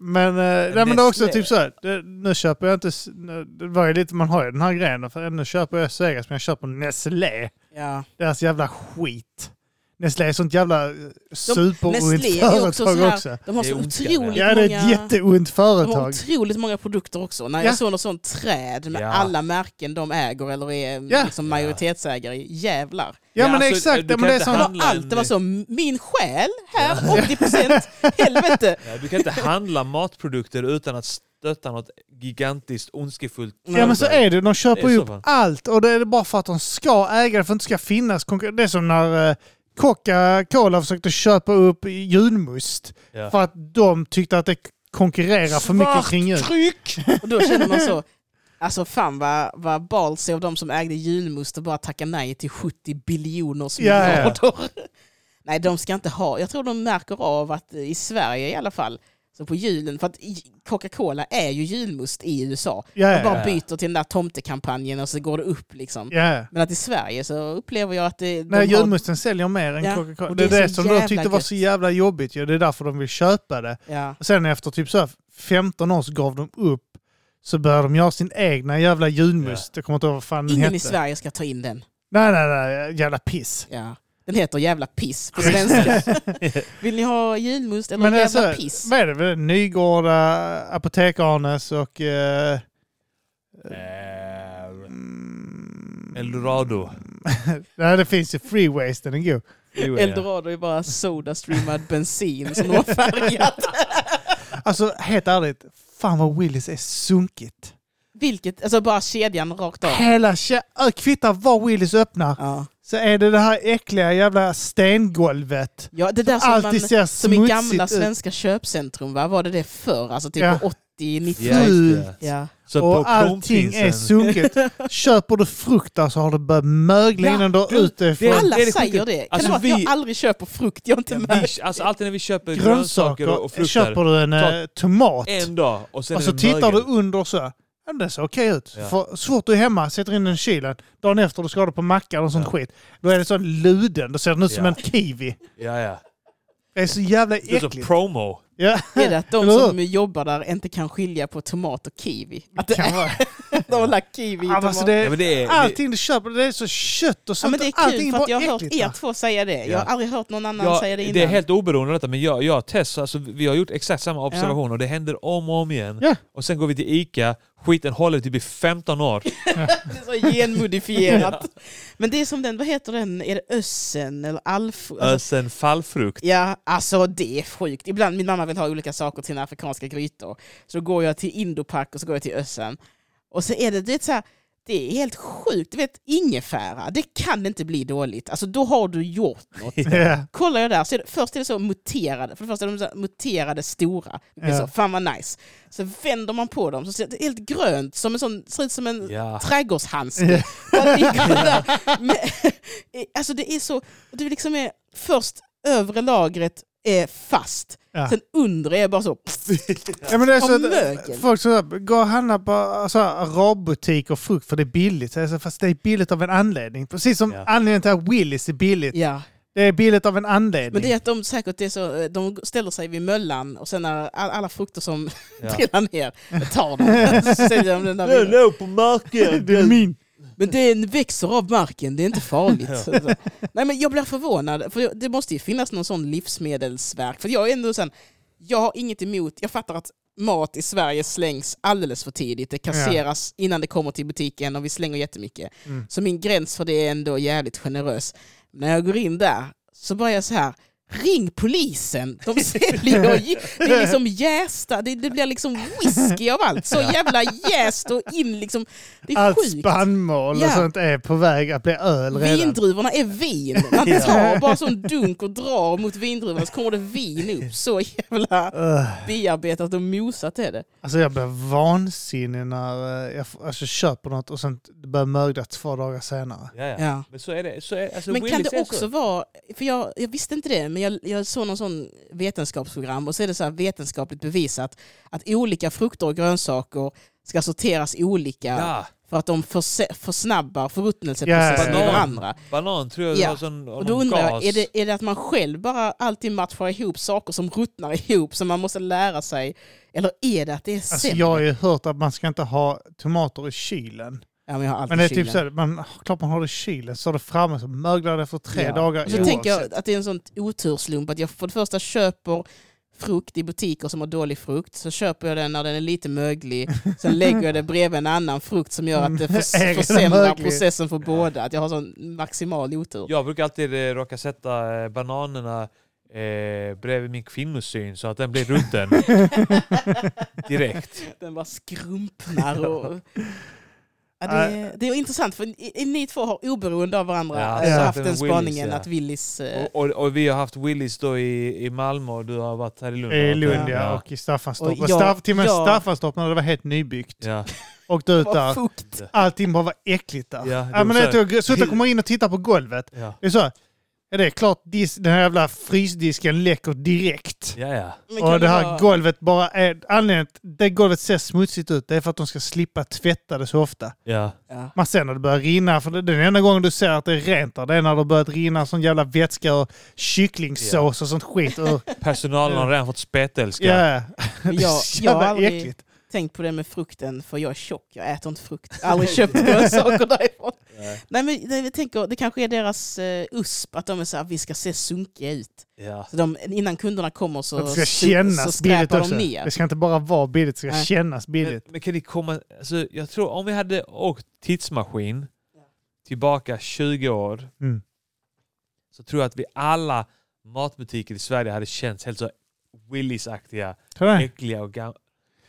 Speaker 2: Men, eh, nej, men det är också
Speaker 1: Nestlé.
Speaker 2: typ så här, det, nu köper jag inte, s- nu- det var ju lite, man har ju den här grejen, för nu köper jag Suegas men jag köper Nestlé.
Speaker 3: Ja.
Speaker 2: Deras jävla skit. Nestlé är sånt jävla eh, superont
Speaker 3: Nestlé är ju
Speaker 2: företag
Speaker 3: också
Speaker 2: också.
Speaker 3: så här- De har
Speaker 1: Det
Speaker 3: så
Speaker 1: är ondska,
Speaker 3: otroligt
Speaker 1: ja.
Speaker 2: Ja, det är ett
Speaker 3: många...
Speaker 2: jätteont
Speaker 3: De har
Speaker 2: företag.
Speaker 3: otroligt många produkter också. När
Speaker 2: Ja.
Speaker 3: jag såg något sånt träd med
Speaker 1: Ja.
Speaker 3: alla märken de äger eller är
Speaker 2: Ja.
Speaker 3: liksom majoritetsägare i. Jävlar.
Speaker 2: Ja, men
Speaker 1: alltså,
Speaker 2: exakt.
Speaker 1: du
Speaker 2: Ja, men
Speaker 1: kan
Speaker 2: det är
Speaker 1: inte
Speaker 2: sånt.
Speaker 1: handla-
Speaker 3: Och allt det var så, min själ här, 80 procent, helvete.
Speaker 1: Ja, du kan inte handla matprodukter utan att stötta något gigantiskt ondskefullt
Speaker 2: Ja men så är det, de köper
Speaker 1: Det är
Speaker 2: ju
Speaker 1: så
Speaker 2: upp
Speaker 1: fan.
Speaker 2: allt och det är bara för att de ska äga det för att det inte ska finnas konkurrens. Det är som när eh, Coca-Cola försökte köpa upp julmust
Speaker 1: Ja.
Speaker 2: för att de tyckte att det konkurrerar för mycket kring jul.
Speaker 3: tryck! Och då känner man så, alltså fan vad, vad ballsy av de som ägde julmust och bara tacka nej till 70 biljoners
Speaker 2: Ja, ja, ja.
Speaker 3: miljarder. Nej, de ska inte ha, jag tror de märker av att eh, i Sverige i alla fall, så på julen, för att i- Coca-Cola är ju julmust i USA.
Speaker 2: Ja,
Speaker 3: De
Speaker 2: ja,
Speaker 3: bara byter till den där tomtekampanjen och så går det upp liksom.
Speaker 2: ja.
Speaker 3: Men att i Sverige så upplever jag att det, de
Speaker 2: Nej,
Speaker 3: har-
Speaker 2: julmusten säljer mer än
Speaker 3: Ja,
Speaker 2: Coca-Cola.
Speaker 3: och
Speaker 2: Det
Speaker 3: det
Speaker 2: är
Speaker 3: är
Speaker 2: det,
Speaker 3: så
Speaker 2: som de
Speaker 3: jävla
Speaker 2: tyckte var så jävla jobbigt. Ja, det är därför de vill köpa det.
Speaker 3: ja.
Speaker 2: Och sen efter typ så här 15 år så gav de upp. Så började de göra sin egna jävla julmust. Jag kommer inte ihåg vad fan den
Speaker 3: Ingen
Speaker 2: hette.
Speaker 3: i Sverige ska ta in den.
Speaker 2: Nej, nej, nej. Jävla piss.
Speaker 3: Ja. Den heter jävla piss på svenska. Vill ni ha julmust eller
Speaker 2: Men
Speaker 3: jävla
Speaker 2: alltså,
Speaker 3: piss?
Speaker 2: Vad är det? Vad är det? Nygårda, Apotek-Arnes och... Eh,
Speaker 1: Eh,
Speaker 2: mm,
Speaker 1: Eldorado.
Speaker 2: nej, det finns ju Freeways, den är god.
Speaker 1: Jo, ja.
Speaker 3: Eldorado är bara sodastreamad bensin som de har färgat.
Speaker 2: Alltså, helt ärligt. Fan vad Willys är sunkigt.
Speaker 3: Vilket, alltså bara kedjan rakt av.
Speaker 2: Hela kä- ö, kvittar var Willys öppnar
Speaker 3: Ja,
Speaker 2: så är det det här äckliga jävla stengolvet.
Speaker 3: ja det där som, Alltså, man,
Speaker 2: Alltid ser
Speaker 3: som i gamla
Speaker 2: smutsigt ut.
Speaker 3: svenska köpcentrum, va? var det det förr? Alltså typ
Speaker 2: Ja.
Speaker 3: på 80, 90
Speaker 1: Ja, just det.
Speaker 3: Ja.
Speaker 1: Så på
Speaker 2: Och allting är
Speaker 1: kronprinsen-
Speaker 2: sunkigt. Köper du frukt där så har du börjat mögla
Speaker 1: Ja,
Speaker 2: innan du har
Speaker 1: du,
Speaker 2: ut det
Speaker 1: det är
Speaker 2: från
Speaker 3: Alla
Speaker 1: det sjuka?
Speaker 3: säger det. Kan
Speaker 1: Alltså,
Speaker 3: det vara att
Speaker 1: vi-
Speaker 3: jag aldrig köper frukt? Jag är inte med.
Speaker 1: Vi, alltså alltid när vi köper grönsaker,
Speaker 2: grönsaker.
Speaker 1: och frukter.
Speaker 2: köper du en
Speaker 1: Ta-
Speaker 2: eh, tomat.
Speaker 1: En dag och sen
Speaker 2: och så
Speaker 1: är det
Speaker 2: tittar
Speaker 1: mögel.
Speaker 2: du under så. här, Ja, det ser okej ut.
Speaker 1: Ja.
Speaker 2: För så fort du är hemma, sätter in den i kylen. Dagen efter du ska ha det på macka eller sånt
Speaker 1: Ja.
Speaker 2: skit. Då är det så luden. Då ser den ut som
Speaker 1: Ja.
Speaker 2: en kiwi.
Speaker 1: Ja, ja.
Speaker 2: Det är så jävla
Speaker 1: Det är så
Speaker 2: äckligt.
Speaker 1: promo.
Speaker 3: Eh,
Speaker 2: Ja.
Speaker 3: Är det att de
Speaker 2: Eller hur?
Speaker 3: som jobbar där inte kan skilja på tomat och kiwi? Att det
Speaker 2: Kan vara.
Speaker 3: de har lagt kiwi i
Speaker 2: Ja, men
Speaker 3: tomat?
Speaker 2: alltså det
Speaker 1: Ja,
Speaker 2: är,
Speaker 1: men det är, det,
Speaker 2: allting du köper, det är så kött och
Speaker 3: Ja,
Speaker 2: sånt.
Speaker 3: men det är
Speaker 2: allting
Speaker 3: kul för att jag
Speaker 2: bara
Speaker 3: har hört
Speaker 2: äckligt
Speaker 3: er
Speaker 2: där.
Speaker 3: två säga det. Jag
Speaker 1: Ja.
Speaker 3: har aldrig hört någon annan
Speaker 1: Ja,
Speaker 3: säga det innan.
Speaker 1: det är helt oberoende av detta, men jag, jag och Tess alltså, vi har gjort exakt samma observation och det händer om och om igen.
Speaker 2: Ja.
Speaker 1: Och sen går vi till ICA, skiten håller typ i 15 år.
Speaker 3: Det är så genmodifierat. Men det är som den, vad heter den, är det Össen eller Alf? Alltså,
Speaker 1: Ösen eh, fallfrukt.
Speaker 3: ja, alltså det är sjukt. Ibland min mamma vill ha olika saker till sina afrikanska grytor. Så då går jag till Indopack och så går jag till Össen. Och så är det, det är så här, det är helt sjukt. Du vet, ingefära, det kan inte bli dåligt. Alltså då har du gjort något.
Speaker 2: Ja.
Speaker 3: kollar jag där, så är det, först är det så muterade, för det första är de så här muterade stora. Det är
Speaker 2: Ja.
Speaker 3: så, fan vad nice. Så vänder man på dem så ser det helt grönt, som en sån, ser ut som en
Speaker 1: Ja.
Speaker 3: trädgårdshandske. Där ligger det där. Men- alltså det är så, det liksom är först övre lagret är fast,
Speaker 2: Ja.
Speaker 3: sen undre är bara så,
Speaker 2: Ja, men det är så
Speaker 3: Och mögel.
Speaker 2: folk som går och handlar på alltså, arabbutik och frukt för det är billigt. Så jag säger, Fast det är billigt av en anledning. Precis som
Speaker 1: Ja.
Speaker 2: anledningen till att Willys är billigt.
Speaker 3: ja.
Speaker 2: Det är billigt av en anledning.
Speaker 3: Men det är att de säkert är så, eh, de ställer sig vid möllan och sen är all, alla frukter som
Speaker 1: Ja.
Speaker 3: trillar ner, tar dem. Så säljer de den där vidare.
Speaker 1: låg på marken!
Speaker 2: Det är min.
Speaker 3: Men den växer av marken, det är inte farligt. Nej, men jag blir förvånad, för jag- det måste ju finnas någon sån livsmedelsverk. För jag är ändå sen, jag har inget emot, jag fattar att mat i Sverige slängs alldeles för tidigt. Det kasseras innan det kommer till butiken och vi slänger jättemycket.
Speaker 2: Mm.
Speaker 3: Så min gräns för det är ändå jävligt generös. När jag går in där så börjar jag så här, ring polisen! De säljer och ge- det är liksom jästa, det, det blir liksom whisky av allt. Så jävla jäst och in liksom. Det är
Speaker 2: Allt
Speaker 3: sjukt.
Speaker 2: spannmål och
Speaker 3: Ja.
Speaker 2: sånt är på väg att bli öl redan.
Speaker 3: Vindruvorna är vin. Man tar bara sån dunk och drar mot vindruvorna så kommer det vin upp. Så jävla
Speaker 2: Ugh.
Speaker 3: bearbetat och mosat är det.
Speaker 2: Alltså jag blir vansinnig när eh, jag f- alltså, köper något och sen börjar mögla två dagar senare.
Speaker 1: Ja, ja.
Speaker 3: Ja.
Speaker 1: Men så är det. Så är, alltså,
Speaker 3: Men kan
Speaker 1: Willys
Speaker 3: det
Speaker 1: är
Speaker 3: också
Speaker 1: så.
Speaker 3: vara, för jag, jag visste inte det, men jag, jag såg någon sån vetenskapsprogram och så är det så här vetenskapligt bevisat att olika frukter och grönsaker ska sorteras olika
Speaker 1: Ja,
Speaker 3: för att de förse- försnabbar förruttnelseprocessen
Speaker 1: Ja, ja,
Speaker 3: i
Speaker 1: ja.
Speaker 3: varandra.
Speaker 1: banan tror jag
Speaker 3: Ja.
Speaker 1: har sån har
Speaker 3: Och då
Speaker 1: någon
Speaker 3: undrar jag,
Speaker 1: gas.
Speaker 3: är det, är det att man själv bara alltid matchar ihop saker som ruttnar ihop som man måste lära sig? Eller är det att det är
Speaker 2: Alltså
Speaker 3: sämre?
Speaker 2: jag har ju hört att man ska inte ha tomater i kylen.
Speaker 3: Ja, men jag har alltid
Speaker 2: Men det är typ
Speaker 3: kylen.
Speaker 2: så här, man, klart man har det i kylen, så står det framme så möglar det efter tre
Speaker 3: Ja.
Speaker 2: dagar
Speaker 3: Och så tänker jag att det är en sån oturslump att jag för det första köper frukt i butiker som har dålig frukt, så köper jag den när den är lite möglig, sen lägger jag det bredvid en annan frukt som gör att det
Speaker 2: Äger
Speaker 3: förs-
Speaker 2: den
Speaker 3: försämrar
Speaker 2: möglig.
Speaker 3: processen för båda, att jag har sån maximal otur.
Speaker 1: Jag brukar alltid eh, råka sätta eh, bananerna eh, bredvid min kvinnosyn så att den blir rutten direkt.
Speaker 3: Den bara skrumpnar och... Ja, det, det är intressant, för i- i- ni två har oberoende av varandra
Speaker 1: Ja,
Speaker 3: eh,
Speaker 2: ja.
Speaker 3: haft
Speaker 1: Den
Speaker 3: den
Speaker 1: Willys,
Speaker 3: spaningen
Speaker 1: ja.
Speaker 3: att Willis... eh,
Speaker 1: Och, och, och vi har haft Willys då i, i Malmö och du har varit här i Lund.
Speaker 2: I Lund ja,
Speaker 1: ja.
Speaker 2: och i Staffanstorp.
Speaker 3: Och
Speaker 2: Och
Speaker 3: jag-
Speaker 2: Staff, till och med
Speaker 3: jag-
Speaker 2: Staffanstorp när det var helt nybyggt.
Speaker 1: Ja.
Speaker 2: Åkte ut
Speaker 3: var
Speaker 2: där.
Speaker 3: fukt.
Speaker 2: Allting bara var äckligt där.
Speaker 1: Ja,
Speaker 2: Ja,
Speaker 1: det var
Speaker 2: men
Speaker 1: så
Speaker 2: det,
Speaker 1: här-
Speaker 2: jag suttit och kommer in och tittar på golvet.
Speaker 1: Ja.
Speaker 2: Det är så här, ja, det är klart dis, den här jävla frysdisken läcker direkt.
Speaker 1: Ja, ja.
Speaker 3: Men kan
Speaker 2: och det här
Speaker 3: vara-
Speaker 2: golvet bara är... Anledningen till att det golvet ser smutsigt ut det är för att de ska slippa tvätta det så ofta.
Speaker 1: ja.
Speaker 3: Ja.
Speaker 2: Man ser när det börjar rinna, för det- den enda gången du ser att det är rent där, det är när det har börjat rinna sån jävla vätska och kycklingsås
Speaker 1: Ja.
Speaker 2: och sånt skit ur.
Speaker 1: Personalen har redan fått spetälska.
Speaker 2: Ja,
Speaker 3: Men
Speaker 2: det är
Speaker 3: jag,
Speaker 2: så
Speaker 3: jag har
Speaker 2: jävla
Speaker 3: aldrig
Speaker 2: äckligt.
Speaker 3: tänkt på det med frukten, för jag är tjock. Jag äter inte frukt. Aldrig köpt grönsaker därifrån.
Speaker 1: Nej.
Speaker 3: Nej, men det, jag tänker, det kanske är deras eh, USP, att de är så här, vi ska se sunkiga ut.
Speaker 1: Ja.
Speaker 3: Så de, innan kunderna kommer så,
Speaker 2: Det ska
Speaker 3: su- så
Speaker 2: kännas billigt
Speaker 3: skräpar
Speaker 2: också.
Speaker 3: de ner.
Speaker 2: Det ska inte bara vara billigt, det ska
Speaker 3: Nej.
Speaker 2: kännas
Speaker 1: Men,
Speaker 2: billigt.
Speaker 1: men kan ni komma... Alltså, jag tror om vi hade åkt tidsmaskin tillbaka 20 år
Speaker 2: Mm.
Speaker 1: så tror jag att vi alla matbutiker i Sverige hade känts helt så Willys-aktiga,
Speaker 2: Tror du det?
Speaker 1: äckliga och gamla.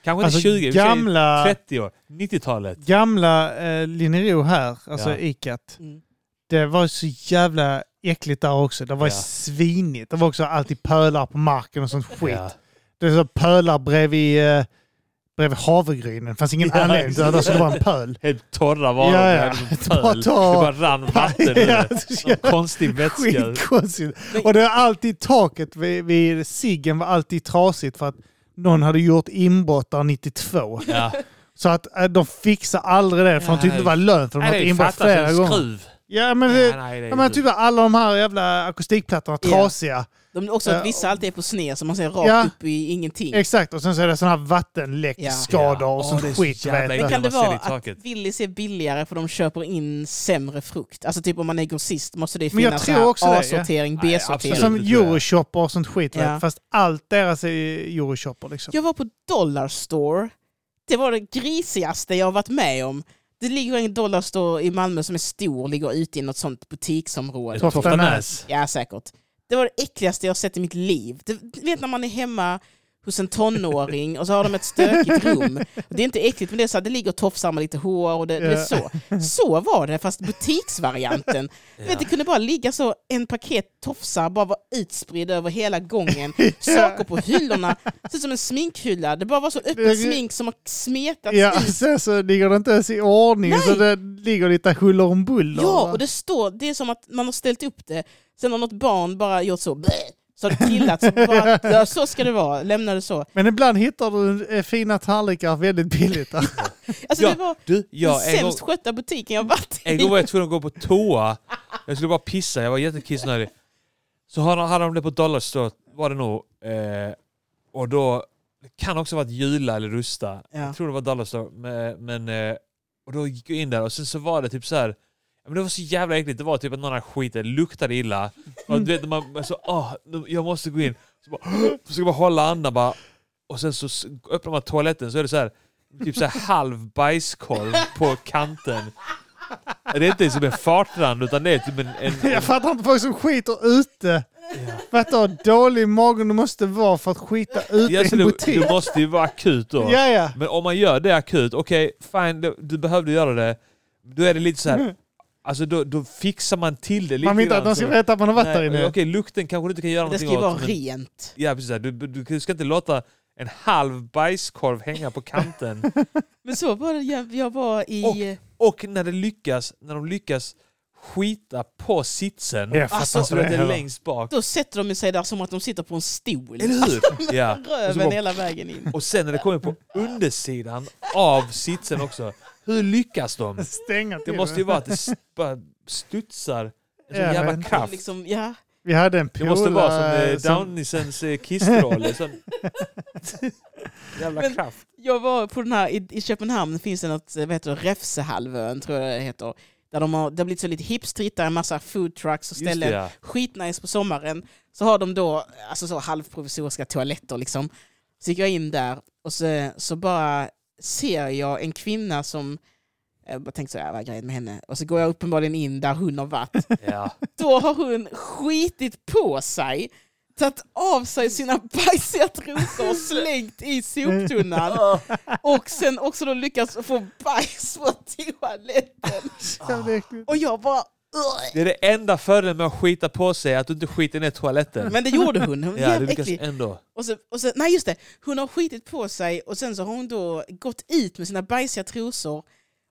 Speaker 1: Kanske
Speaker 2: Alltså,
Speaker 1: inte 20, i och för sig
Speaker 2: gamla,
Speaker 1: 30 år. 90-talet.
Speaker 2: gamla eh, Linnero här, alltså
Speaker 1: Ja.
Speaker 2: Icat,
Speaker 3: Mm.
Speaker 2: det var så jävla äckligt där också. Det var
Speaker 1: Ja.
Speaker 2: svinigt. Det var också alltid pölar på marken och sånt skit.
Speaker 1: Ja.
Speaker 2: Det var så pölar bredvid, eh, bredvid havregrynen. Det fanns ingen
Speaker 1: Ja,
Speaker 2: anledning till att det
Speaker 1: exakt.
Speaker 2: skulle vara en pöl.
Speaker 1: Helt torra varor.
Speaker 2: Ja, ja.
Speaker 1: Det hade blivit
Speaker 2: Bara
Speaker 1: pöl. Det
Speaker 2: ta-
Speaker 1: bara rann vatten ur
Speaker 2: Ja,
Speaker 1: det.
Speaker 2: så
Speaker 1: Någon
Speaker 2: jävla
Speaker 1: Konstig vätska.
Speaker 2: Skitkonstigt.
Speaker 3: Men-
Speaker 2: Och det var alltid taket vid, vid ciggen var alltid trasigt för att någon hade gjort inbrott där 92.
Speaker 1: Ja.
Speaker 2: Så att eh, de fixar aldrig det för
Speaker 1: Ja,
Speaker 2: de tyckte det var lönt för de hade
Speaker 1: Nej, det
Speaker 2: inbrott
Speaker 1: fattas
Speaker 2: flera
Speaker 1: en
Speaker 2: gånger.
Speaker 1: skruv.
Speaker 2: Ja men,
Speaker 1: Nej,
Speaker 2: det,
Speaker 1: nej, det är
Speaker 2: ja, men
Speaker 1: inte-
Speaker 2: typ alla de här jävla akustikplattorna
Speaker 3: Ja.
Speaker 2: trasiga.
Speaker 3: De, också
Speaker 2: Ja,
Speaker 3: att vissa alltid är på sned, så man ser rakt
Speaker 2: Ja.
Speaker 3: upp i ingenting.
Speaker 2: Exakt och sen så är det sådana här
Speaker 3: Ja.
Speaker 2: vattenläckskador
Speaker 1: Ja.
Speaker 2: och
Speaker 1: Åh,
Speaker 2: sånt
Speaker 1: det är så
Speaker 2: skit.
Speaker 1: jävla
Speaker 2: vet du.
Speaker 1: äckligt.
Speaker 3: Men kan det
Speaker 1: man ser
Speaker 3: vara
Speaker 1: det i taket.
Speaker 3: att Willys är billigare för de köper in sämre frukt? Alltså typ om man är grossist måste det
Speaker 2: Men jag
Speaker 3: finnas
Speaker 2: tror
Speaker 3: så här
Speaker 2: också det, ja.
Speaker 3: A-sortering,
Speaker 1: Nej,
Speaker 3: B-sortering.
Speaker 1: absolut.
Speaker 2: Alltså, Som
Speaker 1: det tror jag.
Speaker 2: euroshopper och sånt skit.
Speaker 3: Ja.
Speaker 2: vet du. Fast allt deras är euroshopper liksom.
Speaker 3: Jag var på Dollar Store. Det var det grisigaste jag har varit med om. Det ligger en Dollar Store i Malmö som är stor, ligger ute i något sånt butiksområde.
Speaker 2: Toftanäs.
Speaker 1: Toftanäs.
Speaker 3: Ja, säkert. Det var det äckligaste jag har sett i mitt liv. Det, du vet när man är hemma hos en tonåring och så har de ett stökigt rum. Det är inte äckligt, men det är så här, det ligger tofsar med lite hår och det, det är så. Så var det, fast butiksvarianten. Du vet, det kunde bara ligga så en paket tofsar bara var utspridda över hela gången. Saker på hyllorna, det som en sminkhylla. Det bara var så
Speaker 2: Det-
Speaker 3: öppet smink som har smetats
Speaker 2: Ja,
Speaker 3: i.
Speaker 2: sen så ligger det inte ens i ordning
Speaker 3: Nej.
Speaker 2: så det ligger lite huller om buller.
Speaker 3: Ja, och det står, det är som att man har ställt upp det, sen har något barn bara gjort så, bleh, så har det trillat. Så, bara, ja, så ska det vara, lämna det så.
Speaker 2: Men ibland hittar du eh, fina tallrikar väldigt billigt. där.
Speaker 3: Alltså
Speaker 1: Ja,
Speaker 3: det var
Speaker 1: Du, jag,
Speaker 3: den
Speaker 1: en, gång,
Speaker 3: sämst skötta butiken jag varit
Speaker 1: en gång
Speaker 3: i.
Speaker 1: var jag tvungen att gå på toa. Jag skulle bara pissa, jag var jättekissnödig. Så hade de- hade de det på Dollarstore, var det nog. Eh, och då, det kan också ha varit Jula eller Rusta.
Speaker 3: Ja.
Speaker 1: Jag tror det var Dollarstore. Men, men, eh, och då gick jag in där och sen så var det typ så här. ja, Men det var så jävla äckligt. Det var typ att någon hade skitit, luktade illa. Och du vet, när man, man så, ah, nu- jag måste gå in. Så bara, försöker bara hålla andan bara. Och sen så s- öppnar man toaletten så är det så här, typ så här halv bajskorv på kanten. Det är inte som en fartrand utan det är typ en... en, en
Speaker 2: Jag fattar inte folk som skiter ute. Fattar hur dålig magen du måste vara för att skita ute
Speaker 1: ja,
Speaker 2: i
Speaker 1: så
Speaker 2: en
Speaker 1: det,
Speaker 2: butik.
Speaker 1: det måste ju vara akut då.
Speaker 2: Ja, ja.
Speaker 1: Men om man gör det akut, okej fine, du, du behövde göra det. Då är det lite så här, alltså då, då fixar man till det lite
Speaker 2: Man vill inte att
Speaker 1: grann
Speaker 2: de ska
Speaker 1: så-
Speaker 2: veta att man har varit där
Speaker 1: Nej,
Speaker 2: inne.
Speaker 1: Okej, lukten kanske du inte kan göra
Speaker 3: Det
Speaker 1: någonting
Speaker 3: ska ju vara
Speaker 1: åt. men-
Speaker 3: rent.
Speaker 1: Ja, precis. Du, du, du ska inte låta en halv bajskorv hänga på kanten.
Speaker 3: Men så var det, jag, jag var i...
Speaker 1: Och- Och när det lyckas, när de lyckas skita på sitsen,
Speaker 2: Jag fattar
Speaker 1: alltså,
Speaker 2: inte
Speaker 1: så
Speaker 2: det
Speaker 1: att det är
Speaker 2: heller.
Speaker 1: längst bak.
Speaker 3: Då sätter de sig där som att de sitter på en stol.
Speaker 1: Eller hur? Ja. Och, så
Speaker 3: Röven
Speaker 1: bara,
Speaker 3: hela vägen in.
Speaker 1: och sen när det kommer på undersidan av sitsen också, hur lyckas de?
Speaker 2: Stänga till.
Speaker 1: Det måste ju vara att det s- bara studsar en sån
Speaker 2: Ja,
Speaker 1: jävla
Speaker 2: men-
Speaker 1: kraft.
Speaker 3: Liksom, ja.
Speaker 2: Vi hade en
Speaker 1: Det
Speaker 2: polare
Speaker 1: måste vara som eh,
Speaker 2: som-
Speaker 1: Downisens eh, kissroll. Sån jävla
Speaker 3: Men-
Speaker 1: kraft.
Speaker 3: Jag var på den här, i, i Köpenhamn finns det något, eh, vad heter det, Räfsehalvön tror jag det heter. Där de har, det har blivit så lite hipstrit, där är en massa food trucks och
Speaker 1: Just
Speaker 3: ställen.
Speaker 1: det, ja.
Speaker 3: Skitnice på sommaren. Så har de då alltså så halvprovisoriska toaletter liksom. Så gick jag in där och så, så bara ser jag en kvinna som, jag bara tänkte så här, vad är grejen med henne? Och så går jag uppenbarligen in där hon har varit
Speaker 1: Ja.
Speaker 3: då har hon skitit på sig, tagit av sig sina bajsiga trosor och slängt i soptunnan. Och sen också då lyckats få bajs på toaletten.
Speaker 2: Jävla äckligt.
Speaker 3: Och jag bara...
Speaker 1: Det är det enda fördelen med att skita på sig, att du inte skiter ner toaletten.
Speaker 3: Men det gjorde hon. Hon var
Speaker 1: ja, du
Speaker 3: jävligt
Speaker 1: lyckas
Speaker 3: äcklig.
Speaker 1: ändå.
Speaker 3: Och så, och så, nej just det, hon har skitit på sig och sen så har hon då gått ut med sina bajsiga trosor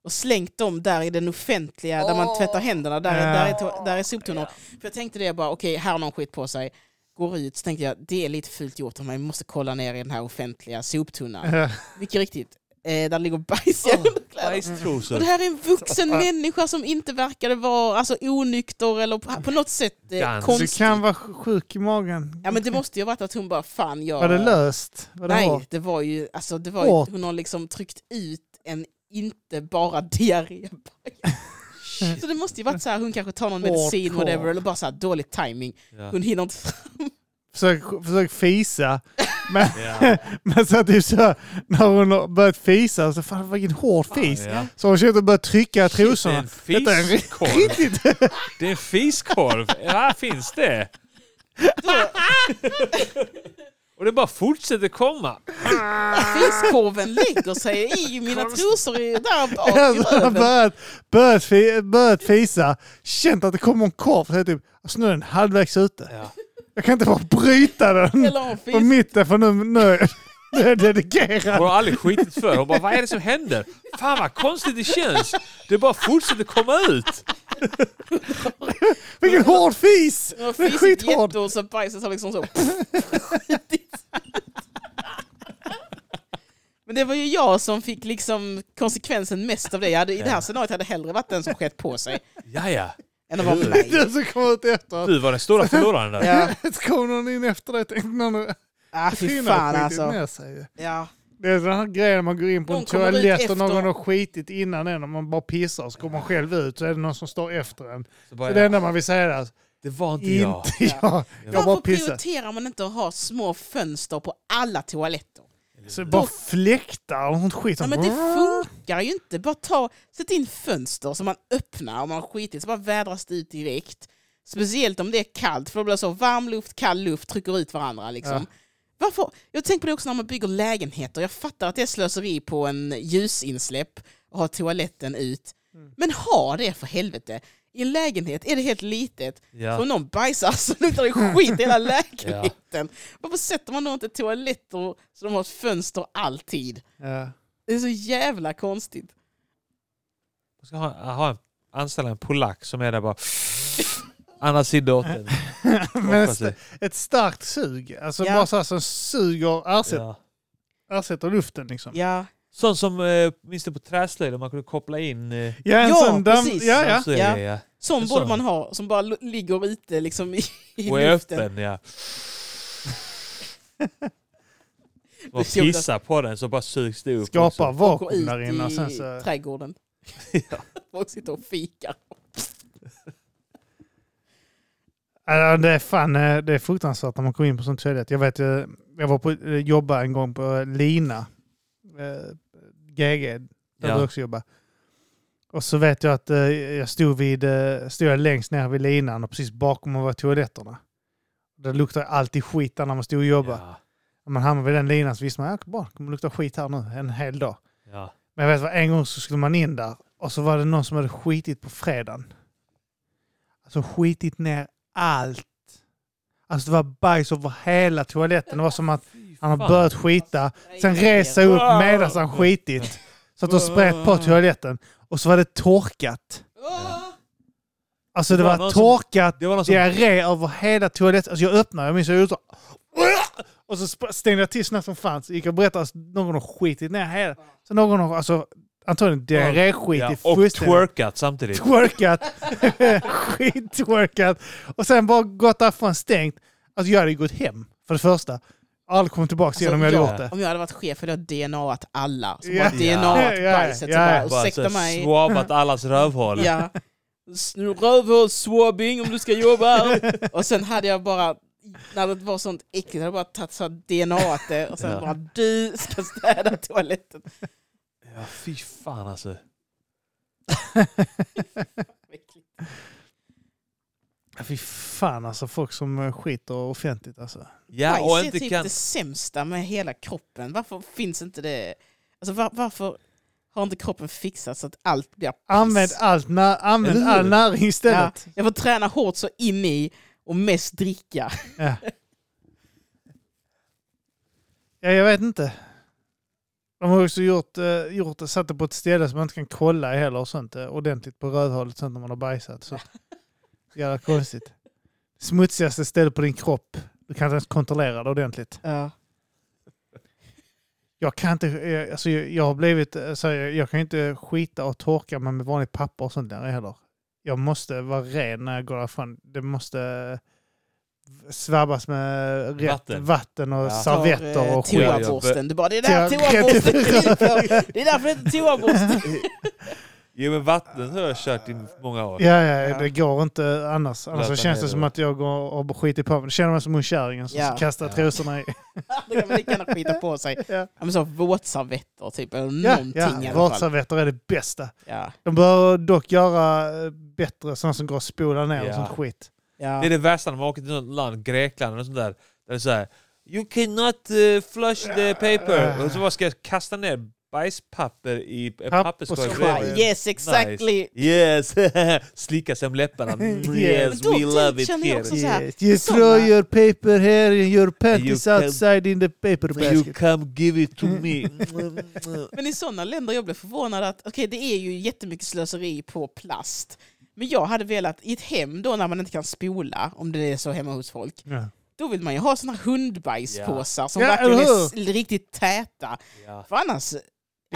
Speaker 3: och slängt dem där i den offentliga, där man tvättar händerna, där,
Speaker 2: Ja.
Speaker 3: där, är, to- där är soptunnor. För jag tänkte det, jag bara okej, här har någon skit på sig. Går ut så tänkte jag, det är lite fult gjort av mig, vi måste kolla ner i den här offentliga soptunnan.
Speaker 2: Ja.
Speaker 3: Mycket riktigt, eh, där ligger bajsiga underkläder.
Speaker 1: Bajstrosor.
Speaker 3: Och det här är en vuxen människa som inte verkade vara alltså, onykter eller på, på något sätt eh,
Speaker 1: Ganska
Speaker 2: Du
Speaker 3: konstig.
Speaker 2: kan vara sjuk i magen.
Speaker 3: Ja men det måste ju ha varit att hon bara, fan jag...
Speaker 2: Var det löst? Var det
Speaker 3: Nej,
Speaker 2: hårt?
Speaker 3: det var ju, alltså, det var ju
Speaker 2: Åt.
Speaker 3: hon har liksom tryckt ut en inte bara diarrébajs. Så det måste ju varit så här, hon kanske tar någon medicin,
Speaker 2: Hardcore.
Speaker 3: whatever, eller bara så här dålig timing.
Speaker 1: Ja.
Speaker 3: Hon hinner inte.
Speaker 2: Försök, försök fisa. Men,
Speaker 1: Ja.
Speaker 2: men så typ så, här, när hon har börjat fisa, så fan vilken hård fis.
Speaker 1: Ja.
Speaker 2: Så hon försökte börja trycka trosorna.
Speaker 1: Det är en
Speaker 2: Detta är en
Speaker 1: fiskorv.
Speaker 2: riktigt...
Speaker 1: Det är en fiskorv. Ja, finns det? Och det bara fortsätter komma.
Speaker 3: Fiskorven lägger sig i mina trosor i, där bak i
Speaker 2: Alltså,
Speaker 3: röven.
Speaker 2: börjat, börjat, fi- börjat fisa, känt att det kommer en korv, så jag typ, alltså nu är den halvvägs ute.
Speaker 1: Ja.
Speaker 2: Jag kan inte bara bryta den
Speaker 3: Eller har
Speaker 2: på
Speaker 3: fisk.
Speaker 2: mitten för nu, nu, nu är jag dedikerad.
Speaker 1: Hon har aldrig skitit förr. Hon bara, vad är det som händer? Fan vad konstigt det känns. Det bara fortsätter komma ut.
Speaker 2: Vilken hård fis!
Speaker 3: Hon har
Speaker 2: Den är
Speaker 3: fisit
Speaker 2: skithård.
Speaker 3: jättehårt så bajset har liksom så Men det var ju jag som fick liksom konsekvensen mest av det. Jag hade, I det här scenariot hade jag hellre varit den som skett på sig
Speaker 1: Ja, ja.
Speaker 3: än att vara
Speaker 2: Det
Speaker 3: mig.
Speaker 2: är du som kommer ut efteråt.
Speaker 1: Du var den stora förloraren där.
Speaker 3: Ja,
Speaker 2: Så kom någon in efter dig och tänkte någon
Speaker 3: ah, fy fan alltså.
Speaker 2: sig.
Speaker 3: Ja.
Speaker 2: Det är den här grejen när man går in på en
Speaker 3: Någon kommer ut
Speaker 2: toalett
Speaker 3: efter.
Speaker 2: och någon har skitit innan en och man bara pissar och så kommer man själv ut så är det någon som står efter en.
Speaker 1: Så
Speaker 2: Så
Speaker 1: bara,
Speaker 2: det
Speaker 1: ja,
Speaker 2: enda man vill säga är att
Speaker 1: det var inte jag.
Speaker 2: inte jag. Jag bara
Speaker 3: Varför
Speaker 2: pissar.
Speaker 3: prioriterar man inte att ha små fönster på alla toaletter?
Speaker 2: Så bara fläktar och sånt skit.
Speaker 3: Ja, men det funkar ju inte. Bara ta, sätt in fönster som man öppnar om man har skitit så bara vädras det ut direkt. Speciellt om det är kallt för då blir det så varm luft, kall luft trycker ut varandra. Liksom. Varför? Jag tänker på det också när man bygger lägenheter. Jag fattar att det är slöseri på en ljusinsläpp och ha toaletten ut. Men ha det för helvete. I en lägenhet är det helt litet.
Speaker 1: Ja.
Speaker 3: Så om någon bajsar så luktar det skit i hela lägenheten. Varför sätter man då inte toaletter så de har ett fönster alltid?
Speaker 2: Ja.
Speaker 3: Det är så jävla konstigt.
Speaker 1: Jag ska ha, ha en, anställa en polack som är där bara... Andra sidan åt den.
Speaker 2: Men ett, st- ett starkt sug. Alltså
Speaker 3: Ja.
Speaker 2: bara så här som suger, ersätt,
Speaker 1: Ja.
Speaker 2: ersätter luften liksom.
Speaker 3: Ja,
Speaker 1: Sånt som, eh, minns du på träslöjden, man kunde koppla in... Eh,
Speaker 2: Ja, en
Speaker 3: Ja,
Speaker 2: sån damm-
Speaker 3: precis.
Speaker 2: Ja, ja.
Speaker 1: dammsugare,
Speaker 3: Ja.
Speaker 1: ja.
Speaker 3: sån
Speaker 1: En
Speaker 3: borde
Speaker 1: sån.
Speaker 3: man ha som bara l- ligger ute liksom i, i
Speaker 1: Och är
Speaker 3: luften.
Speaker 1: öppen, ja. Och
Speaker 3: Det är jobbigt.
Speaker 1: pissa på den så bara sugs det upp. liksom.
Speaker 2: Skapar
Speaker 1: också.
Speaker 3: Går
Speaker 2: vakuum
Speaker 3: ut
Speaker 2: där inne och sen
Speaker 3: i
Speaker 2: så...
Speaker 3: trädgården. Folk sitter och fikar.
Speaker 2: Ja, det är fan, eh, det är fruktansvärt när man kommer in på sånt toalett. Jag vet, eh, jag var på eh, jobba en gång på eh, Lina, eh, GG, där
Speaker 1: Ja.
Speaker 2: du också jobbar. Och så vet jag att eh, jag stod, vid, eh, stod jag längst ner vid linan och precis bakom var toaletterna. Det luktar alltid skit där när man stod och jobbade.
Speaker 1: Ja.
Speaker 2: Om man hamnade vid den linan så visste man att ja, bra, det kommer lukta skit här nu en hel dag.
Speaker 1: Ja.
Speaker 2: Men jag vet vad, en gång så skulle man in där och så var det någon som hade skitit på fredagen. Alltså skitit ner allt. Alltså det var bajs över hela toaletten. Det var som att han har
Speaker 1: Fan.
Speaker 2: börjat skita, sen rest sig upp medan han skitit. Så att de spret på toaletten. Och så var det torkat.
Speaker 3: Åh!
Speaker 2: Alltså det
Speaker 1: Det var
Speaker 2: var
Speaker 1: någon som-
Speaker 2: torkat,
Speaker 1: Det var någon som...
Speaker 2: diarré över hela toaletten. Alltså jag öppnade, jag minns jag gjorde så. Och så sp- stängde jag till snabbt som fan. Så gick jag och berättade att någon har skitit ner hela. Så någon har, alltså antagligen diarréskit i
Speaker 1: och
Speaker 2: fullständigt-
Speaker 1: twerkat samtidigt.
Speaker 2: twerkat. Skittwerkat. Och sen bara gått därifrån stängt. Alltså jag hade ju gått hem, för det första. Aldrig kommit tillbaka igen om jag
Speaker 3: Alltså,
Speaker 2: hade
Speaker 1: ja.
Speaker 2: gjort det.
Speaker 3: Om jag hade varit chef hade jag DNAat alla. Så
Speaker 2: Ja.
Speaker 3: bara DNAat
Speaker 2: Ja, ja,
Speaker 3: bajset.
Speaker 2: ja, ja.
Speaker 3: Så bara,
Speaker 1: Bara så
Speaker 3: ursäkta mig.
Speaker 1: Svavat allas rövhål.
Speaker 3: Ja. S- Rövhålsswabbing om du ska jobba här. Och sen hade jag bara, när det var sånt äckligt, hade jag bara tagit så här DNA att det och sen
Speaker 1: Ja.
Speaker 3: bara du ska städa toaletten.
Speaker 1: Ja, fy fan alltså.
Speaker 2: Ja, fy fan alltså, folk som eh, skiter offentligt alltså.
Speaker 1: Ja,
Speaker 3: Bajs
Speaker 1: och
Speaker 3: är
Speaker 1: inte
Speaker 3: typ
Speaker 1: kan...
Speaker 3: det sämsta med hela kroppen. Varför finns inte det? Alltså var, varför har inte kroppen fixat så att allt blir piss?
Speaker 2: Använd, allt na- använd
Speaker 1: Eller
Speaker 2: all
Speaker 1: hur?
Speaker 2: näring
Speaker 3: ja,
Speaker 2: istället.
Speaker 3: Jag får träna hårt så in i och mest dricka.
Speaker 2: Ja. Ja, jag vet inte. De har också gjort, eh, gjort det, satt det på ett ställe som man inte kan kolla heller och sånt eh, ordentligt på rövhålet sånt när man har bajsat. Så jävla konstigt. Smutsigaste stället på din kropp. Du kan inte ens kontrollera det ordentligt.
Speaker 3: Ja.
Speaker 2: Jag kan inte, eh, alltså jag, jag har blivit, eh, så jag, jag kan inte skita och torka mig med vanligt papper och sånt där heller. Jag måste vara ren när jag går därifrån. Det måste eh, svabbas med rätt vatten,
Speaker 1: Vatten.
Speaker 2: och
Speaker 1: Ja.
Speaker 3: Tar, eh,
Speaker 2: servetter och skit.
Speaker 1: toa-
Speaker 3: Toaborsten. Du bara, det är
Speaker 2: Ja,
Speaker 3: där toaborsten är till för. Det är därför det heter toaborsten.
Speaker 1: Jo, men vatten har jag kört i många år.
Speaker 2: Ja, ja,
Speaker 3: Ja.
Speaker 2: det går inte annars. Annars så
Speaker 1: Blöta
Speaker 2: känns
Speaker 1: ner
Speaker 2: det som
Speaker 1: det.
Speaker 2: att jag går och skiter på mig. Då känner man som hon kärringen som
Speaker 3: Ja.
Speaker 2: kastar
Speaker 1: Ja.
Speaker 2: trosorna i.
Speaker 3: Då kan man lika gärna skita på sig.
Speaker 2: Ja,
Speaker 3: Ja, men så våtservetter typ, eller
Speaker 2: ja,
Speaker 3: någonting i
Speaker 2: ja.
Speaker 3: alla fall.
Speaker 2: våtservetter är det bästa.
Speaker 3: Ja.
Speaker 2: De bör dock göra eh, bättre sådana som går att spola ner och
Speaker 1: Ja.
Speaker 2: sånt skit.
Speaker 1: Det är
Speaker 3: Ja.
Speaker 1: det värsta när man åker till något land, Grekland eller sånt där. Där det är så här, you cannot eh, flush the paper. Och så bara ska jag kasta ner bajspapper i en
Speaker 2: Papp-
Speaker 1: papperskorg
Speaker 2: och
Speaker 1: bredvid.
Speaker 2: skit.
Speaker 3: Bara, Yes, exactly!
Speaker 1: Yes! Slicka sig om läpparna. Mm,
Speaker 2: Yes.
Speaker 1: Yes,
Speaker 3: Men då
Speaker 1: we love it
Speaker 3: känner jag
Speaker 1: here.
Speaker 3: också- Så här,
Speaker 2: Yes. You
Speaker 3: såna-
Speaker 2: throw your paper here and your panties
Speaker 1: You can-
Speaker 2: outside in the paper
Speaker 1: You
Speaker 2: basket.
Speaker 1: come give it to me.
Speaker 2: Mm.
Speaker 3: Men i sådana länder, jag blev förvånad att okej, det är ju jättemycket slöseri på plast. Men jag hade velat, i ett hem då när man inte kan spola, om det är så hemma hos folk,
Speaker 2: Ja.
Speaker 3: då vill man ju ha sådana hundbajspåsar som
Speaker 2: Ja,
Speaker 3: verkligen
Speaker 2: eller
Speaker 3: är
Speaker 2: hur?
Speaker 3: s- riktigt täta.
Speaker 1: ja.
Speaker 3: För annars,
Speaker 2: går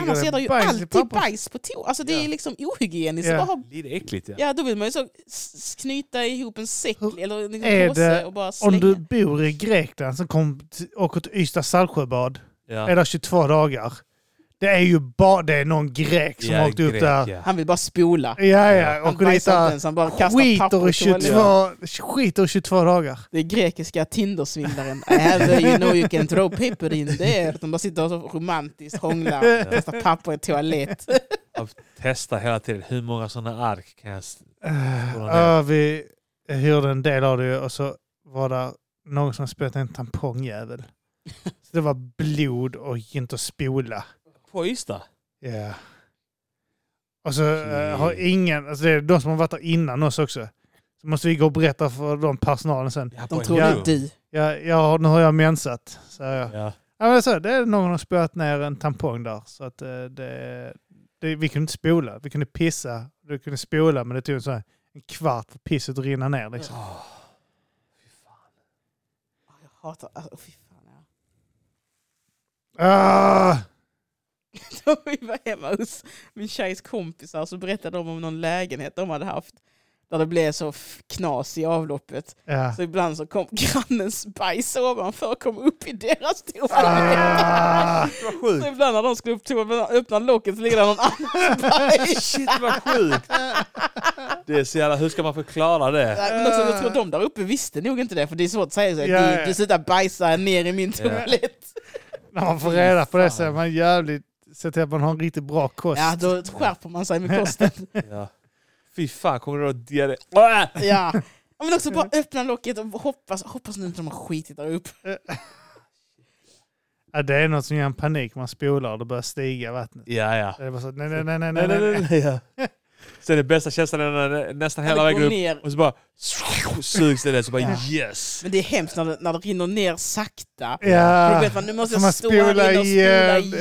Speaker 3: annars
Speaker 2: det
Speaker 3: är det ju
Speaker 2: bajs i
Speaker 3: alltid
Speaker 2: papper.
Speaker 3: bajs på toa. Alltså det
Speaker 1: Ja.
Speaker 3: är liksom ohygieniskt.
Speaker 2: Ja.
Speaker 3: att Bara ha,
Speaker 1: Lite äckligt ja.
Speaker 3: ja, då vill man ju så s- s- knyta ihop en säck
Speaker 2: Hur
Speaker 3: eller en
Speaker 2: är
Speaker 3: liksom
Speaker 2: det
Speaker 3: påse och bara slänga.
Speaker 2: Om du bor i Grekland så kom t- åker till Ystad Saltsjöbad
Speaker 1: ja.
Speaker 2: är där 22 dagar. Det är ju bara det är någon grek som
Speaker 1: Ja,
Speaker 2: åkt upp
Speaker 1: grek,
Speaker 2: där.
Speaker 1: ja.
Speaker 3: Han vill bara spola.
Speaker 2: Ja,
Speaker 1: Ja.
Speaker 2: ja.
Speaker 3: Han
Speaker 2: Och dit
Speaker 3: bajsar inte
Speaker 2: där.
Speaker 3: ens, han bara kastar papper
Speaker 2: Skiter i
Speaker 3: och 22.
Speaker 2: 22, skiter i 22 dagar.
Speaker 3: Det är grekiska Tindersvindlaren. I have you know you can throw paper in there. De bara sitter och så romantiskt hånglar och kastar papper i toalett.
Speaker 1: Jag testar hela tiden hur många sådana ark kan jag... s- Spola ner.
Speaker 2: Ja, Eh, vi hyrde en del av det ju och så var det någon som spelade en tampongjävel. Så det var blod och gick inte att spola.
Speaker 1: På Ystad?
Speaker 2: Ja. Och så eh, har ingen, alltså det är de som har varit där innan oss också. Så måste vi gå och berätta för de personalen sen.
Speaker 1: Ja, på
Speaker 3: De
Speaker 1: en
Speaker 3: tror det
Speaker 1: bro.
Speaker 3: är du.
Speaker 2: Ja, ja nu har jag mensat, säger jag.
Speaker 1: Ja.
Speaker 2: Ja, men så, det är någon som har spöat ner en tampong där. Så att eh, det, det, vi kunde inte spola. Vi kunde pissa, vi kunde spola men det tog en, sån här, en kvart för pisset att rinna ner. Liksom.
Speaker 1: Åh, fy fan.
Speaker 3: Jag hatar... Alltså, fy fan, ja.
Speaker 2: Ah!
Speaker 3: Då vi var hemma hos min tjejs kompisar så berättade de om någon lägenhet de hade haft. Där det blev så f- knas i avloppet.
Speaker 2: Ja.
Speaker 3: Så ibland så kom grannens bajs ovanför och kom upp i deras toalett.
Speaker 2: Ah!
Speaker 1: Det var
Speaker 3: Så
Speaker 1: sjukt.
Speaker 3: ibland när de skulle upp toaletten öppna locket så ligger där någon annans bajs.
Speaker 1: Shit vad sjukt. Det är så jävla... Hur ska man förklara det?
Speaker 3: Nej, Men också, jag tror de där uppe visste nog inte det, för det är svårt att säga så.
Speaker 2: Ja,
Speaker 3: du,
Speaker 2: ja.
Speaker 3: du slutar bajsa ner i min
Speaker 1: Ja.
Speaker 3: toalett.
Speaker 2: När man får reda på det
Speaker 1: Fan.
Speaker 2: så är man jävligt... Se till att man har en riktigt bra kost.
Speaker 3: Ja, då skärper man sig med kosten.
Speaker 1: Ja. Fy fan, kommer du att diarré? Ah!
Speaker 3: Ja. Ja, Men också bara öppna locket och hoppas, hoppas nu inte de har skitit där uppe.
Speaker 2: Ja, det är något som ger en panik. Man spolar och det börjar stiga vattnet.
Speaker 1: Ja, ja.
Speaker 2: Det är bara så, nej, nej, nej, nej,
Speaker 1: Nej,
Speaker 2: nej,
Speaker 1: nej,
Speaker 2: nej.
Speaker 1: nej, nej. Ja. Sen är bästa känslan när det nästan hela
Speaker 3: Eller
Speaker 1: vägen
Speaker 3: går
Speaker 1: upp
Speaker 3: ner.
Speaker 1: och så bara sugs det där så bara
Speaker 2: Ja.
Speaker 1: yes.
Speaker 3: Men det är hemskt när det, när det rinner ner sakta. För Då
Speaker 2: Ja.
Speaker 3: vet man, nu måste
Speaker 2: Så
Speaker 3: jag
Speaker 2: man
Speaker 3: stå här
Speaker 2: spolar
Speaker 3: inne och spola
Speaker 2: igen.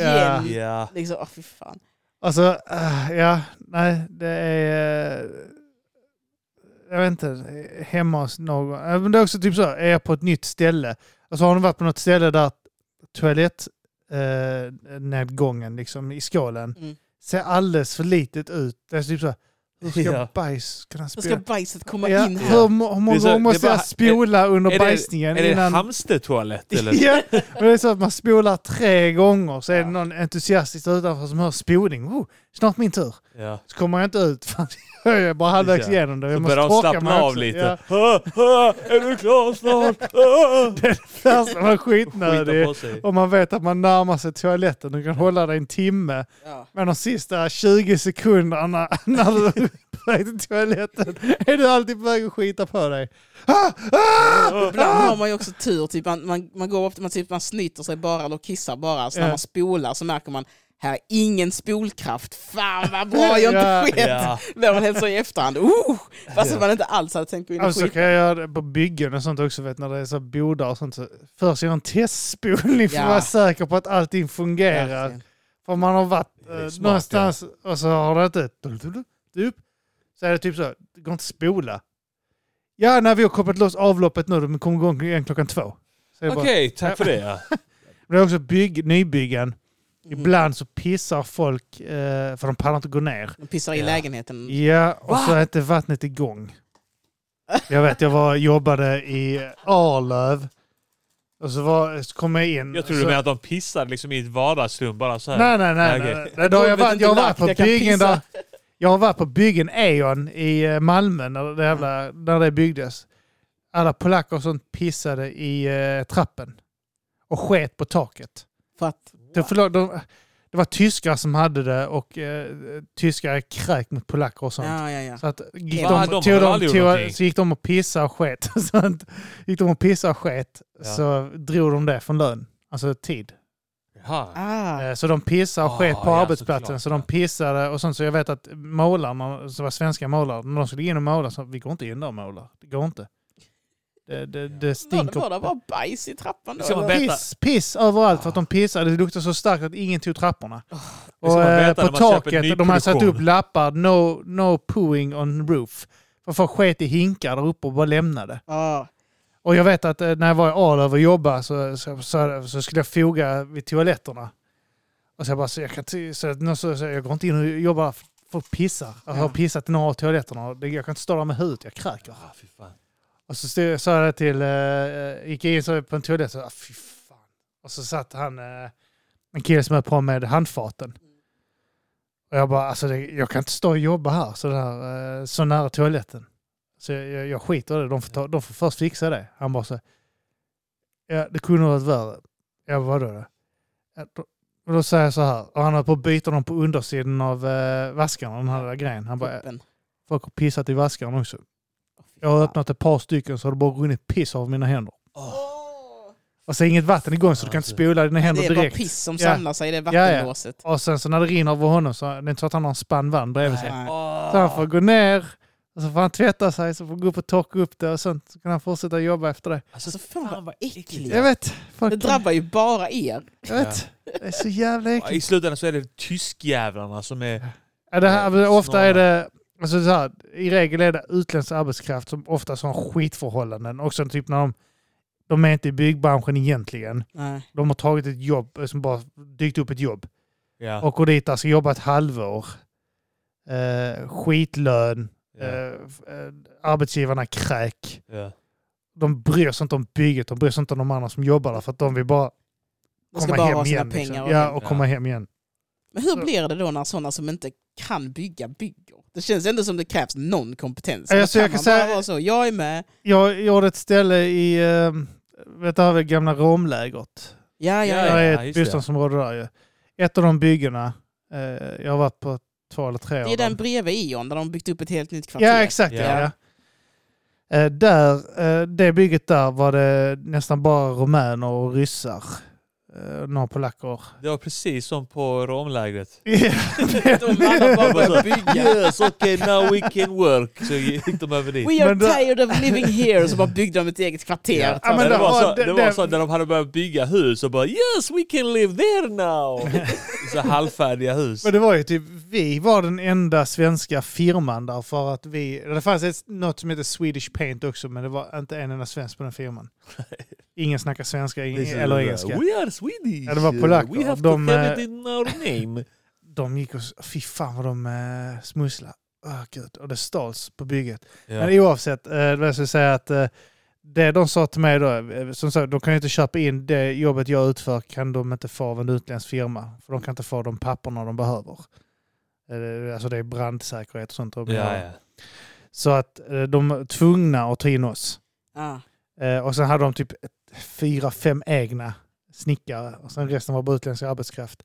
Speaker 2: Ja.
Speaker 3: igen.
Speaker 1: Ja.
Speaker 3: Liksom, åh, fy fan.
Speaker 2: Alltså, ah, ja, nej, det är... eh, Jag vet inte, hemma hos någon. Eh, Men det är också typ så, är jag på ett nytt ställe? Alltså har ni varit på något ställe där toalettnedgången eh, nedgången liksom i skålen
Speaker 3: Mm.
Speaker 2: ser alldeles för litet ut. Det är typ så här, hur ska
Speaker 1: Ja.
Speaker 2: bajs kunna
Speaker 3: Då ska
Speaker 2: spela?
Speaker 3: bajset komma
Speaker 2: Ja,
Speaker 3: in
Speaker 2: hur,
Speaker 3: här.
Speaker 2: må- hur
Speaker 1: Det är
Speaker 2: många
Speaker 1: så-
Speaker 2: gånger måste
Speaker 1: det är bara-
Speaker 2: jag spola under
Speaker 1: är det-
Speaker 2: bajsningen
Speaker 1: Är det
Speaker 2: innan?
Speaker 1: hamstertoalett eller?
Speaker 2: Ja, och det är så att man spolar tre gånger så är
Speaker 1: Ja.
Speaker 2: det någon entusiastisk där utanför som hör spolning. Oh, snart min tur.
Speaker 1: Ja.
Speaker 2: Så kommer jag inte ut. Fan, jag är bara halvvägs
Speaker 1: Ja.
Speaker 2: igenom det.
Speaker 1: Så
Speaker 2: Jag måste
Speaker 1: börjar de
Speaker 2: torka mig
Speaker 1: slappna av
Speaker 2: också.
Speaker 1: lite.
Speaker 2: Ja,
Speaker 1: Ha, ha, är du klar snart? Ha.
Speaker 2: först var
Speaker 1: Skita
Speaker 2: skitnödig.
Speaker 1: på sig.
Speaker 2: Om man vet att man närmar sig toaletten och kan hålla det en timme.
Speaker 3: Ja.
Speaker 2: Men de sista 20 sekunderna när du är på väg till toaletten är du alltid på väg att skita på dig. Ah, ah,
Speaker 3: Ibland
Speaker 2: ah.
Speaker 3: har man ju också tur, typ man, man, man går upp, man, typ, man snyter sig bara eller kissar bara. Så när
Speaker 2: Ja.
Speaker 3: man spolar så märker man, här är ingen spolkraft. Fan vad bra jag
Speaker 2: Ja.
Speaker 3: inte skett.
Speaker 1: Ja.
Speaker 3: Då har man helt så i efterhand. Uh, fast
Speaker 1: Ja.
Speaker 3: man inte alls hade tänkt gå in och
Speaker 2: Alltså så
Speaker 3: skita.
Speaker 2: kan jag göra det på byggen och sånt också, vet, när det är så här bodar och sånt. Så först gör jag en testspolning för att
Speaker 3: Ja.
Speaker 2: vara säker på att allting fungerar.
Speaker 3: Verkligen.
Speaker 2: För man har varit
Speaker 1: Det är
Speaker 2: eh,
Speaker 1: smart,
Speaker 2: någonstans och så har det inte... du- du- du- Upp. Så är det typ så, det går inte att spola. Ja, när vi har kopplat loss avloppet nu, de kommer igång igen klockan två. Så är det,
Speaker 1: Okej,
Speaker 2: bara,
Speaker 1: tack för det. Ja.
Speaker 2: det är också bygg, nybyggen.
Speaker 3: Mm.
Speaker 2: Ibland så pissar folk eh, för de pallar inte gå ner.
Speaker 3: De pissar i
Speaker 1: Ja.
Speaker 3: lägenheten.
Speaker 2: Ja, och
Speaker 1: Va?
Speaker 2: så är inte vattnet igång. Jag vet, jag var, jobbade i Arlöv. Och så, var, så kom jag in.
Speaker 1: Jag tror du
Speaker 2: så,
Speaker 1: menar att de pissar liksom i ett vardagsrum bara så här.
Speaker 2: Nej, nej, nej.
Speaker 1: Nej,
Speaker 2: nej,
Speaker 1: okej.
Speaker 2: nej. nej. Då har jag,
Speaker 3: Golvet
Speaker 2: varit,
Speaker 3: inte
Speaker 2: jag har varit
Speaker 3: lagt, jag
Speaker 2: på
Speaker 3: kan
Speaker 2: byggen
Speaker 3: pissa.
Speaker 2: där. Jag har varit på byggen Eon i eh, Malmö när det, jävla, när det byggdes. Alla polacker och sånt pissade i eh, trappen. Och sket på taket.
Speaker 3: För att,
Speaker 2: Det, förlåt, de, det var tyskar som hade det och eh, tyskar kräk mot polacker och sånt.
Speaker 3: ja, ja, ja.
Speaker 2: Så att gick
Speaker 3: Va,
Speaker 2: de,
Speaker 1: de har
Speaker 2: tog
Speaker 1: väl
Speaker 2: de,
Speaker 1: aldrig gjort någonting?
Speaker 2: tog, så gick de och pissade och sket. Sånt. Gick de och pissade och sket
Speaker 1: Ja.
Speaker 2: så drog de det från lön. Alltså tid.
Speaker 1: Jaha.
Speaker 3: Ah,
Speaker 2: Eh, Så de pissade och sket
Speaker 1: Ah,
Speaker 2: på
Speaker 1: ja,
Speaker 2: arbetsplatsen.
Speaker 1: såklart,
Speaker 2: Så de
Speaker 1: ja.
Speaker 2: pissade och sånt. Så jag vet att målarna, som var svenska målare, när de skulle in och måla så vi går inte in där och målar. Det går inte. Det, det, det
Speaker 3: var det,
Speaker 2: stinker.
Speaker 3: var det bara bajs i trappan då?
Speaker 1: Ska man
Speaker 3: eller?
Speaker 1: veta-
Speaker 2: Piss, piss överallt för att de pissade. Det luktade så starkt att ingen tog trapporna.
Speaker 1: Det ska
Speaker 2: Och
Speaker 1: man
Speaker 2: eh,
Speaker 1: veta när
Speaker 2: på
Speaker 1: man köper
Speaker 2: taket, de hade
Speaker 1: nyproduktion.
Speaker 2: satt upp lappar, no, no pooing on roof. För folk sket i hinkar där uppe och bara lämnade.
Speaker 3: Ah,
Speaker 2: Och jag vet att eh, när jag var i Arlöv och jobbade så, så, så, så skulle jag foga vid toaletterna. Och så jag bara, så jag, kan inte- så, någon så, så jag går inte in och jobbar för folk pissar. Jag har
Speaker 3: Ja.
Speaker 2: pissat i några av toaletterna. och det- Jag kan inte stå där med huvudet, jag kräker.
Speaker 1: Ah, fy fan.
Speaker 2: Och så stod- sa jag till, eh, gick jag in så på en toalett så, ah, fy fan. Och så satt han, eh, en kille som höll på med handfaten. Och jag bara, alltså det, jag kan inte stå och jobba här så, där, eh, så nära toaletten. Så jag, jag, jag skiter i det, de får, ta, de får först fixa det. Han bara så, ja det kunde ha varit värre. Jag bara, vadå då? Ja, då- Och då säger jag så här, och han höll på att byta dem på undersidan av eh, vaskarna, den här lilla grejen. Han bara,
Speaker 3: toppen.
Speaker 2: folk har pissat i vaskaren också.
Speaker 3: Åh, fy
Speaker 2: Jag har
Speaker 3: fan.
Speaker 2: öppnat ett par stycken så har det bara runnit piss av mina händer.
Speaker 1: Åh,
Speaker 3: Åh.
Speaker 2: Och så är inget vatten igång så du kan inte spola dina händer
Speaker 3: Det är bara
Speaker 2: direkt.
Speaker 3: piss som
Speaker 2: Ja.
Speaker 3: samlar sig i det
Speaker 2: ja.
Speaker 3: vattenlåset.
Speaker 2: Och sen så när det rinner över honom så det är inte så att han har en spann vatten bredvid sig.
Speaker 3: Nej.
Speaker 2: Så han får gå ner, och så får han tvätta sig, så får han gå upp och torka upp det och sånt. Så kan han fortsätta jobba efter det.
Speaker 3: Alltså fan vad äckligt.
Speaker 2: Jag vet. Folk,
Speaker 3: Det drabbar ju bara er.
Speaker 2: Jag vet. Det är så jävla
Speaker 1: Ja, I
Speaker 2: äckligt.
Speaker 1: slutändan så är det tyskjävlarna som är...
Speaker 2: Ja, det här,
Speaker 1: Snarare.
Speaker 2: ofta är det, alltså så här, i regel är det utländsk arbetskraft som oftast har skitförhållanden. Också typ när de, de är inte i byggbranschen egentligen.
Speaker 3: Nej.
Speaker 2: De har tagit ett jobb, eh, som bara dykt upp ett jobb.
Speaker 1: Ja,
Speaker 2: Och går dit där, ska jobba ett halvår. Eh, skitlön.
Speaker 1: ja,
Speaker 2: Eh, f- eh, arbetsgivarna kräk.
Speaker 1: ja.
Speaker 2: De bryr sig inte om bygget, de bryr sig inte om de andra som jobbar där för att de vill bara
Speaker 3: De ska
Speaker 2: komma
Speaker 3: bara
Speaker 2: hem
Speaker 3: ha sina
Speaker 2: igen.
Speaker 3: pengar.
Speaker 2: liksom.
Speaker 3: och
Speaker 2: Ja,
Speaker 3: hem.
Speaker 2: och komma hem igen.
Speaker 3: Men hur blir det då när sådana som inte kan bygga bygger? Det känns ändå som det krävs någon kompetens.
Speaker 2: Alltså,
Speaker 3: Då kan
Speaker 2: jag kan
Speaker 3: man bara
Speaker 2: säga-
Speaker 3: vara så, jag är med.
Speaker 2: Jag gjorde ett ställe i, eh, vet du, här vid gamla Romlägret.
Speaker 3: Ja, ja,
Speaker 1: Ja,
Speaker 3: ja.
Speaker 2: Det är
Speaker 1: just
Speaker 2: ett
Speaker 1: det.
Speaker 2: bostadsområde där ju. Ett av de byggena, eh, jag har varit på två eller tre
Speaker 3: Det
Speaker 2: av
Speaker 3: är
Speaker 2: dem.
Speaker 3: den bredvid Ion där de byggt upp ett helt nytt kvarter.
Speaker 2: Ja, exakt. Ja.
Speaker 1: Ja.
Speaker 2: Ja. Eh, Där, eh, det bygget där var det nästan bara rumäner och ryssar. Eh, Några polacker.
Speaker 1: Det var precis som på romlägret.
Speaker 3: De alla bara börjar bygga.
Speaker 1: Yes, okay, now we can work. Så gick de över dit.
Speaker 3: We are
Speaker 2: Men då-
Speaker 3: tired of living here. Så bara byggde de ett eget kvarter.
Speaker 1: Ja,
Speaker 2: Ja, men
Speaker 1: det,
Speaker 2: det-
Speaker 1: var så,
Speaker 2: ja, det-
Speaker 1: det var
Speaker 2: det-
Speaker 1: så att när de hade börjat bygga hus och bara yes we can live there now. så halvfärdiga hus.
Speaker 2: Men det var ju typ, vi var den enda svenska firman där för att vi, det fanns ett, något som heter Swedish Paint också men det var inte en enda svensk på den firman. Ingen snackar svenska ing-
Speaker 1: Det är så-
Speaker 2: eller engelska.
Speaker 1: We are Swedish.
Speaker 2: Ja, det var polacker.
Speaker 1: We have
Speaker 2: De,
Speaker 1: to
Speaker 2: eh,
Speaker 1: have it in our name.
Speaker 2: de gick och... s- Fy fan vad de eh, smusslade. Ah, gud. Och det stals på bygget.
Speaker 1: Ja.
Speaker 2: Men oavsett, eh, det var jag skulle säga att eh, det de sa till mig då, eh, som sagt, de kan ju inte köpa in det jobbet jag utför kan de inte få av en utländsk firma. För de kan inte få de papperna de behöver. Eh, Alltså det är brandsäkerhet och sånt. de
Speaker 1: Ja,
Speaker 2: behöver.
Speaker 1: ja.
Speaker 2: Så att eh, de är tvungna att ta in oss.
Speaker 3: Ja.
Speaker 2: Eh, Och sen hade de typ ett- fyra, fem egna snickare och sen resten var bara utländsk arbetskraft.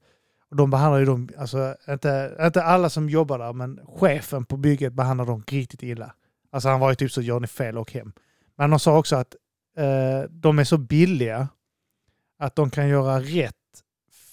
Speaker 2: Och de behandlar ju dem, alltså inte, inte alla som jobbar där, men chefen på bygget behandlar dem riktigt illa. Alltså han var ju typ så, gör ni fel och hem. Men de sa också att eh, de är så billiga att de kan göra rätt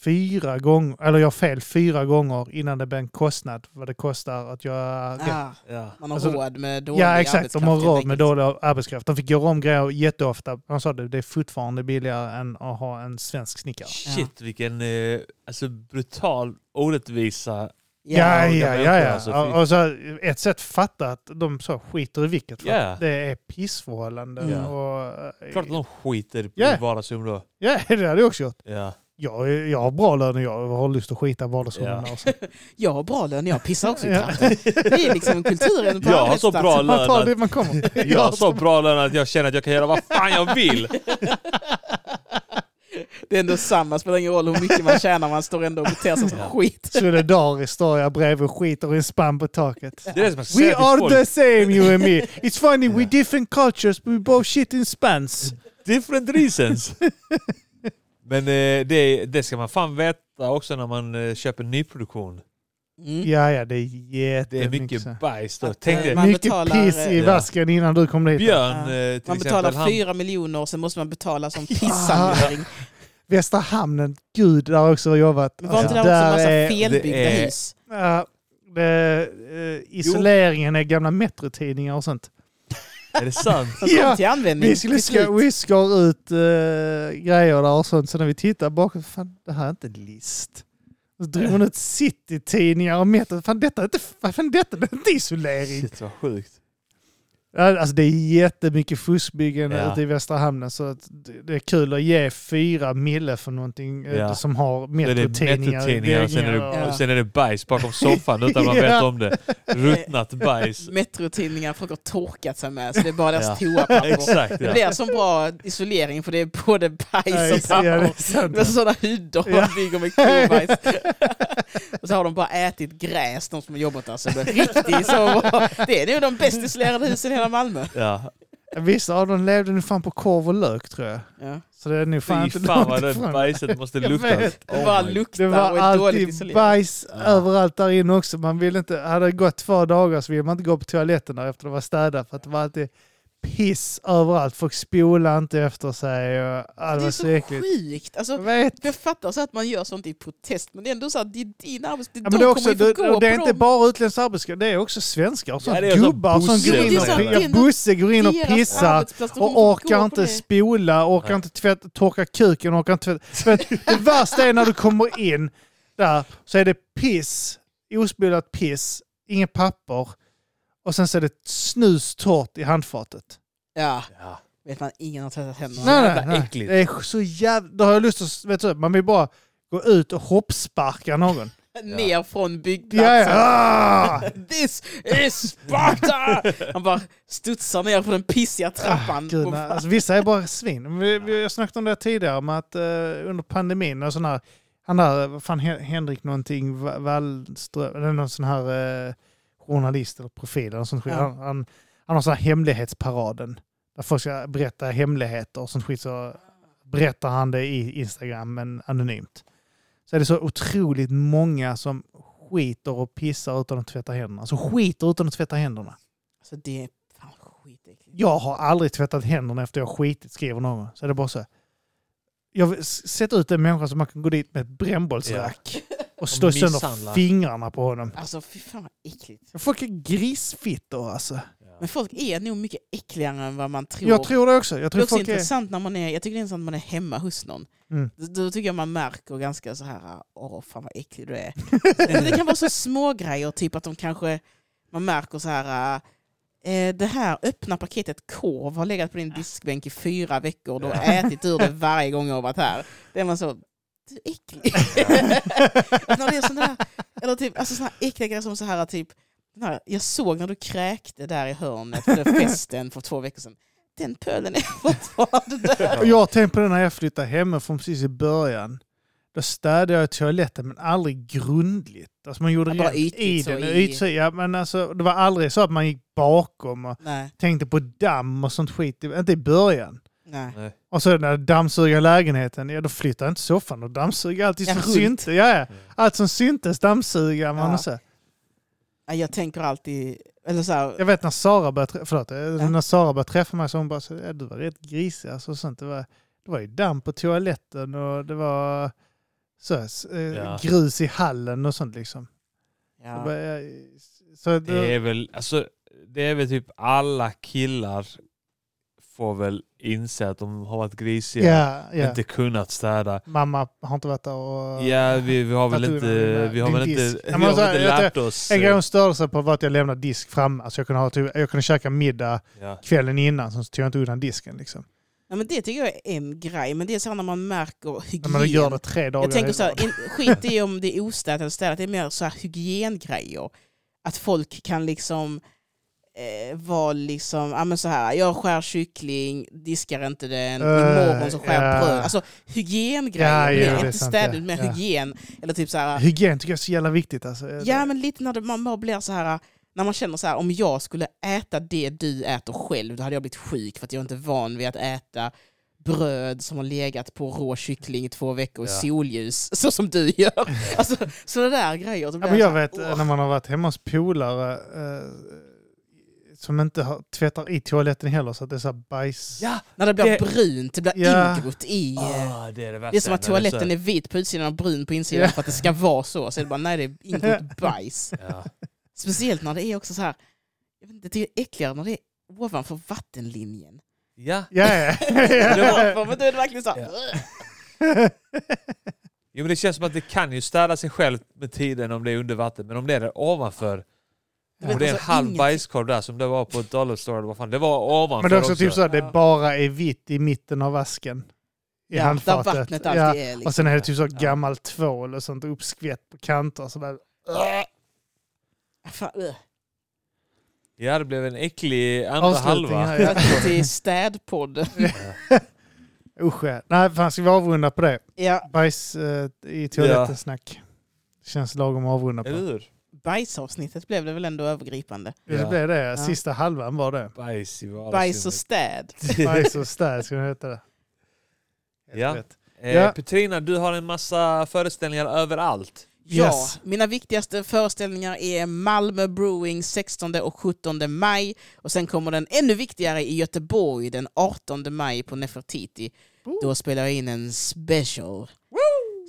Speaker 2: fyra gånger, eller göra fel fyra gånger innan det blir en kostnad, vad det kostar att göra rätt.
Speaker 3: Ah,
Speaker 1: Ja.
Speaker 3: man har
Speaker 2: Alltså,
Speaker 3: råd med dålig
Speaker 2: Ja exakt, de
Speaker 3: arbetskraft,
Speaker 2: har
Speaker 3: helt
Speaker 2: råd
Speaker 3: enkelt.
Speaker 2: med dålig arbetskraft. De fick göra om grejer jätteofta. De sa det, det är fortfarande billigare än att ha en svensk snickare.
Speaker 1: Shit vilken eh, alltså, brutal orättvisa. de
Speaker 2: Ja, ja,
Speaker 1: är
Speaker 2: ja.
Speaker 1: inte
Speaker 2: ja.
Speaker 1: alltså fy-
Speaker 2: Och- och så ett sätt att fatta att de så skiter i vilket. För
Speaker 1: Ja.
Speaker 2: att det är pissförhållanden.
Speaker 1: Ja.
Speaker 2: Och,
Speaker 1: Klart att de skiter i
Speaker 2: Ja.
Speaker 1: vardagsrum då.
Speaker 2: ja, det hade jag också gjort.
Speaker 1: Ja.
Speaker 2: Jag, är- jag har bra lön och jag har lust att skita i vardagsrummen.
Speaker 1: Ja.
Speaker 2: också.
Speaker 3: Jag har bra lön, jag pissar också i
Speaker 2: Ja.
Speaker 3: trappen. Det är liksom kulturen på
Speaker 1: Jag har så bra
Speaker 3: arbetsplatsen.
Speaker 2: Man tar
Speaker 1: lön
Speaker 2: det man kommer.
Speaker 1: att, jag har så bra lön att jag känner att jag kan göra vad fan jag vill.
Speaker 3: Det är ändå samma, spelar ingen roll hur mycket man tjänar, man står ändå och beter sig som
Speaker 1: Ja.
Speaker 3: skit.
Speaker 2: Solidariskt står jag bredvid och skiter i en spann på taket.
Speaker 1: Det är det som jag ska
Speaker 2: We
Speaker 1: säga till
Speaker 2: are
Speaker 1: folk.
Speaker 2: the same you and me. It's funny,
Speaker 1: Ja.
Speaker 2: we're different cultures but we both shit in spans.
Speaker 3: Mm.
Speaker 1: Different reasons. Men eh, det, det ska man fan veta också när man eh, köper nyproduktion.
Speaker 3: Mm.
Speaker 2: Ja, ja, det är
Speaker 1: Det är
Speaker 2: jättemycket.
Speaker 1: mycket
Speaker 2: så.
Speaker 1: bajs då.
Speaker 3: Att,
Speaker 1: Tänk
Speaker 3: eh,
Speaker 1: dig
Speaker 3: man-
Speaker 2: mycket
Speaker 3: betalar,
Speaker 2: piss i
Speaker 1: eh,
Speaker 2: vasken innan du kom dit.
Speaker 1: Björn
Speaker 3: Ja.
Speaker 1: eh, till
Speaker 3: Man
Speaker 1: exempel.
Speaker 3: betalar
Speaker 1: Han,
Speaker 3: fyra miljoner och sen måste man betala som pissanering.
Speaker 2: Västra hamnen, gud, där har jag också jobbat.
Speaker 3: Men var inte
Speaker 2: Alltså,
Speaker 3: det också en massa
Speaker 2: är-
Speaker 3: felbyggda
Speaker 1: det är-
Speaker 3: hus?
Speaker 2: ja, det, eh, isoleringen är gamla metrotidningar och sånt.
Speaker 1: är det sant?
Speaker 3: Som kom
Speaker 2: Ja,
Speaker 3: till användning
Speaker 2: Vi,
Speaker 3: till
Speaker 2: skulle
Speaker 3: slut.
Speaker 2: ska, vi skar ut eh, grejer där och sånt, så när vi tittar bakåt, fan det här är inte list. Så drog man ut citytidningar och mätte, fan detta är inte, fan, detta är inte isolering.
Speaker 1: Shit vad sjukt.
Speaker 2: Ja, Alltså det är jättemycket fuskbyggen
Speaker 1: Ja.
Speaker 2: ute i Västra Hamnen så att det det är kul att ge fyra mille för någonting eh,
Speaker 1: Ja.
Speaker 2: som har
Speaker 1: Då är det metrotidningar och sen är det,
Speaker 3: Ja.
Speaker 1: sen är det bajs bakom soffan utan man vet
Speaker 2: Ja.
Speaker 1: om det. Ruttnat bajs.
Speaker 3: Metrotidningar folk har torkat sig med, så det är bara deras toapapper.
Speaker 1: Exakt
Speaker 3: Det
Speaker 1: ja.
Speaker 3: blir som bra isolering för det är både bajs och
Speaker 2: Ja, det
Speaker 3: papper.
Speaker 2: är sant.
Speaker 3: Med sådana hyddor
Speaker 2: Ja.
Speaker 3: de bygger med kobajs. och så har de bara ätit gräs, de som har jobbat där. Så det, är riktigt, så, det är nog de bäst isolerade husen i hela Malmö.
Speaker 1: ja.
Speaker 2: Vissa av dem levde nu fan på korv och lök tror jag.
Speaker 3: Ja.
Speaker 2: Så det är nu fan
Speaker 1: Fy
Speaker 2: inte
Speaker 1: fan vad
Speaker 2: långt
Speaker 1: det
Speaker 2: ifrån.
Speaker 1: bajset måste
Speaker 2: Jag
Speaker 1: lukta. Oh
Speaker 2: vet.
Speaker 3: Det bara
Speaker 1: my-
Speaker 3: luktar
Speaker 2: Det var
Speaker 3: och är dåligt
Speaker 2: alltid
Speaker 3: isolerat.
Speaker 2: bajs
Speaker 1: Ja.
Speaker 2: överallt där inne också. Man ville inte, hade det gått två dagar så ville man inte gå på toaletten där efter att vara städat för att det var alltid piss överallt. Folk spolade inte efter sig. Och, ja, det
Speaker 3: Det
Speaker 2: var
Speaker 3: är
Speaker 2: så
Speaker 3: så
Speaker 2: äckligt.
Speaker 3: sjukt. Alltså,
Speaker 2: Jag vet.
Speaker 3: jag fattar så att man gör sånt i protest, men det är ändå så att det är din arbetsplats.
Speaker 2: Ja,
Speaker 3: de
Speaker 2: men det är, också,
Speaker 3: kommer ju
Speaker 2: det,
Speaker 3: få gå
Speaker 2: och det är
Speaker 3: på
Speaker 2: inte
Speaker 3: dem.
Speaker 2: bara utländsk arbetskraft, det är också svenskar och sånt.
Speaker 1: det är också
Speaker 2: Gubbar som
Speaker 1: Bosse
Speaker 2: går in
Speaker 1: och
Speaker 2: och,
Speaker 1: sådär.
Speaker 2: ja, Bosse går in och
Speaker 3: Deras
Speaker 2: pissar
Speaker 3: arbetsplats, de kommer
Speaker 2: och
Speaker 3: få gå
Speaker 2: orkar
Speaker 3: på
Speaker 2: inte
Speaker 3: Alltså, det.
Speaker 2: spola, orkar
Speaker 1: Nej.
Speaker 2: inte tvätta, torka kuken, orkar inte tvätta. För att det värsta är när du kommer in där så är det piss, ospolat piss, inget papper och sen så är det snus torrt i handfatet.
Speaker 3: Ja,
Speaker 1: Ja.
Speaker 3: vet man, ingen har tvättat händerna.
Speaker 2: Nej, nej,
Speaker 1: jävla
Speaker 2: nej.
Speaker 1: äckligt.
Speaker 2: Det är så jävla... Då har jag lust att, vet du, man vill bara gå ut och hoppsparka någon.
Speaker 3: Ner från
Speaker 2: Ja, ja.
Speaker 3: byggplatsen.
Speaker 2: Ah!
Speaker 3: This is Sparta! Han bara studsar ner på den pissiga trappan.
Speaker 2: Ah, Gud,
Speaker 3: Och
Speaker 2: nej.
Speaker 3: bara-
Speaker 2: alltså, vissa är bara svin. Vi, vi, jag snackade om det tidigare, om att eh, under pandemin, och sån här, han där, vad fan, Hen- Henrik någonting, Va- Wallström, eller någon sån här eh, journalist eller profil, eller sånt skit.
Speaker 3: Ja.
Speaker 2: Han, han, han har sån här hemlighetsparaden, där folk ska berätta hemligheter och sånt skit, så berättar han det i Instagram, men anonymt. Så är det så otroligt många som skiter och pissar utan att tvätta händerna. Alltså skiter utan att tvätta händerna.
Speaker 3: Alltså det är fan skitäckligt.
Speaker 2: Jag har aldrig tvättat händerna efter jag skitit, skriver någon. Så är det bara så. här. Jag vill s- sätta ut en människa som man kan gå dit med ett brännbollsrack och slå sönder
Speaker 1: misshandla.
Speaker 2: fingrarna på honom.
Speaker 3: Alltså fy fan vad äckligt.
Speaker 2: Folk är grisfittor alltså.
Speaker 3: Men folk är nog mycket äckligare än vad man tror.
Speaker 2: Jag tror det också. Jag
Speaker 3: det är
Speaker 2: tror
Speaker 3: också
Speaker 2: folk är...
Speaker 3: intressant när man är, jag tycker det är intressant när man är hemma hos någon.
Speaker 2: Mm.
Speaker 3: Då, då tycker jag man märker ganska så här, åh fan vad äcklig du är. Men det kan vara så små grejer typ att de kanske, man märker så här, eh, det här öppna paketet korv har legat på din diskbänk i fyra veckor och du har ätit ur det varje gång jag har varit här. Det är man så, du är äcklig. Alltså, när det är sån där, eller typ, alltså såna här äckliga grejer som så här typ, den här, jag såg när du kräkte där i hörnet på den festen för två veckor sedan. Den pölen är fortfarande där.
Speaker 2: Och jag har tänkt på det när jag flyttade hemifrån precis i början. Då städade jag toaletten men aldrig grundligt. Alltså man gjorde
Speaker 3: Ja, bara
Speaker 2: rent
Speaker 3: ytligt
Speaker 2: i
Speaker 3: så
Speaker 2: den.
Speaker 3: i-
Speaker 2: Ytligt, ja, men alltså, det var aldrig så att man gick bakom och
Speaker 3: Nej,
Speaker 2: tänkte på damm och sånt skit. Inte i början.
Speaker 3: nej.
Speaker 1: Nej.
Speaker 2: Och så när jag dammsuger lägenheten, ja då flyttar jag inte soffan. Då dammsuger jag allt
Speaker 3: Ja,
Speaker 2: som
Speaker 3: runt.
Speaker 2: syntes. Ja, ja.
Speaker 1: Mm.
Speaker 2: Allt som syntes dammsuger man
Speaker 3: Ja.
Speaker 2: och så.
Speaker 3: Ja, Jag tänker alltid, eller så här,
Speaker 2: Jag vet när Sara började, trä- förlåt, eh,
Speaker 3: Ja.
Speaker 2: när Sara började träffa mig så hon bara så, ja, du var rätt grisig alltså, och sånt. Det var, det var ju damm på toaletten och det var så, eh,
Speaker 1: Ja.
Speaker 2: grus i hallen och sånt liksom. Jag
Speaker 3: ja.
Speaker 2: bara, eh, så
Speaker 1: Det
Speaker 2: det,
Speaker 1: är väl, alltså, det är väl typ alla killar får väl inse att de har varit grisiga.
Speaker 2: ja, ja.
Speaker 1: Inte kunnat städa.
Speaker 2: Mamma har inte varit där och...
Speaker 1: Ja, vi, vi har väl
Speaker 2: Att du-
Speaker 1: inte, vi har
Speaker 2: din
Speaker 1: väl inte,
Speaker 2: disk.
Speaker 1: vi
Speaker 2: Ja, men
Speaker 1: har
Speaker 2: så här,
Speaker 1: väl inte
Speaker 2: jag
Speaker 1: lärt oss.
Speaker 2: En grej hon störde sig på var att jag lämnade disk framme. Alltså jag kunde, ha, typ- jag kunde käka middag
Speaker 1: Ja.
Speaker 2: kvällen innan så tog jag inte undan disken liksom.
Speaker 3: Ja, men det tycker jag är en grej, men det är så här när man märker
Speaker 2: Men
Speaker 3: hygien.
Speaker 2: man gör det tre dagar
Speaker 3: jag tänker
Speaker 2: i
Speaker 3: så här,
Speaker 2: rad.
Speaker 3: in, skit i om det är ostädat eller städat, det är mer så här hygiengrejer. Att folk kan liksom eh, vara liksom, ja men så här, jag skär kyckling, diskar inte den,
Speaker 2: Eh,
Speaker 3: imorgon så skär jag
Speaker 2: ja.
Speaker 3: bröd. Alltså hygiengrejer,
Speaker 2: Ja,
Speaker 3: mer,
Speaker 2: ja, det är
Speaker 3: inte
Speaker 2: sant,
Speaker 3: städat,
Speaker 2: ja.
Speaker 3: mer
Speaker 2: Ja.
Speaker 3: hygien. Eller typ så här,
Speaker 2: Hygien tycker jag är så jävla viktigt alltså.
Speaker 3: ja men lite när det, man bara blir så här, när man känner så här, om jag skulle äta det du äter själv, då hade jag blivit sjuk för att jag inte är van vid att äta bröd som har legat på rå kyckling i två veckor i
Speaker 1: Ja.
Speaker 3: solljus, så som du gör. Alltså, sådana där grejer. Då
Speaker 2: Ja,
Speaker 3: blir
Speaker 2: men jag
Speaker 3: så här,
Speaker 2: vet eh,
Speaker 3: "Åh."
Speaker 2: när man har varit hemma hos polare eh, som inte har, tvättar i toaletten heller så att det är så här bajs.
Speaker 1: ja.
Speaker 3: När det blir
Speaker 1: Det-
Speaker 3: brunt, det blir
Speaker 2: Ja.
Speaker 3: ingrott i... eh,
Speaker 1: Ah, det är det värsta.
Speaker 3: Det är som att
Speaker 1: när det
Speaker 3: toaletten är vit på utsidan och brun på insidan
Speaker 2: Ja.
Speaker 3: för att det ska vara så. Så är det bara, nej det är ingrott bajs.
Speaker 1: så- Ja.
Speaker 3: Speciellt när det är också så här, jag vet inte, det är äckligare när det är ovanför vattenlinjen.
Speaker 1: ja.
Speaker 2: Ja, ja.
Speaker 1: Det var-
Speaker 3: Varför? Men då är det verkligen så här,
Speaker 1: Jo, men det känns som att det kan ju städa sig själv med tiden om det är under vatten. Men om det är där ovanför,
Speaker 3: Du
Speaker 2: vet,
Speaker 1: om det är en
Speaker 3: alltså,
Speaker 1: halv
Speaker 3: ingenting-
Speaker 1: bajskorv där som det var på ett dollar store eller vad fan, det var ovanför
Speaker 2: Men det är också typ så
Speaker 1: också.
Speaker 2: att det bara är vitt i mitten av vasken. I
Speaker 3: ja, där
Speaker 2: handfatet.
Speaker 3: vattnet
Speaker 2: Ja.
Speaker 3: alltid är. Liksom.
Speaker 2: Och sen är det typ så
Speaker 1: Ja.
Speaker 2: gammal tvål och sånt uppskvätt på kanter. och Så där.
Speaker 3: Fan, ugh.
Speaker 1: Ja, det blev en äcklig andra
Speaker 2: Avslutning
Speaker 1: halva.
Speaker 2: här,
Speaker 3: Jag
Speaker 2: ja.
Speaker 3: går till städpodden.
Speaker 2: Usch ja. Nej, fan ska vi avrunda på det?
Speaker 3: Ja,
Speaker 2: Bajs eh, i toaletten-snack. Känns lagom att avrunda på.
Speaker 1: Eller hur?
Speaker 3: bajsavsnittet blev det väl ändå övergripande.
Speaker 2: Ja. Det
Speaker 1: Ja.
Speaker 2: blev det. Sista halvan var det.
Speaker 1: Bajs i
Speaker 3: Bajs och städ.
Speaker 2: Bajs och städ ska det heta det. Helt
Speaker 1: Ja.
Speaker 2: rätt.
Speaker 1: Eh,
Speaker 2: Ja.
Speaker 1: Petrina, du har en massa föreställningar överallt.
Speaker 3: Ja,
Speaker 2: Yes.
Speaker 3: mina viktigaste föreställningar är Malmö Brewing 16 och 17 maj. Och sen kommer den ännu viktigare i Göteborg den 18 maj på Nefertiti. Då spelar jag in en special.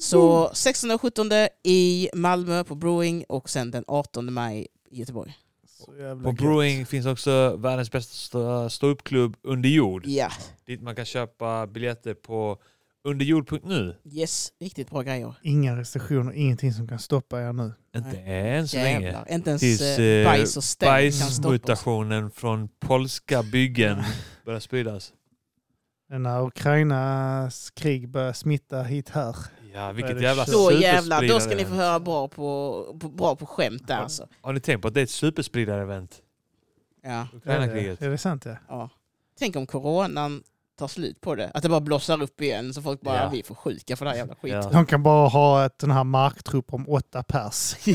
Speaker 3: Så 16 och 17 i Malmö på Brewing och sen den 18 maj i Göteborg.
Speaker 2: Så jävla
Speaker 1: På
Speaker 2: gött.
Speaker 1: Brewing finns också världens bästa stå- ståuppklubb Under jord.
Speaker 3: Ja,
Speaker 1: Dit man kan köpa biljetter på underjord.nu.
Speaker 3: yes, riktigt bra grejer.
Speaker 2: Inga restriktioner, ingenting som kan stoppa er nu.
Speaker 1: Inte än så länge.
Speaker 3: Jävlar, inte ens
Speaker 1: Tills,
Speaker 3: eh,
Speaker 1: eh,
Speaker 3: bajs och stäng kan stoppa oss.
Speaker 1: Bajsmutationen från polska byggen börjar spridas.
Speaker 2: Men När Ukrainas krig börjar smitta hit här.
Speaker 1: Ja,
Speaker 2: Är
Speaker 1: vilket
Speaker 2: det
Speaker 1: jävla
Speaker 2: kört?
Speaker 3: Då jävlar, då ska ni få
Speaker 1: superspridare-event.
Speaker 3: höra bra på, på, bra på skämt där alltså.
Speaker 1: Har ni tänkt på att det är ett superspridare-event?
Speaker 3: Ja,
Speaker 1: Ukraina-kriget.
Speaker 2: Är det sant ja?
Speaker 3: ja. Tänk om coronan tar slut på det. Att det bara blossar upp igen så folk bara,
Speaker 1: Ja.
Speaker 3: vi är för sjuka för det här jävla skiten.
Speaker 1: Ja.
Speaker 2: De kan bara ha ett, den här marktrupp om åtta pers.
Speaker 3: De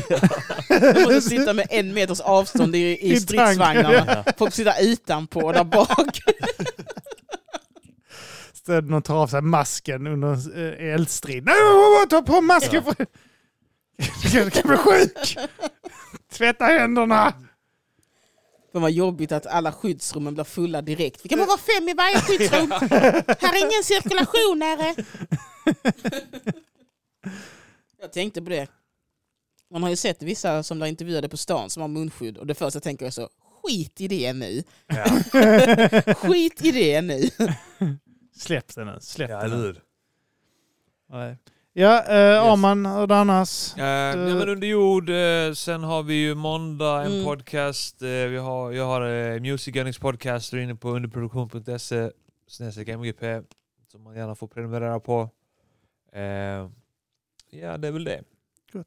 Speaker 3: måste sitta med en meters avstånd i,
Speaker 2: I
Speaker 3: i stridsvagnarna.
Speaker 1: Ja.
Speaker 3: Folk sitta utanpå och där bak.
Speaker 2: Så De tar av sig masken under en eh, eldstrid. Nej, vad- vad- ta på masken! för- Du kan bli sjuk! Tvätta händerna!
Speaker 3: Det var jobbigt att alla skyddsrummen blir fulla direkt. Vi kan bara vara fem i varje skyddsrum. Här är ingen cirkulation nere. Jag tänkte på det. Man har ju sett vissa som blir intervjuade på stan som har munskydd och det första jag tänker är så skit i det nu.
Speaker 1: Ja.
Speaker 3: Skit i det nu.
Speaker 2: Släpp den nu. Släpp
Speaker 1: ja,
Speaker 2: den
Speaker 1: eller
Speaker 2: nu.
Speaker 1: hur?
Speaker 2: Nej. Ja, eh, Arman, hur är det annars?
Speaker 1: Eh, nej, men under jord, eh, sen har vi ju måndag en
Speaker 3: Mm.
Speaker 1: podcast. Eh, vi har, jag har eh, Music Earnings podcast, du är inne på underproduktion.se snedstreck MGP som man gärna får prenumerera på. Eh, ja, det är väl det.
Speaker 2: Gott.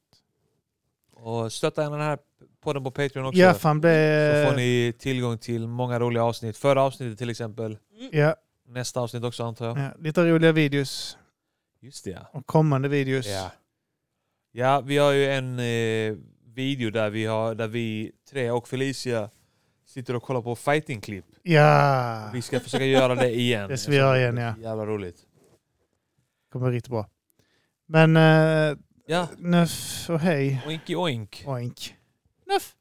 Speaker 1: Och stötta gärna den här podden på Patreon också.
Speaker 2: Ja, fan eh,
Speaker 1: Så får
Speaker 2: blev...
Speaker 1: ni tillgång till många roliga avsnitt. Förra avsnittet till exempel.
Speaker 2: Ja,
Speaker 1: Nästa avsnitt också antar jag.
Speaker 2: ja, lite roliga videos
Speaker 1: Just det ja.
Speaker 2: och kommande videos.
Speaker 1: Ja. ja, vi har ju en eh, video där vi, har, där vi tre och Felicia sitter och kollar på fighting-klipp.
Speaker 2: ja.
Speaker 1: Vi ska försöka göra det igen.
Speaker 2: Det ska vi göra igen, ja.
Speaker 1: Jävla roligt.
Speaker 2: kommer riktigt bra. Men eh,
Speaker 1: Ja,
Speaker 2: nuff och hej.
Speaker 1: oinki oink.
Speaker 2: Oink. Nuff.